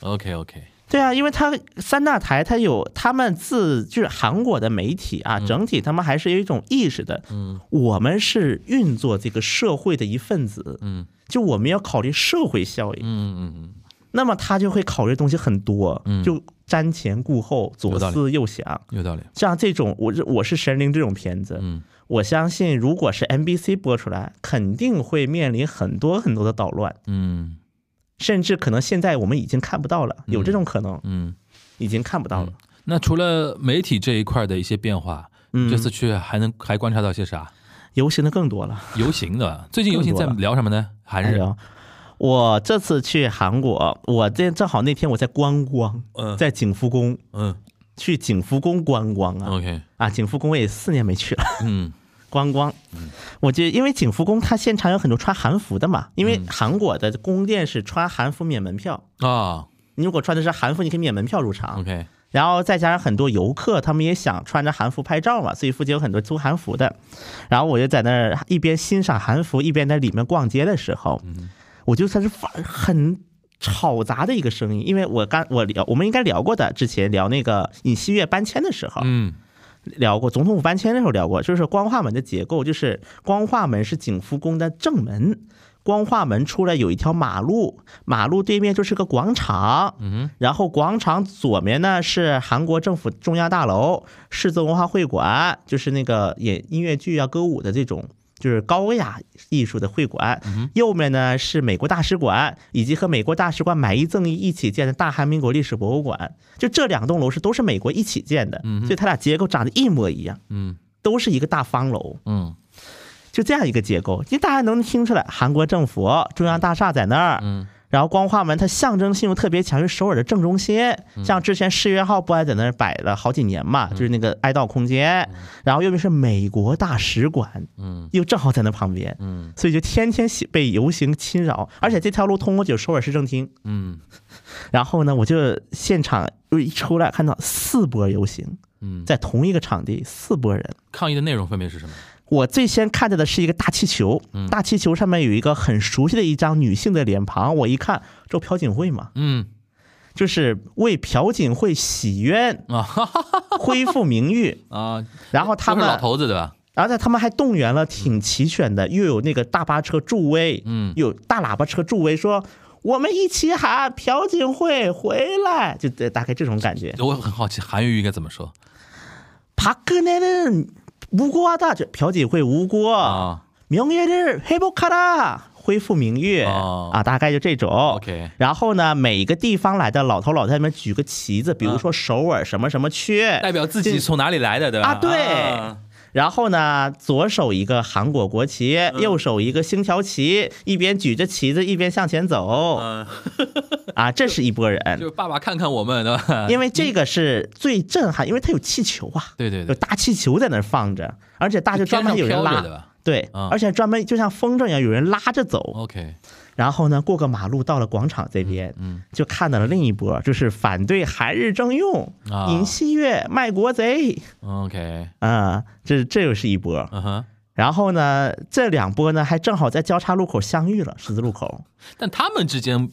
[SPEAKER 2] OK OK，
[SPEAKER 5] 对啊，因为他三大台，他有他们自就是韩国的媒体啊，整体他们还是有一种意识的。
[SPEAKER 2] 嗯，
[SPEAKER 5] 我们是运作这个社会的一份子，
[SPEAKER 2] 嗯，
[SPEAKER 5] 就我们要考虑社会效应。
[SPEAKER 2] 嗯嗯嗯，
[SPEAKER 5] 那么他就会考虑东西很多，
[SPEAKER 2] 嗯
[SPEAKER 5] 就瞻前顾后，左
[SPEAKER 2] 有道理
[SPEAKER 5] 思右想。
[SPEAKER 2] 有道理，
[SPEAKER 5] 像这种，我是我是神灵这种片子，
[SPEAKER 2] 嗯
[SPEAKER 5] 我相信如果是 NBC 播出来，肯定会面临很多很多的捣乱，
[SPEAKER 2] 嗯
[SPEAKER 5] 甚至可能现在我们已经看不到了，有这种可能，
[SPEAKER 2] 嗯。
[SPEAKER 5] 已经看不到了。
[SPEAKER 2] 那除了媒体这一块的一些变化，
[SPEAKER 5] 嗯，
[SPEAKER 2] 这次去还能还观察到些啥？
[SPEAKER 5] 游行的更多了。
[SPEAKER 2] 游行 的，最近游行
[SPEAKER 5] 更多
[SPEAKER 2] 在
[SPEAKER 5] 了
[SPEAKER 2] 聊什么呢？韩
[SPEAKER 5] 哎
[SPEAKER 2] 日，
[SPEAKER 5] 呦，我这次去韩国，我这正好那天我在观光，
[SPEAKER 2] 嗯
[SPEAKER 5] 在景福宫
[SPEAKER 2] 嗯
[SPEAKER 5] 去景福宫观光啊、
[SPEAKER 2] ，OK，
[SPEAKER 5] 啊！景福宫我也四年没去了
[SPEAKER 2] 嗯
[SPEAKER 5] 观光，我就因为景福宫它现场有很多穿韩服的嘛，因为韩国的宫殿是穿韩服免门票。
[SPEAKER 2] 啊
[SPEAKER 5] 你如果穿的是韩服，你可以免门票入场，
[SPEAKER 2] ，OK，
[SPEAKER 5] 然后再加上很多游客，他们也想穿着韩服拍照嘛，所以附近有很多租韩服的。然后我就在那儿一边欣赏韩服，一边在里面逛街的时候，我就算是发很吵杂的一个声音，因为我刚我聊我们应该聊过的，之前聊那个尹锡悦搬迁的时候
[SPEAKER 2] 嗯
[SPEAKER 5] 聊过，总统府搬迁的时候聊过，就是光化门的结构，就是光化门是景福宫的正门。光化门出来有一条马路，马路对面就是个广场，
[SPEAKER 2] 嗯
[SPEAKER 5] 然后广场左面呢是韩国政府中央大楼、世宗文化会馆，就是那个演音乐剧啊、歌舞的这种。就是高雅艺术的会馆，右面呢是美国大使馆，以及和美国大使馆买一赠一一起建的大韩民国历史博物馆。就这两栋楼是都是美国一起建的，所以它俩结构长得一模一样，
[SPEAKER 2] 嗯
[SPEAKER 5] 都是一个大方楼。
[SPEAKER 2] 嗯
[SPEAKER 5] 就这样一个结构，其实大家能听出来，韩国政府中央大厦在那儿，
[SPEAKER 2] 嗯，
[SPEAKER 5] 然后光化门它象征性又特别强，是首尔的正中心，
[SPEAKER 2] 嗯
[SPEAKER 5] 像之前世越号不还在那儿摆了好几年嘛，就是那个哀悼空间，然后右边是美国大使馆，
[SPEAKER 2] 嗯
[SPEAKER 5] 又正好在那旁边，
[SPEAKER 2] 嗯
[SPEAKER 5] 所以就天天喜被游行侵扰，而且这条路通过就有首尔市政厅，
[SPEAKER 2] 嗯
[SPEAKER 5] 然后呢，我就现场又一出来看到四波游行，
[SPEAKER 2] 嗯，
[SPEAKER 5] 在同一个场地四波人，
[SPEAKER 2] 抗议的内容分别是什么？
[SPEAKER 5] 我最先看到的是一个大气球，
[SPEAKER 2] 嗯
[SPEAKER 5] 大气球上面有一个很熟悉的一张女性的脸庞，我一看，这朴槿惠嘛，
[SPEAKER 2] 嗯，
[SPEAKER 5] 就是为朴槿惠洗冤
[SPEAKER 2] 啊哈哈
[SPEAKER 5] 恢复名誉。
[SPEAKER 2] 啊，
[SPEAKER 5] 然后他
[SPEAKER 2] 都
[SPEAKER 5] 们
[SPEAKER 2] 是，老头子对吧？
[SPEAKER 5] 而且他们还动员了挺齐全的，又有那个大巴车助威，
[SPEAKER 2] 嗯
[SPEAKER 5] 有大喇叭车助威，说我们一起喊朴槿惠回来，就这大概这种感觉。
[SPEAKER 2] 我很好奇韩语应该怎么说
[SPEAKER 5] 박근혜는无辜的，就朴槿惠无辜。
[SPEAKER 2] 啊
[SPEAKER 5] 명예를회복하라，恢复名誉、
[SPEAKER 2] 哦
[SPEAKER 5] 啊，大概就这种。
[SPEAKER 2] ？OK，
[SPEAKER 5] 然后呢，每一个地方来的老头老太太们举个旗子，比如说首尔什么什么区，
[SPEAKER 2] 嗯代表自己从哪里来的对吧？
[SPEAKER 5] 啊对
[SPEAKER 2] 啊
[SPEAKER 5] 然后呢，左手一个韩国国旗，
[SPEAKER 2] 嗯
[SPEAKER 5] 右手一个星条旗，一边举着旗子一边向前走。啊，这是一拨
[SPEAKER 2] 嗯 就啊
[SPEAKER 5] 人，
[SPEAKER 2] 是爸爸看看我们对吧？
[SPEAKER 5] 因为这个是最震撼，因为它有气球啊，
[SPEAKER 2] 对对
[SPEAKER 5] 有
[SPEAKER 2] 对，
[SPEAKER 5] 大气球在那儿放着，而且大就专门有人
[SPEAKER 2] 天上飘着的
[SPEAKER 5] 拉，
[SPEAKER 2] 吧
[SPEAKER 5] 对，
[SPEAKER 2] 嗯
[SPEAKER 5] 而且专门就像风筝一样有人拉着走。
[SPEAKER 2] ？OK，
[SPEAKER 5] 然后呢，过个马路到了广场这边，
[SPEAKER 2] 嗯
[SPEAKER 5] 就看到了另一波，就是反对韩日征用、
[SPEAKER 2] 啊
[SPEAKER 5] 尹锡悦卖国贼
[SPEAKER 2] OK，
[SPEAKER 5] 啊、这这又是一波。
[SPEAKER 2] 嗯哼。
[SPEAKER 5] 然后呢，这两波呢还正好在交叉路口相遇了，十字路口，
[SPEAKER 2] 但他们之间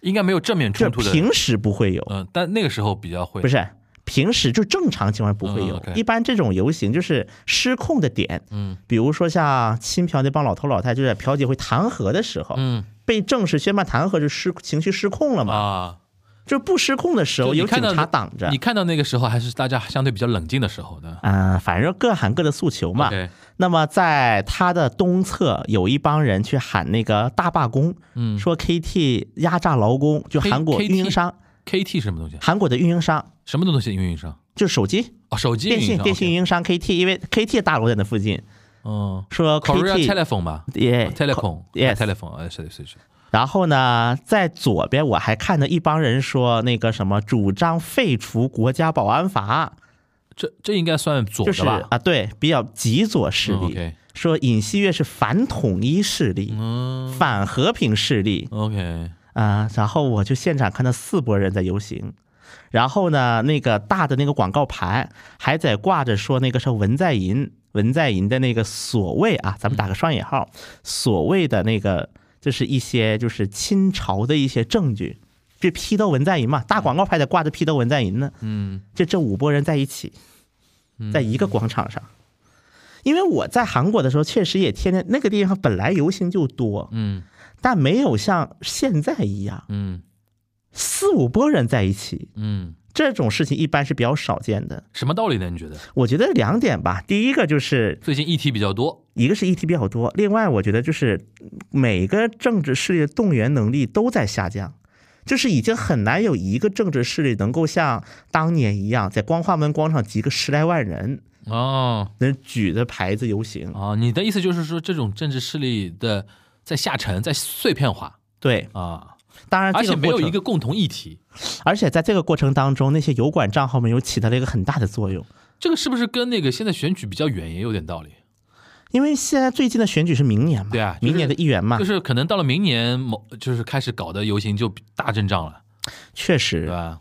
[SPEAKER 2] 应该没有正面
[SPEAKER 5] 这
[SPEAKER 2] 冲突的。
[SPEAKER 5] 平时不会有，
[SPEAKER 2] 嗯、但那个时候比较会。
[SPEAKER 5] 不，是。平时就正常情况不会
[SPEAKER 2] 嗯
[SPEAKER 5] 有，
[SPEAKER 2] ，OK
[SPEAKER 5] 一般这种游行就是失控的点，
[SPEAKER 2] 嗯
[SPEAKER 5] 比如说像亲朴那帮老头老太，就是朴槿惠弹劾的时候，
[SPEAKER 2] 嗯
[SPEAKER 5] 被正式宣判弹劾就失情绪失控了嘛，
[SPEAKER 2] 啊，
[SPEAKER 5] 就是不失控的时
[SPEAKER 2] 就
[SPEAKER 5] 候
[SPEAKER 2] 你
[SPEAKER 5] 有
[SPEAKER 2] 看
[SPEAKER 5] 警
[SPEAKER 2] 到
[SPEAKER 5] 察挡着
[SPEAKER 2] 你，看到那个时候还是大家相对比较冷静的时候的。
[SPEAKER 5] 嗯，反正各喊各的诉求嘛。
[SPEAKER 2] OK，
[SPEAKER 5] 那么在它的东侧有一帮人去喊那个大罢工，
[SPEAKER 2] 嗯
[SPEAKER 5] 说 KT 压榨劳工，就
[SPEAKER 2] K-
[SPEAKER 5] 韩国
[SPEAKER 2] KT
[SPEAKER 5] 运营商，
[SPEAKER 2] ，KT 什么东西？
[SPEAKER 5] 韩国的运营商
[SPEAKER 2] 什么东西运营商？
[SPEAKER 5] 就是手机、
[SPEAKER 2] 哦，手机
[SPEAKER 5] 电
[SPEAKER 2] 运营
[SPEAKER 5] 信、
[SPEAKER 2] 商。
[SPEAKER 5] 电信运
[SPEAKER 2] OK
[SPEAKER 5] 营商 KT，因为 KT 大楼在那附近，
[SPEAKER 2] 嗯
[SPEAKER 5] 说
[SPEAKER 2] ，Korea
[SPEAKER 5] KT
[SPEAKER 2] Telephone 吧
[SPEAKER 5] 也
[SPEAKER 2] ，Telephone，
[SPEAKER 5] Yes
[SPEAKER 2] 啊 Telephone，哎，是的是的是的，
[SPEAKER 5] 然后呢，在左边我还看到一帮人说那个什么主张废除国家保安法，
[SPEAKER 2] 这这应该算左
[SPEAKER 5] 就是
[SPEAKER 2] 的吧？
[SPEAKER 5] 啊，对，比较极左势
[SPEAKER 2] 嗯
[SPEAKER 5] 力，
[SPEAKER 2] ，OK
[SPEAKER 5] 说尹锡悦是反统一势力、
[SPEAKER 2] 嗯
[SPEAKER 5] 反和平势力
[SPEAKER 2] ，OK，
[SPEAKER 5] 啊、然后我就现场看到四拨人在游行。然后呢，那个大的那个广告牌还在挂着说那个是文在寅，文在寅的那个所谓啊，咱们打个双引号，所谓的那个就是一些就是亲朝的一些证据，这批斗文在寅嘛，大广告牌在挂着批斗文在寅呢。
[SPEAKER 2] 嗯
[SPEAKER 5] 这这五拨人在一起，在一个广场上。因为我在韩国的时候，确实也天天那个地方本来游行就多，
[SPEAKER 2] 嗯
[SPEAKER 5] 但没有像现在一样
[SPEAKER 2] 嗯
[SPEAKER 5] 四五拨人在一起，
[SPEAKER 2] 嗯，
[SPEAKER 5] 这种事情一般是比较少见的。
[SPEAKER 2] 什么道理呢？你觉得？
[SPEAKER 5] 我觉得两点吧，第一个就是
[SPEAKER 2] 最近议题比较多，
[SPEAKER 5] 一个是议题比较多，另外我觉得就是每个政治势力的动员能力都在下降，就是已经很难有一个政治势力能够像当年一样在光化门广场集个十来万人。
[SPEAKER 2] 哦
[SPEAKER 5] 那举着牌子游行。
[SPEAKER 2] 啊，你的意思就是说，这种政治势力的在下沉，在碎片化
[SPEAKER 5] 对，
[SPEAKER 2] 啊，
[SPEAKER 5] 当然
[SPEAKER 2] 而
[SPEAKER 5] 这
[SPEAKER 2] 且
[SPEAKER 5] 个
[SPEAKER 2] 没有
[SPEAKER 5] 过程
[SPEAKER 2] 一个，共同议题。
[SPEAKER 5] 而且在这个过程当中，那些油管账号们又起到了一个很大的作用，
[SPEAKER 2] 这个是不是跟那个现在选举比较远也有点道理？
[SPEAKER 5] 因为现在最近的选举是明年嘛，
[SPEAKER 2] 对啊就是
[SPEAKER 5] 明年的议员嘛，
[SPEAKER 2] 就是可能到了明年某，就是开始搞的游行就大阵仗了，
[SPEAKER 5] 确
[SPEAKER 2] 对
[SPEAKER 5] 实，
[SPEAKER 2] 吧？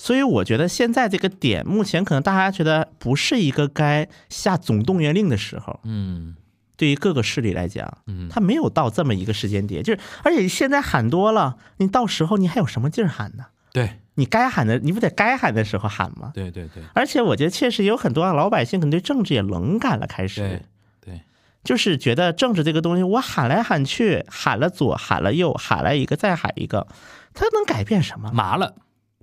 [SPEAKER 5] 所以我觉得现在这个点，目前可能大家觉得不是一个该下总动员令的时候，
[SPEAKER 2] 嗯
[SPEAKER 5] 对于各个势力来讲，
[SPEAKER 2] 嗯，
[SPEAKER 5] 它没有到这么一个时间点，就是而且现在喊多了，你到时候你还有什么劲儿喊呢？
[SPEAKER 2] 对
[SPEAKER 5] 你该喊的，你不得该喊的时候喊吗？
[SPEAKER 2] 对对对
[SPEAKER 5] 而且我觉得确实有很多老百姓可能对政治也冷感了，开
[SPEAKER 2] 对
[SPEAKER 5] 始
[SPEAKER 2] 对，
[SPEAKER 5] 就是觉得政治这个东西，我喊来喊去，喊了左，喊了右，喊来一个再喊一个，它能改变什么？
[SPEAKER 2] 麻了，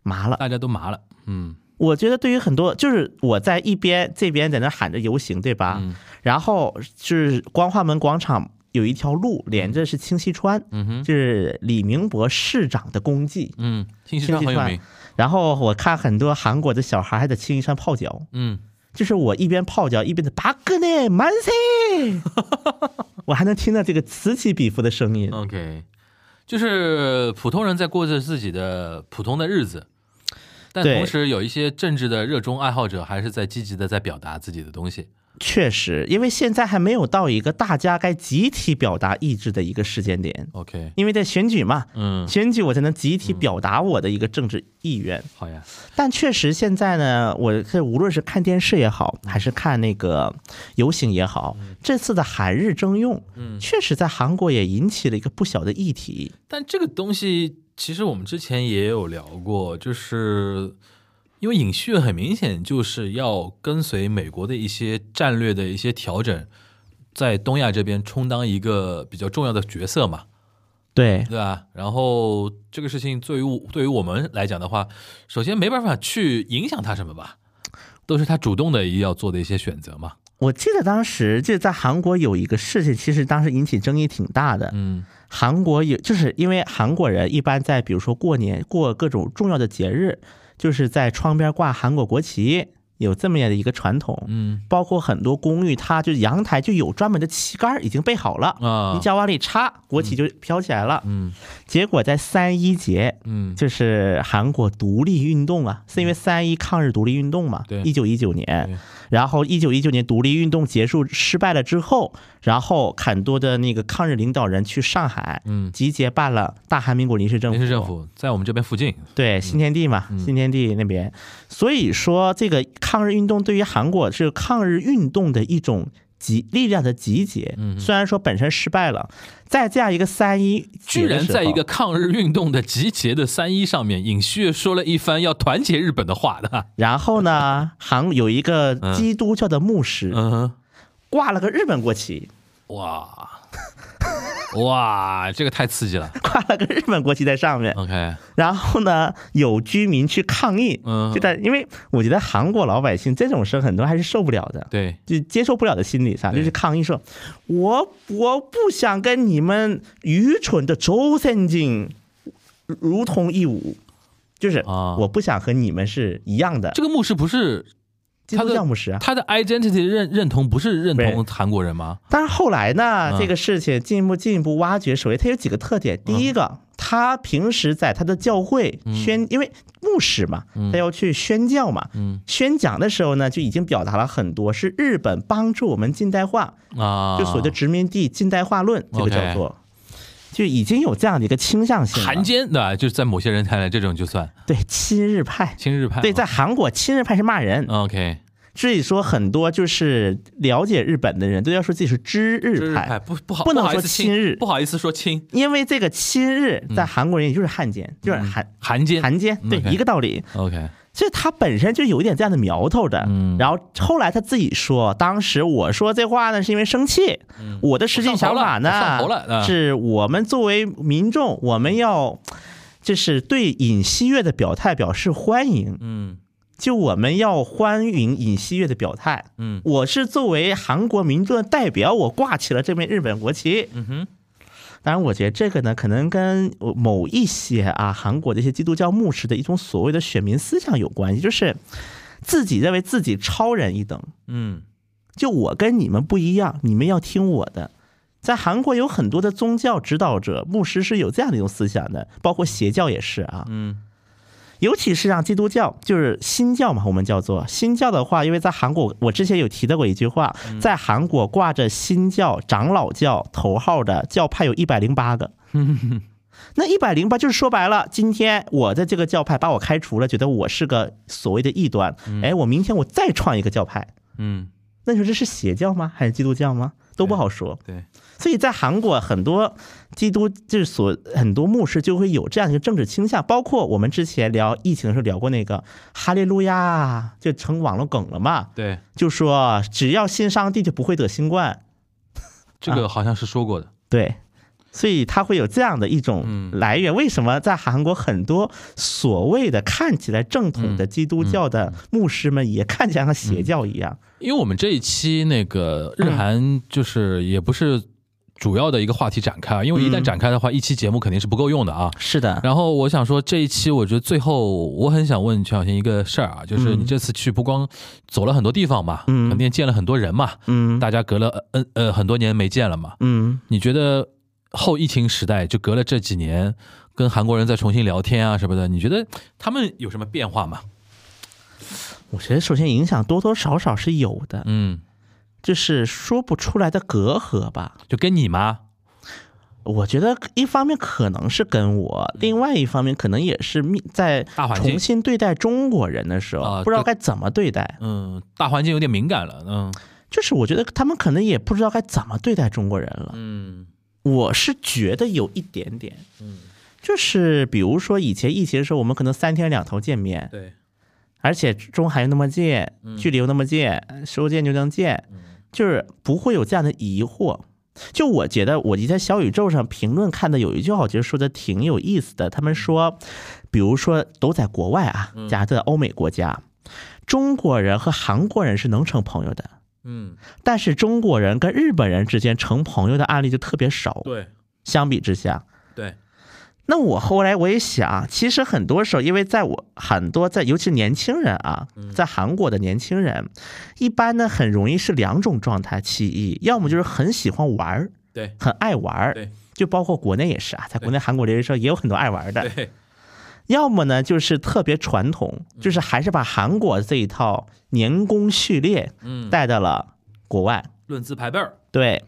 [SPEAKER 5] 麻了！
[SPEAKER 2] 大家都麻了，嗯
[SPEAKER 5] 我觉得对于很多，就是我在一边这边在那喊着游行，对吧？
[SPEAKER 2] 嗯
[SPEAKER 5] 然后就是光化门广场有一条路连着是清溪川，
[SPEAKER 2] 嗯哼
[SPEAKER 5] 就是李明博市长的功绩。
[SPEAKER 2] 嗯，信息差很有名，
[SPEAKER 5] 然后我看很多韩国的小孩还在清溪川泡脚，
[SPEAKER 2] 嗯
[SPEAKER 5] 就是我一边泡脚一边的巴格内满塞， 我还能听到这个此起彼伏的声
[SPEAKER 2] 嗯
[SPEAKER 5] 音。
[SPEAKER 2] ，OK，就是普通人在过着自己的普通的日子。但
[SPEAKER 5] 对
[SPEAKER 2] 同时，有一些政治的热衷爱好者还是在积极的在表达自己的东西。
[SPEAKER 5] 确实，因为现在还没有到一个大家该集体表达意志的一个时间点，
[SPEAKER 2] OK，
[SPEAKER 5] 因为在选举嘛，
[SPEAKER 2] 嗯，
[SPEAKER 5] 选举我才能集体表达我的一个政治意愿。
[SPEAKER 2] 好呀，
[SPEAKER 5] 但确实现在呢，我这无论是看电视也好，还是看那个游行也好，
[SPEAKER 2] 嗯
[SPEAKER 5] 这次的韩日征用，确实在韩国也引起了一个不小的议题。
[SPEAKER 2] 但这个东西其实我们之前也有聊过，就是因为尹锡悦很明显就是要跟随美国的一些战略的一些调整，在东亚这边充当一个比较重要的角色嘛，
[SPEAKER 5] 对，
[SPEAKER 2] 对吧？然后这个事情对于我对于我们来讲的话，首先没办法去影响他什么吧，都是他主动的要做的一些选择嘛。
[SPEAKER 5] 我记得当时就在韩国有一个事情，其实当时引起争议挺大的。
[SPEAKER 2] 嗯
[SPEAKER 5] 韩国有，就是因为韩国人一般在比如说过年过各种重要的节日，就是在窗边挂韩国国旗，有这么样的一个传统。
[SPEAKER 2] 嗯
[SPEAKER 5] 包括很多公寓，它就阳台就有专门的旗杆儿已经备好了，
[SPEAKER 2] 啊
[SPEAKER 5] 你只要往里插，国旗就飘起来了。
[SPEAKER 2] 嗯
[SPEAKER 5] 结果在三一节，
[SPEAKER 2] 嗯
[SPEAKER 5] 就是韩国独立运动啊，是因为三一抗日独立运动嘛，
[SPEAKER 2] 对
[SPEAKER 5] 一九一九
[SPEAKER 2] 对
[SPEAKER 5] 年，然后一九一九年独立运动结束失败了之后，然后很多的那个抗日领导人去上海
[SPEAKER 2] 嗯，
[SPEAKER 5] 集结办了大韩民国临时政府，
[SPEAKER 2] 临时政府在我们这边附近，
[SPEAKER 5] 对新天地
[SPEAKER 2] 嗯
[SPEAKER 5] 嘛，新天地那边，所以说这个抗日运动对于韩国是抗日运动的一种。集力量的集结，
[SPEAKER 2] 嗯
[SPEAKER 5] 虽然说本身失败了，在这样一个三一节
[SPEAKER 2] 居
[SPEAKER 5] 的
[SPEAKER 2] 然
[SPEAKER 5] 时
[SPEAKER 2] 在一
[SPEAKER 5] 候
[SPEAKER 2] 个抗日运动的集结的三一上面，尹锡悦说了一番要团结日本的话的。
[SPEAKER 5] 然后呢，韩有一个基督教的牧师
[SPEAKER 2] 嗯哼，
[SPEAKER 5] 挂了个日本国旗，
[SPEAKER 2] 哇 哇，这个太刺激了。
[SPEAKER 5] 挂了个日本国旗在上面。
[SPEAKER 2] OK，
[SPEAKER 5] 然后呢，有居民去抗议
[SPEAKER 2] 嗯，
[SPEAKER 5] 就在因为我觉得韩国老百姓这种事很多还是受不了的。
[SPEAKER 2] 对，
[SPEAKER 5] 就接受不了的心理上，
[SPEAKER 2] 对
[SPEAKER 5] 就是抗议说，我我不想跟你们愚蠢的周三金如同一舞，就是
[SPEAKER 2] 啊
[SPEAKER 5] 我不想和你们是一样的。
[SPEAKER 2] 这个牧师不是
[SPEAKER 5] 基
[SPEAKER 2] 他
[SPEAKER 5] 督
[SPEAKER 2] 的
[SPEAKER 5] 教牧师啊。
[SPEAKER 2] 他的 identity 认认同不是认同韩国人吗？
[SPEAKER 5] 但是后来呢
[SPEAKER 2] 嗯，
[SPEAKER 5] 这个事情进一步进一步挖掘，首先他有几个特点，第一个，他平时在他的教会
[SPEAKER 2] 嗯
[SPEAKER 5] 宣，因为牧师嘛，他要去宣教嘛，
[SPEAKER 2] 嗯
[SPEAKER 5] 宣讲的时候呢，就已经表达了很多是日本帮助我们近代化，
[SPEAKER 2] 啊，
[SPEAKER 5] 就所谓的殖民地近代化论，这个
[SPEAKER 2] OK
[SPEAKER 5] 叫做。就已经有这样的一个倾向性了，
[SPEAKER 2] 韩奸，对吧？就是在某些人看来，这种就算
[SPEAKER 5] 对亲日派，
[SPEAKER 2] 亲日派。
[SPEAKER 5] 对，在韩国亲日派是骂
[SPEAKER 2] 嗯
[SPEAKER 5] 人，
[SPEAKER 2] OK，
[SPEAKER 5] 所以说很多就是了解日本的人都要说自己是知
[SPEAKER 2] 日
[SPEAKER 5] 日
[SPEAKER 2] 派
[SPEAKER 5] 派，
[SPEAKER 2] 不不好，
[SPEAKER 5] 不能
[SPEAKER 2] 好意
[SPEAKER 5] 说
[SPEAKER 2] 思
[SPEAKER 5] 亲日
[SPEAKER 2] 不好意思说亲
[SPEAKER 5] 因为这个亲日在韩国人也就是汉奸，就是韩
[SPEAKER 2] 韩奸。
[SPEAKER 5] 韩奸，对
[SPEAKER 2] OK
[SPEAKER 5] 一个道理。
[SPEAKER 2] OK，
[SPEAKER 5] 所以他本身就有一点这样的苗头的。
[SPEAKER 2] 嗯
[SPEAKER 5] 然后后来他自己说，当时我说这话呢是因为生气，我的实际想法
[SPEAKER 2] 嗯我上
[SPEAKER 5] 呢
[SPEAKER 2] 头了我上头了嗯
[SPEAKER 5] 是我们作为民众，我们要就是对尹锡悦的表态表示欢迎，
[SPEAKER 2] 嗯
[SPEAKER 5] 就我们要欢迎尹锡悦的表态。
[SPEAKER 2] 嗯
[SPEAKER 5] 我是作为韩国民众的代表，我挂起了这面日本国旗。
[SPEAKER 2] 嗯哼，
[SPEAKER 5] 当然，我觉得这个呢，可能跟呃某一些啊韩国的一些基督教牧师的一种所谓的选民思想有关系，就是自己认为自己超人一等，
[SPEAKER 2] 嗯
[SPEAKER 5] 就我跟你们不一样，你们要听我的。在韩国有很多的宗教指导者、牧师是有这样的一种思想的，包括邪教也是啊。
[SPEAKER 2] 嗯
[SPEAKER 5] 尤其是像基督教，就是新教嘛，我们叫做新教的话，因为在韩国，我之前有提到过一句话，在韩国挂着新教长老教头号的教派有一百零八个。那一百零八就是说白了，今天我在这个教派把我开除了，觉得我是个所谓的异端，哎，我明天我再创一个教派，
[SPEAKER 2] 嗯，
[SPEAKER 5] 那你说这是邪教吗？还是基督教吗？都不好说。
[SPEAKER 2] 对，
[SPEAKER 5] 所以在韩国很多基督就是所很多牧师就会有这样一个政治倾向，包括我们之前聊疫情的时候聊过那个哈利路亚，就成网络梗了嘛，
[SPEAKER 2] 对，
[SPEAKER 5] 就说只要信上帝就不会得新冠，
[SPEAKER 2] 这个好像是说过的。
[SPEAKER 5] 对。所以他会有这样的一种
[SPEAKER 2] 嗯
[SPEAKER 5] 来源。为什么在韩国很多所谓的看起来正统的基督教的牧师们也看起来像邪教一样？
[SPEAKER 2] 因为我们这一期那个日韩就是也不是主要的一个话题展开，啊，因为一旦展开的话，一期节目肯定是不够用的啊。
[SPEAKER 5] 是的，
[SPEAKER 2] 然后我想说，这一期我觉得最后我很想问全小新一个事儿啊，就是你这次去不光走了很多地方嘛，
[SPEAKER 5] 嗯
[SPEAKER 2] 肯定见了很多人嘛，
[SPEAKER 5] 嗯
[SPEAKER 2] 大家隔了呃呃很多年没见了嘛，
[SPEAKER 5] 嗯，
[SPEAKER 2] 你觉得后疫情时代就隔了这几年，跟韩国人再重新聊天啊什么的，你觉得他们有什么变化吗？
[SPEAKER 5] 我觉得首先影响多多少少是有的，
[SPEAKER 2] 嗯，
[SPEAKER 5] 就是说不出来的隔阂吧。
[SPEAKER 2] 就跟你吗？
[SPEAKER 5] 我觉得一方面可能是跟我，另外一方面可能也是面在
[SPEAKER 2] 嗯大环境
[SPEAKER 5] 重新对待中国人的时
[SPEAKER 2] 啊
[SPEAKER 5] 候，不知道
[SPEAKER 2] 这
[SPEAKER 5] 该怎么对待。
[SPEAKER 2] 嗯，大环境有点敏感了，嗯
[SPEAKER 5] 就是我觉得他们可能也不知道该怎么对待中国人了。
[SPEAKER 2] 嗯
[SPEAKER 5] 我是觉得有一点点，嗯，就是比如说以前疫情的时候，我们可能三天两头见面，
[SPEAKER 2] 对，
[SPEAKER 5] 而且中韩又那么近，距离又那么近，说见就能见，就是不会有这样的疑惑。就我觉得，我在小宇宙上评论看的有一句话，我觉得说的挺有意思的。他们说，比如说都在国外啊，假设在欧美国家，中国人和韩国人是能成朋友的，
[SPEAKER 2] 嗯
[SPEAKER 5] 但是中国人跟日本人之间成朋友的案例就特别少。
[SPEAKER 2] 对
[SPEAKER 5] 相比之下，
[SPEAKER 2] 对，
[SPEAKER 5] 那我后来我也想，其实很多时候，因为在我很多在，尤其年轻人啊，
[SPEAKER 2] 嗯
[SPEAKER 5] 在韩国的年轻人，一般呢很容易是两种状态：其一，要么就是很喜欢玩儿，
[SPEAKER 2] 对
[SPEAKER 5] 很爱玩儿
[SPEAKER 2] 对，就
[SPEAKER 5] 就包括国内也是啊，在国内韩国留学生也有很多爱玩儿的；
[SPEAKER 2] 对
[SPEAKER 5] 要么呢就是特别传统，
[SPEAKER 2] 嗯
[SPEAKER 5] 就是还是把韩国这一套年功序列
[SPEAKER 2] 嗯，
[SPEAKER 5] 带到了国外。
[SPEAKER 2] 论资排辈儿，
[SPEAKER 5] 对，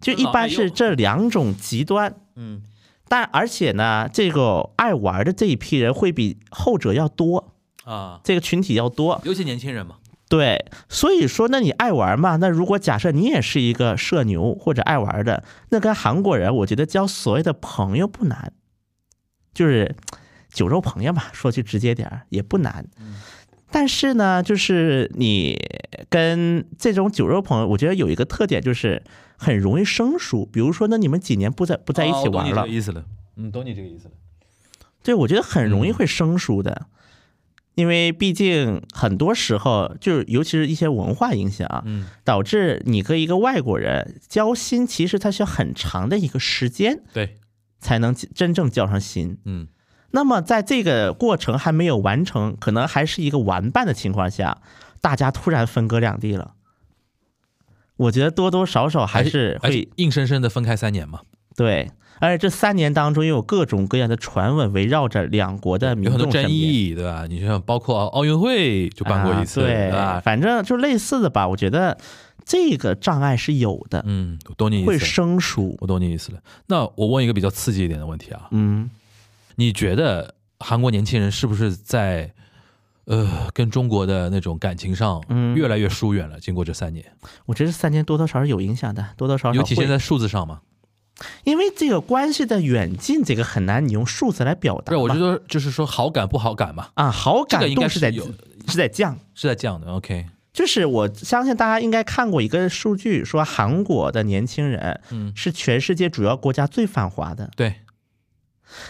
[SPEAKER 5] 就一般是这两种极端。
[SPEAKER 2] 嗯，
[SPEAKER 5] 但而且呢，这个爱玩的这一批人会比后者要多，
[SPEAKER 2] 啊，
[SPEAKER 5] 这个群体要多。
[SPEAKER 2] 尤其年轻人嘛，
[SPEAKER 5] 对，所以说，那你爱玩嘛？那如果假设你也是一个社牛或者爱玩的，那跟韩国人，我觉得交所谓的朋友不难，就是酒肉朋友嘛，说句直接点儿也不难。
[SPEAKER 2] 嗯
[SPEAKER 5] 但是呢，就是你跟这种酒肉朋友，我觉得有一个特点就是很容易生疏。比如说，那你们几年不在不在一
[SPEAKER 2] 哦
[SPEAKER 5] 起
[SPEAKER 2] 我懂
[SPEAKER 5] 玩
[SPEAKER 2] 你这
[SPEAKER 5] 了，
[SPEAKER 2] 个意思了，嗯，懂你这个意思了，
[SPEAKER 5] 对，我觉得很容易
[SPEAKER 2] 嗯
[SPEAKER 5] 会生疏的，因为毕竟很多时候就是，尤其是一些文化影响啊，
[SPEAKER 2] 嗯
[SPEAKER 5] 导致你跟一个外国人交心，其实它需要很长的一个时间
[SPEAKER 2] 对，
[SPEAKER 5] 才能真正交上心。
[SPEAKER 2] 嗯
[SPEAKER 5] 那么在这个过程还没有完成，可能还是一个玩伴的情况下，大家突然分隔两地了。我觉得多多少少还是
[SPEAKER 2] 而且
[SPEAKER 5] 会
[SPEAKER 2] 硬生生的分开三年嘛，
[SPEAKER 5] 对，而且这三年当中又有各种各样的传闻围绕着两国的民
[SPEAKER 2] 有很多
[SPEAKER 5] 众身
[SPEAKER 2] 争
[SPEAKER 5] 边。
[SPEAKER 2] 议，对吧？你就像包括奥运会就办过一次，
[SPEAKER 5] 啊
[SPEAKER 2] 对
[SPEAKER 5] 对
[SPEAKER 2] 吧？
[SPEAKER 5] 反正就类似的吧。我觉得这个障碍是有的，
[SPEAKER 2] 嗯，我懂你
[SPEAKER 5] 会
[SPEAKER 2] 意思，
[SPEAKER 5] 生疏。
[SPEAKER 2] 我懂你意思了。那我问一个比较刺激一点的问题啊，
[SPEAKER 5] 嗯，
[SPEAKER 2] 你觉得韩国年轻人是不是在呃跟中国的那种感情上
[SPEAKER 5] 嗯
[SPEAKER 2] 越来越疏远了？经过这三年，
[SPEAKER 5] 我觉得三年多多少少有影响的，多多少少
[SPEAKER 2] 有
[SPEAKER 5] 会
[SPEAKER 2] 体现在数字上吗？
[SPEAKER 5] 因为这个关系的远近，这个很难你用数字来表
[SPEAKER 2] 不
[SPEAKER 5] 达
[SPEAKER 2] 是，
[SPEAKER 5] 嘛。
[SPEAKER 2] 我觉得就是说好感不好感嘛，
[SPEAKER 5] 啊，好
[SPEAKER 2] 这个
[SPEAKER 5] 感
[SPEAKER 2] 应该
[SPEAKER 5] 度是在
[SPEAKER 2] 有
[SPEAKER 5] 是在降。
[SPEAKER 2] 是在这
[SPEAKER 5] 嗯
[SPEAKER 2] 样的。OK，
[SPEAKER 5] 就是我相信大家应该看过一个数据，说韩国的年轻人
[SPEAKER 2] 嗯，
[SPEAKER 5] 是全世界主要国家最反华的。
[SPEAKER 2] 对，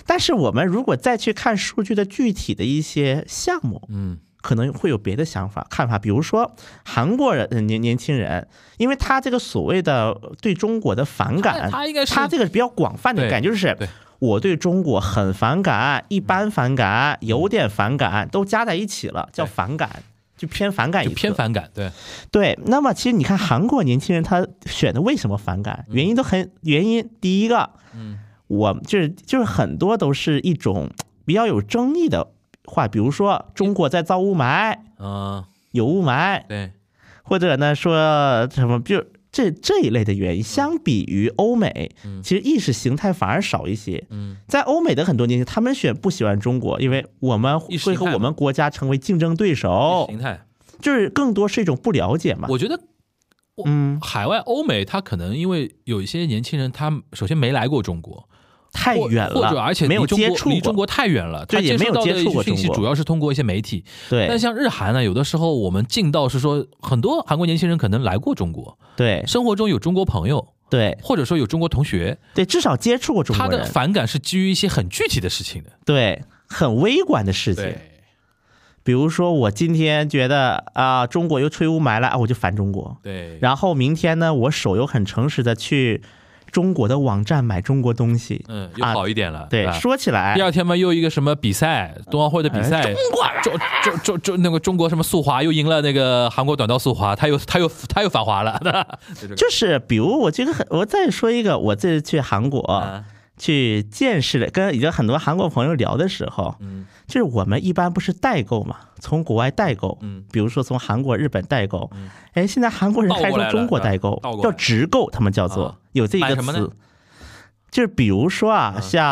[SPEAKER 5] 但是我们如果再去看数据的具体的一些项目，
[SPEAKER 2] 嗯
[SPEAKER 5] 可能会有别的想法看法，比如说韩国人呃年年轻人，因为他这个所谓的呃对中国的反感，
[SPEAKER 2] 他应该是
[SPEAKER 5] 他这个比较广泛的
[SPEAKER 2] 对
[SPEAKER 5] 感，就是
[SPEAKER 2] 对
[SPEAKER 5] 我对中国很反感、一般反感、有点反感，都加在一起了，叫
[SPEAKER 2] 对
[SPEAKER 5] 反感，就偏反感一
[SPEAKER 2] 就
[SPEAKER 5] 个
[SPEAKER 2] 偏反感，对，
[SPEAKER 5] 对，那么其实你看韩国年轻人他选的为什么反感，原因都很原因。第一个，
[SPEAKER 2] 嗯，
[SPEAKER 5] 我就是就是很多都是一种比较有争议的话，比如说中国在造雾霾，
[SPEAKER 2] 嗯，
[SPEAKER 5] 有雾霾，
[SPEAKER 2] 对，
[SPEAKER 5] 或者呢说什么就这这一类的原因，相比于欧美，其实意识形态反而少一些。
[SPEAKER 2] 嗯，
[SPEAKER 5] 在欧美的很多年轻，他们选不喜欢中国，因为我们
[SPEAKER 2] 意识形
[SPEAKER 5] 会
[SPEAKER 2] 态
[SPEAKER 5] 和
[SPEAKER 2] 嘛
[SPEAKER 5] 我们国家成为竞争对手
[SPEAKER 2] 形，态，
[SPEAKER 5] 就是更多是一种不了解嘛。
[SPEAKER 2] 我觉得
[SPEAKER 5] 嗯，
[SPEAKER 2] 海外欧美，他可能因为有一些年轻人，他首先没来过中国，
[SPEAKER 5] 太
[SPEAKER 2] 或
[SPEAKER 5] 远了，
[SPEAKER 2] 或者而且
[SPEAKER 5] 没有
[SPEAKER 2] 离中
[SPEAKER 5] 接
[SPEAKER 2] 国
[SPEAKER 5] 触
[SPEAKER 2] 离
[SPEAKER 5] 过
[SPEAKER 2] 中国太远了，
[SPEAKER 5] 对
[SPEAKER 2] 他
[SPEAKER 5] 也没有
[SPEAKER 2] 到的
[SPEAKER 5] 接触过
[SPEAKER 2] 信息
[SPEAKER 5] 中国
[SPEAKER 2] 主要是通过一些媒体。但
[SPEAKER 5] 对
[SPEAKER 2] 像日韩呢，有的时候我们进到是说，很多韩国年轻人可能来过中国，
[SPEAKER 5] 对
[SPEAKER 2] 生活中有中国朋友，
[SPEAKER 5] 对
[SPEAKER 2] 或者说有中国同学，
[SPEAKER 5] 对，至少接触过中
[SPEAKER 2] 他
[SPEAKER 5] 国
[SPEAKER 2] 的
[SPEAKER 5] 人，
[SPEAKER 2] 反感是基于一些很具体的事情的。
[SPEAKER 5] 对，很微观的事情。
[SPEAKER 2] 对
[SPEAKER 5] 比如说，我今天觉得啊、中国又吹雾霾了啊，我就烦中国。
[SPEAKER 2] 对，
[SPEAKER 5] 然后明天呢，我手又很诚实的去中国的网站买中国东西。
[SPEAKER 2] 嗯，又
[SPEAKER 5] 啊
[SPEAKER 2] 好一点了。
[SPEAKER 5] 对，
[SPEAKER 2] 吧
[SPEAKER 5] 说起来哎
[SPEAKER 2] 第，二天嘛，又一个什么比赛，冬奥会的比赛，中国中中中那个中国什么速滑又赢了那个韩国短道速滑，他又他又他又反滑了，
[SPEAKER 5] 就是比如我这个很，我再说一个，我这次去韩国、
[SPEAKER 2] 啊
[SPEAKER 5] 去见识了，跟已经很多韩国朋友聊的时候，
[SPEAKER 2] 嗯
[SPEAKER 5] 就是我们一般不是代购嘛，从国外代购，
[SPEAKER 2] 嗯，
[SPEAKER 5] 比如说从韩国、日本代购，哎，现在韩国人
[SPEAKER 2] 倒过
[SPEAKER 5] 还
[SPEAKER 2] 来
[SPEAKER 5] 从
[SPEAKER 2] 了
[SPEAKER 5] 中国
[SPEAKER 2] 是吧
[SPEAKER 5] 代购
[SPEAKER 2] 倒，过
[SPEAKER 5] 叫
[SPEAKER 2] 来
[SPEAKER 5] 直购，他们叫做、
[SPEAKER 2] 啊
[SPEAKER 5] 有这一
[SPEAKER 2] 买
[SPEAKER 5] 个
[SPEAKER 2] 什么呢嗯
[SPEAKER 5] 词，就是比如说啊，像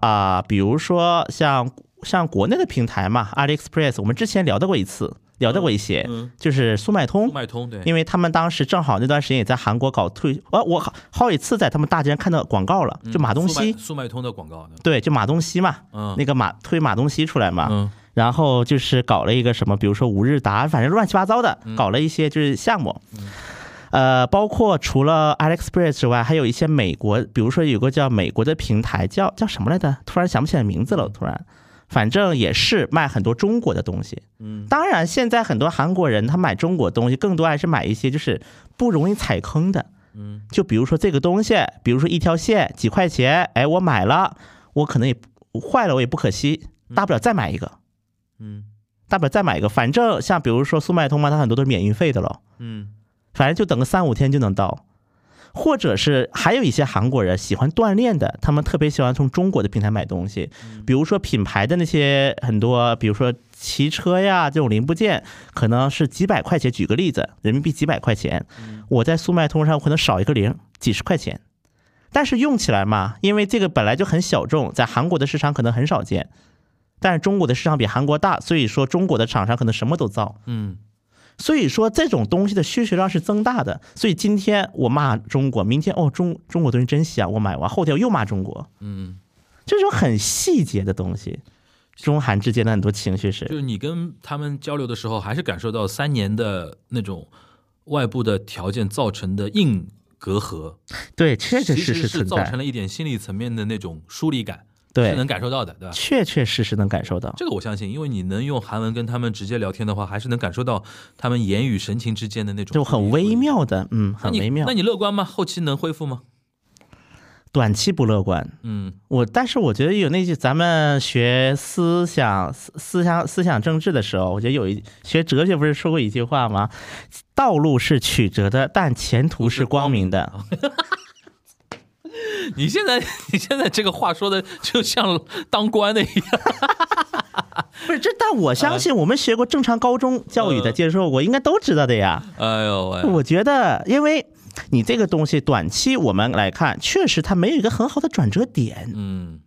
[SPEAKER 5] 啊、比如说像像国内的平台嘛，AliExpress，我们之前聊到过一次，聊到过一些，
[SPEAKER 2] 嗯
[SPEAKER 5] 就是速 卖通。
[SPEAKER 2] 脉通对，
[SPEAKER 5] 因为他们当时正好那段时间也在韩国搞退，呃，我好好几次在他们大街上看到广告了，就马东锡，
[SPEAKER 2] 速卖通的广告呢，
[SPEAKER 5] 对，就马东锡嘛，
[SPEAKER 2] 嗯
[SPEAKER 5] 那个马推马东锡出来嘛，
[SPEAKER 2] 嗯
[SPEAKER 5] 然后就是搞了一个什么，比如说五日达，反正乱七八糟的，
[SPEAKER 2] 嗯
[SPEAKER 5] 搞了一些就是项目。呃，包括除了 AliExpress 之外，还有一些美国，比如说有个叫美国的平台，叫叫什么来着？突然想不起来名字了，
[SPEAKER 2] 嗯
[SPEAKER 5] 突然，反正也是卖很多中国的东西。
[SPEAKER 2] 嗯，
[SPEAKER 5] 当然，现在很多韩国人他买中国东西，更多还是买一些就是不容易踩坑的。
[SPEAKER 2] 嗯，
[SPEAKER 5] 就比如说这个东西，比如说一条线几块钱，哎，我买了，我可能也不坏了，我也不可惜，大不了再买一个。
[SPEAKER 2] 嗯
[SPEAKER 5] 大不了再买一个，反正像比如说速卖通嘛，它很多都是免运费的了，
[SPEAKER 2] 嗯
[SPEAKER 5] 反正就等个三五天就能到。或者是还有一些韩国人喜欢锻炼的，他们特别喜欢从中国的平台买东西，
[SPEAKER 2] 嗯
[SPEAKER 5] 比如说品牌的那些很多，比如说骑车呀这种零部件，可能是几百块钱，举个例子，人民币几百块钱，
[SPEAKER 2] 嗯
[SPEAKER 5] 我在速卖通上可能少一个零，几十块钱，但是用起来嘛，因为这个本来就很小众，在韩国的市场可能很少见，但是中国的市场比韩国大，所以说中国的厂商可能什么都造，
[SPEAKER 2] 嗯，
[SPEAKER 5] 所以说这种东西的需求量是增大的。所以今天我骂中国，明天哦中中国东西真香，我买完，后天我又骂中国，
[SPEAKER 2] 嗯，
[SPEAKER 5] 这种很细节的东西，中韩之间的很多情绪，
[SPEAKER 2] 就是是你跟他们交流的时候，还是感受到三年的那种外部的条件造成的硬隔阂，
[SPEAKER 5] 对，确确
[SPEAKER 2] 其实
[SPEAKER 5] 实实
[SPEAKER 2] 是
[SPEAKER 5] 存
[SPEAKER 2] 造成
[SPEAKER 5] 在，
[SPEAKER 2] 了一点心理层面的那种疏离感，是
[SPEAKER 5] 对
[SPEAKER 2] 能，感受到的，对吧？
[SPEAKER 5] 确确实实能感受到。
[SPEAKER 2] 这个我相信，因为你能用韩文跟他们直接聊天的话，还是能感受到他们言语神情之间的那种
[SPEAKER 5] 就很微妙的，嗯，
[SPEAKER 2] 那
[SPEAKER 5] 很
[SPEAKER 2] 你
[SPEAKER 5] 微妙
[SPEAKER 2] 那。你乐观吗？后期能恢复吗？
[SPEAKER 5] 短期不乐观。
[SPEAKER 2] 嗯
[SPEAKER 5] 我但是我觉得有那些咱们学思想、思思想、思想政治的时候，我觉得有一学哲学不是说过一句话吗？道路是曲折的，但前途是光明的。
[SPEAKER 2] 你现在你现在这个话说的就像当官的一样，
[SPEAKER 5] 不是这，但我相信我们学过正常高中教育的，接受过，应该都知道的呀。
[SPEAKER 2] 哎呦喂，
[SPEAKER 5] 我觉得，因为你这个东西短期我们来看，确实它没有一个很好的转折点。
[SPEAKER 2] 嗯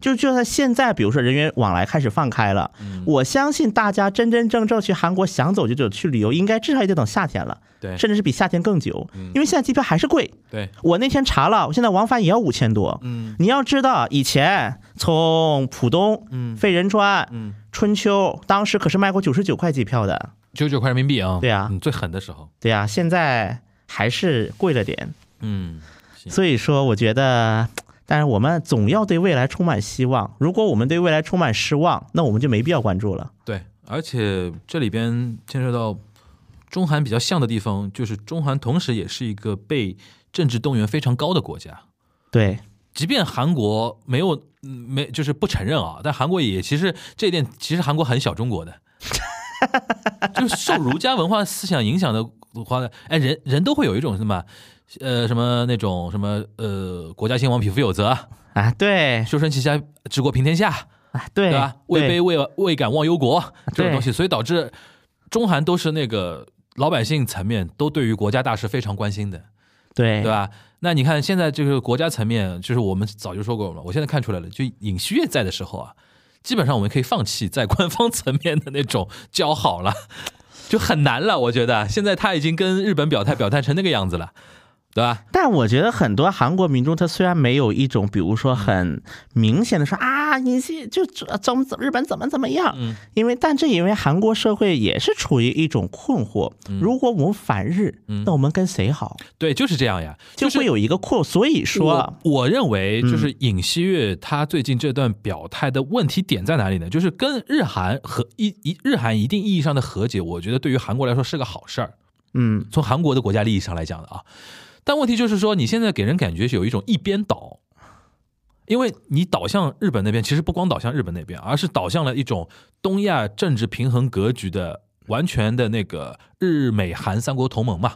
[SPEAKER 5] 就就算现在，比如说人员往来开始放开了，我相信大家真真正正去韩国想走就走去旅游，应该至少也得等夏天了，
[SPEAKER 2] 对嗯
[SPEAKER 5] 甚至是比夏天更久，因为现在机票还是贵。
[SPEAKER 2] 对，
[SPEAKER 5] 我那天查了，我现在往返也要五千多。
[SPEAKER 2] 嗯
[SPEAKER 5] 你要知道，以前从浦东、
[SPEAKER 2] 嗯
[SPEAKER 5] 废仁川、
[SPEAKER 2] 嗯，
[SPEAKER 5] 春秋，当时可是卖过九十九块机票的。
[SPEAKER 2] 九十九块人民币啊，
[SPEAKER 5] 对啊
[SPEAKER 2] 嗯最狠的时候，
[SPEAKER 5] 对呀、现在还是贵了点。
[SPEAKER 2] 嗯
[SPEAKER 5] 所以说，我觉得，但是我们总要对未来充满希望。如果我们对未来充满失望，那我们就没必要关注了。
[SPEAKER 2] 对，而且这里边牵涉到中韩比较像的地方，就是中韩同时也是一个被政治动员非常高的国家，
[SPEAKER 5] 对，
[SPEAKER 2] 即便韩国没有嗯没就是不承认啊，但韩国也其实这一点，其实韩国很小中国 的，就是受儒家文化思想影响的话呢，哎，人人都会有一种什么呃什么那种什么呃国家兴亡，匹夫有责，
[SPEAKER 5] 啊，对，
[SPEAKER 2] 修身齐家治国平天下，
[SPEAKER 5] 啊，对，
[SPEAKER 2] 对吧？位
[SPEAKER 5] 对
[SPEAKER 2] 卑未未敢忘忧国这种
[SPEAKER 5] 对
[SPEAKER 2] 东西，所以导致中韩都是那个老百姓层面都对于国家大事非常关心的。
[SPEAKER 5] 对，
[SPEAKER 2] 对吧？那你看现在这个国家层面，就是我们早就说过了，我现在看出来了，就尹锡悦在的时候啊，基本上我们可以放弃在官方层面的那种交好了，就很难了。我觉得现在他已经跟日本表态，表态成那个样子了，对吧？
[SPEAKER 5] 但我觉得很多韩国民众，他虽然没有一种，比如说很明显的说啊，你这就怎么怎么日本怎么怎么样，
[SPEAKER 2] 嗯
[SPEAKER 5] 因为但这因为韩国社会也是处于一种困惑。如果我们反日，
[SPEAKER 2] 嗯
[SPEAKER 5] 那我们跟谁好，
[SPEAKER 2] 对，就是这样呀，
[SPEAKER 5] 就是会有一个困惑。所以说，
[SPEAKER 2] 我我认为
[SPEAKER 5] 嗯
[SPEAKER 2] 就是尹锡悦他最近这段表态的问题点在哪里呢？就是跟日韩和一一日韩一定意义上的和解，我觉得对于韩国来说是个好事儿。
[SPEAKER 5] 嗯，
[SPEAKER 2] 从韩国的国家利益上来讲的啊。但问题就是说，你现在给人感觉是有一种一边倒，因为你倒向日本那边，其实不光倒向日本那边，而是倒向了一种东亚政治平衡格局的完全的那个日美韩三国同盟嘛。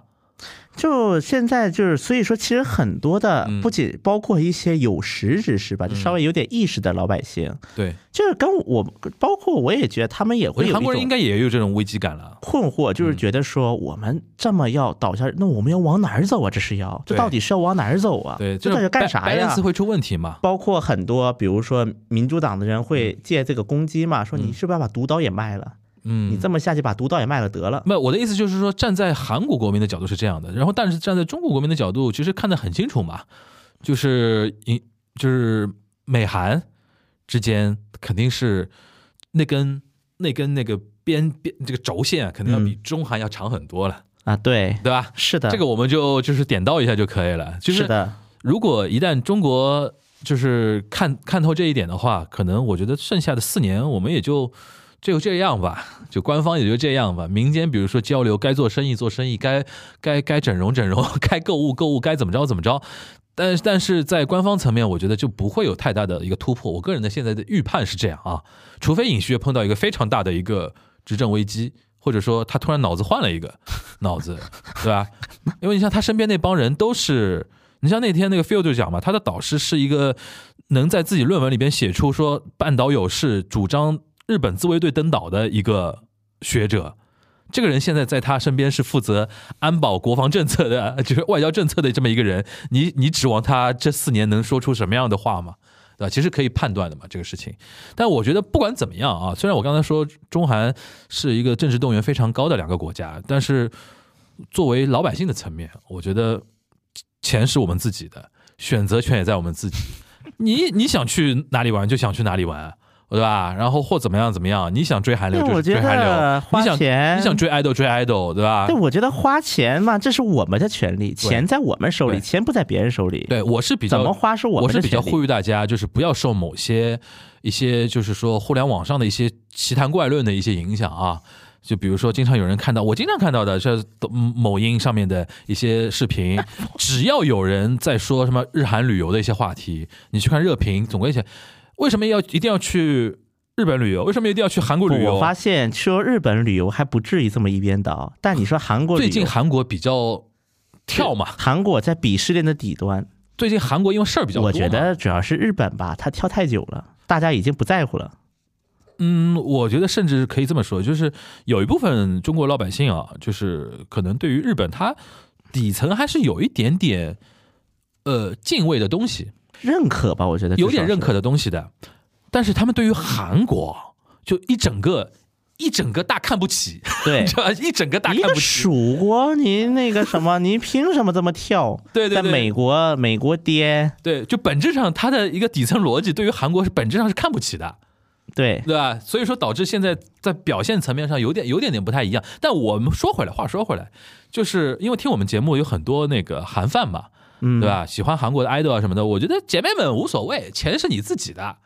[SPEAKER 5] 就现在就是，所以说，其实很多的
[SPEAKER 2] 嗯
[SPEAKER 5] 不仅包括一些有识之士吧，就稍微有点意识的老百姓，
[SPEAKER 2] 对，
[SPEAKER 5] 就是跟我，包括我也觉得他们也
[SPEAKER 2] 我
[SPEAKER 5] 会
[SPEAKER 2] 觉
[SPEAKER 5] 有
[SPEAKER 2] 得韩
[SPEAKER 5] 一
[SPEAKER 2] 国人应
[SPEAKER 5] 种
[SPEAKER 2] 该也有这种危机感了。啊
[SPEAKER 5] 困惑，
[SPEAKER 2] 嗯
[SPEAKER 5] 就是觉得说我们这么要倒下，那我们要往哪儿走啊？这是要，这
[SPEAKER 2] 对
[SPEAKER 5] 到底是要往哪儿走啊？
[SPEAKER 2] 对，
[SPEAKER 5] 这
[SPEAKER 2] 这
[SPEAKER 5] 到底
[SPEAKER 2] 种
[SPEAKER 5] 要干啥呀
[SPEAKER 2] balance？会出问题嘛？
[SPEAKER 5] 包括很多，比如说民主党的人会借这个攻击嘛，说你是不是要把独岛也卖了？
[SPEAKER 2] 嗯，
[SPEAKER 5] 你这么下去把独岛也卖了得了？
[SPEAKER 2] 没有，我的意思就是说，站在韩国国民的角度是这样的，然后但是站在中国国民的角度，其实看得很清楚嘛，就是一就是美韩之间肯定是那根那根那个边边这个轴线啊肯定要比中韩要长很多了，
[SPEAKER 5] 啊，嗯对，
[SPEAKER 2] 对吧？
[SPEAKER 5] 是的，
[SPEAKER 2] 这个我啊们就就是点到一下就可以了。就是是
[SPEAKER 5] 的，
[SPEAKER 2] 如果一旦中国就是看看透这一点的话，可能我觉得剩下的四年我们也就就这样吧，就官方也就这样吧。民间比如说交流，该做生意做生意，该该该整容整容， 该购物购物，该怎么着怎么着。但但是在官方层面，我觉得就不会有太大的一个突破。我个人的现在的预判是这样啊，除非尹锡悦碰到一个非常大的一个执政危机，或者说他突然脑子换了一个脑子，对吧？因为你像他身边那帮人都是，你像那天那个 Phil 就讲嘛，他的导师是一个能在自己论文里边写出说半岛有事，主张日本自卫队登岛的一个学者。这个人现在在他身边是负责安保国防政策的，就是外交政策的这么一个人，你你指望他这四年能说出什么样的话吗？对吧？其实可以判断的嘛，这个事情。但我觉得不管怎么样啊，虽然我刚才说中韩是一个政治动员非常高的两个国家，但是作为老百姓的层面，我觉得钱是我们自己的，选择权也在我们自己。 你你想去哪里玩就想去哪里玩，对吧？然后或怎么样怎么样，你想追韩流
[SPEAKER 5] 那
[SPEAKER 2] 就
[SPEAKER 5] 我
[SPEAKER 2] 是
[SPEAKER 5] 觉
[SPEAKER 2] 追
[SPEAKER 5] 得
[SPEAKER 2] 韩流，
[SPEAKER 5] 花
[SPEAKER 2] 你想
[SPEAKER 5] 钱
[SPEAKER 2] 你想追 idol 追 idol，对吧
[SPEAKER 5] 但？我觉得花钱嘛，这是我们的权利，钱在我们手里，
[SPEAKER 2] 对
[SPEAKER 5] 钱不在别人手里。，
[SPEAKER 2] 对，我是比较
[SPEAKER 5] 怎么花是我
[SPEAKER 2] 我
[SPEAKER 5] 们
[SPEAKER 2] 是
[SPEAKER 5] 的
[SPEAKER 2] 比较
[SPEAKER 5] 权利。
[SPEAKER 2] 呼吁大家，就是不要受某些一些就是说互联网上的一些奇谈怪论的一些影响啊。就比如说，经常有人看到，我经常看到的，像抖某音上面的一些视频，只要有人在说什么日韩旅游的一些话题，你去看热评，总归写为什么要一定要去日本旅游，为什么一定要去韩国旅游
[SPEAKER 5] 我？发现说日本旅游还不至于这么一边倒，但你说韩国
[SPEAKER 2] 最
[SPEAKER 5] 旅游，
[SPEAKER 2] 近韩国比较跳嘛，
[SPEAKER 5] 韩国在鄙视链的底端，
[SPEAKER 2] 最近韩国因为事儿比较多嘛，
[SPEAKER 5] 我觉得主要是日本吧，它跳太久了，大家已经不在乎了。
[SPEAKER 2] 嗯，我觉得甚至可以这么说，就是有一部分中国老百姓啊，就是可能对于日本，它底层还是有一点点呃敬畏的东西，
[SPEAKER 5] 认可吧，我觉得
[SPEAKER 2] 有点
[SPEAKER 5] 至少是
[SPEAKER 2] 认 可的东西的。但是他们对于韩国，就一整个一整个大看不起，
[SPEAKER 5] 对，
[SPEAKER 2] 这一整个大
[SPEAKER 5] 哎一
[SPEAKER 2] 看
[SPEAKER 5] 个
[SPEAKER 2] 不起。
[SPEAKER 5] 蜀国，你那个什么，你凭什么这么跳？
[SPEAKER 2] 对对
[SPEAKER 5] 在
[SPEAKER 2] 对
[SPEAKER 5] 美国，美国爹，
[SPEAKER 2] 对，就本质上它的一个底层逻辑，对于韩国是本质上是看不起的。
[SPEAKER 5] 对，
[SPEAKER 2] 对吧？所以说导致现在在表现层面上有点有点点不太一样。但我们说回来，话说回来，就是因为听我们节目有很多那个韩范嘛，
[SPEAKER 5] 嗯，
[SPEAKER 2] 对？吧？喜欢韩国的 idol 啊什么的，我觉得姐妹们无所谓，钱是你自己的，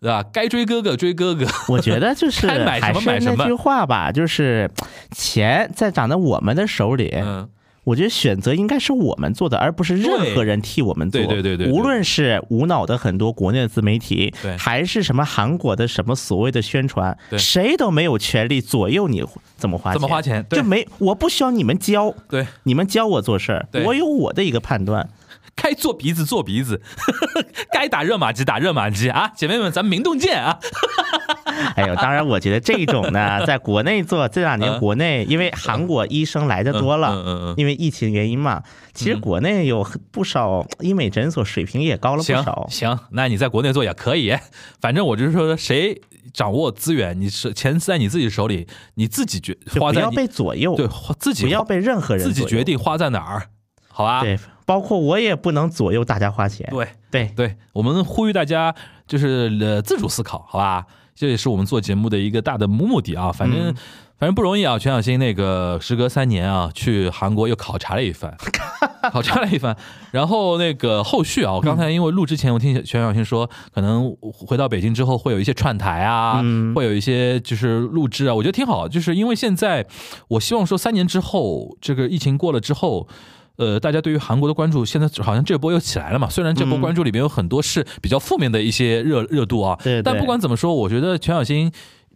[SPEAKER 2] 对吧？该追哥哥追哥哥，
[SPEAKER 5] 我觉得就 是
[SPEAKER 2] 该买什
[SPEAKER 5] 还
[SPEAKER 2] 么
[SPEAKER 5] 是
[SPEAKER 2] 买什
[SPEAKER 5] 那
[SPEAKER 2] 么
[SPEAKER 5] 句话吧，就是钱在长在我们的手里，
[SPEAKER 2] 嗯，
[SPEAKER 5] 我觉得选择应该是我们做的，而不是任何人替我们做。
[SPEAKER 2] 对对对对对
[SPEAKER 5] 无论是无脑的很多国内的自媒体
[SPEAKER 2] 对，
[SPEAKER 5] 还是什么韩国的什么所谓的宣传，
[SPEAKER 2] 对
[SPEAKER 5] 谁都没有权利左右你怎么花钱。
[SPEAKER 2] 怎么花钱对
[SPEAKER 5] 就没我不需要你们教，
[SPEAKER 2] 对，
[SPEAKER 5] 你们教我做事儿，
[SPEAKER 2] 对
[SPEAKER 5] 我有我的一个判断。
[SPEAKER 2] 该做鼻子做鼻子， 该打热玛吉打热玛吉啊！姐妹们，咱们明洞见啊！
[SPEAKER 5] 哎呦，当然，我觉得这种 呢，在国内做这两年，
[SPEAKER 2] 嗯
[SPEAKER 5] 国内因为韩国医生来的多了，
[SPEAKER 2] 嗯嗯嗯嗯嗯
[SPEAKER 5] 因为疫情原因嘛，其实国内有很不少医美诊所水平也高了不
[SPEAKER 2] 行
[SPEAKER 5] 少。
[SPEAKER 2] 行，那你在国内做也可以，反正我就是说，谁掌握资源，你是钱在你自己手里，你自己决
[SPEAKER 5] 就
[SPEAKER 2] 花
[SPEAKER 5] 不
[SPEAKER 2] 在
[SPEAKER 5] 要
[SPEAKER 2] 你
[SPEAKER 5] 被左右，
[SPEAKER 2] 对花自己
[SPEAKER 5] 不要
[SPEAKER 2] 花
[SPEAKER 5] 被任何人
[SPEAKER 2] 自己
[SPEAKER 5] 左右
[SPEAKER 2] 决。定花在哪儿，好吧？
[SPEAKER 5] 对，包括我也不能左右大家花钱。
[SPEAKER 2] 对
[SPEAKER 5] 对
[SPEAKER 2] 对，我们呼吁大家就是呃自主思考，好吧？这也是我们做节目的一个大的目的啊，反
[SPEAKER 5] 嗯
[SPEAKER 2] 正、反正不容易啊。全小新那个时隔三年啊，去韩国又考察了一番， 考察了一番。然后那个后续啊，我刚才因为录之前，我听全小新说，可能回到北京之后会有一些串台啊，
[SPEAKER 5] 嗯
[SPEAKER 2] 会有一些就是录制啊，我觉得挺好。就是因为现在，我希望说三年之后，这个疫情过了之后。呃，大家对于韩国的关注，现在好像这波又起来了嘛。虽然这波关注里面有很多是比较负面的一些热热度啊，
[SPEAKER 5] 对对
[SPEAKER 2] 但不管怎么说，我觉得全小新，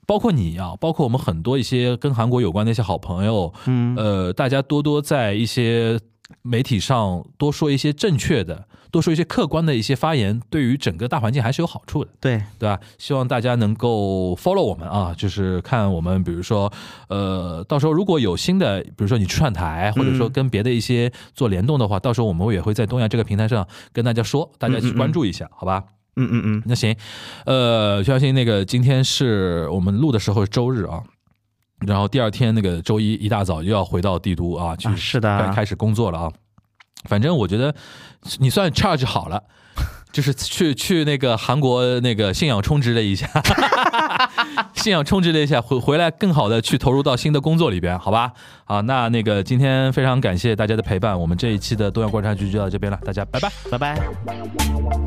[SPEAKER 2] 包括你啊，包括我们很多一些跟韩国有关的一些好朋友，
[SPEAKER 5] 嗯，
[SPEAKER 2] 呃，大家多多在一些媒体上多说一些正确的，多说一些客观的一些发言，对于整个大环境还是有好处的。
[SPEAKER 5] 对，
[SPEAKER 2] 对吧？希望大家能够 follow 我们啊，就是看我们，比如说，呃，到时候如果有新的，比如说你去串台，或者说
[SPEAKER 5] 嗯
[SPEAKER 2] 跟别的一些做联动的话，到时候我们也会在东亚这个平台上跟大家说，大家去关注一下，好吧？
[SPEAKER 5] 嗯嗯嗯，
[SPEAKER 2] 那行，呃，徐小新，那个今天是我们录的时候是周日啊，然后第二天那个周一一大早又要回到帝都啊，去
[SPEAKER 5] 啊是的
[SPEAKER 2] 开开始工作了啊。反正我觉得你算 charge 好了。 就是去去那个韩国那个信仰充值了一下， 信仰充值了一下，回回来更好的去投入到新的工作里边，好吧？好，那那个今天非常感谢大家的陪伴，我们这一期的东亚观察局就到这边了，大家拜拜。
[SPEAKER 5] 拜拜。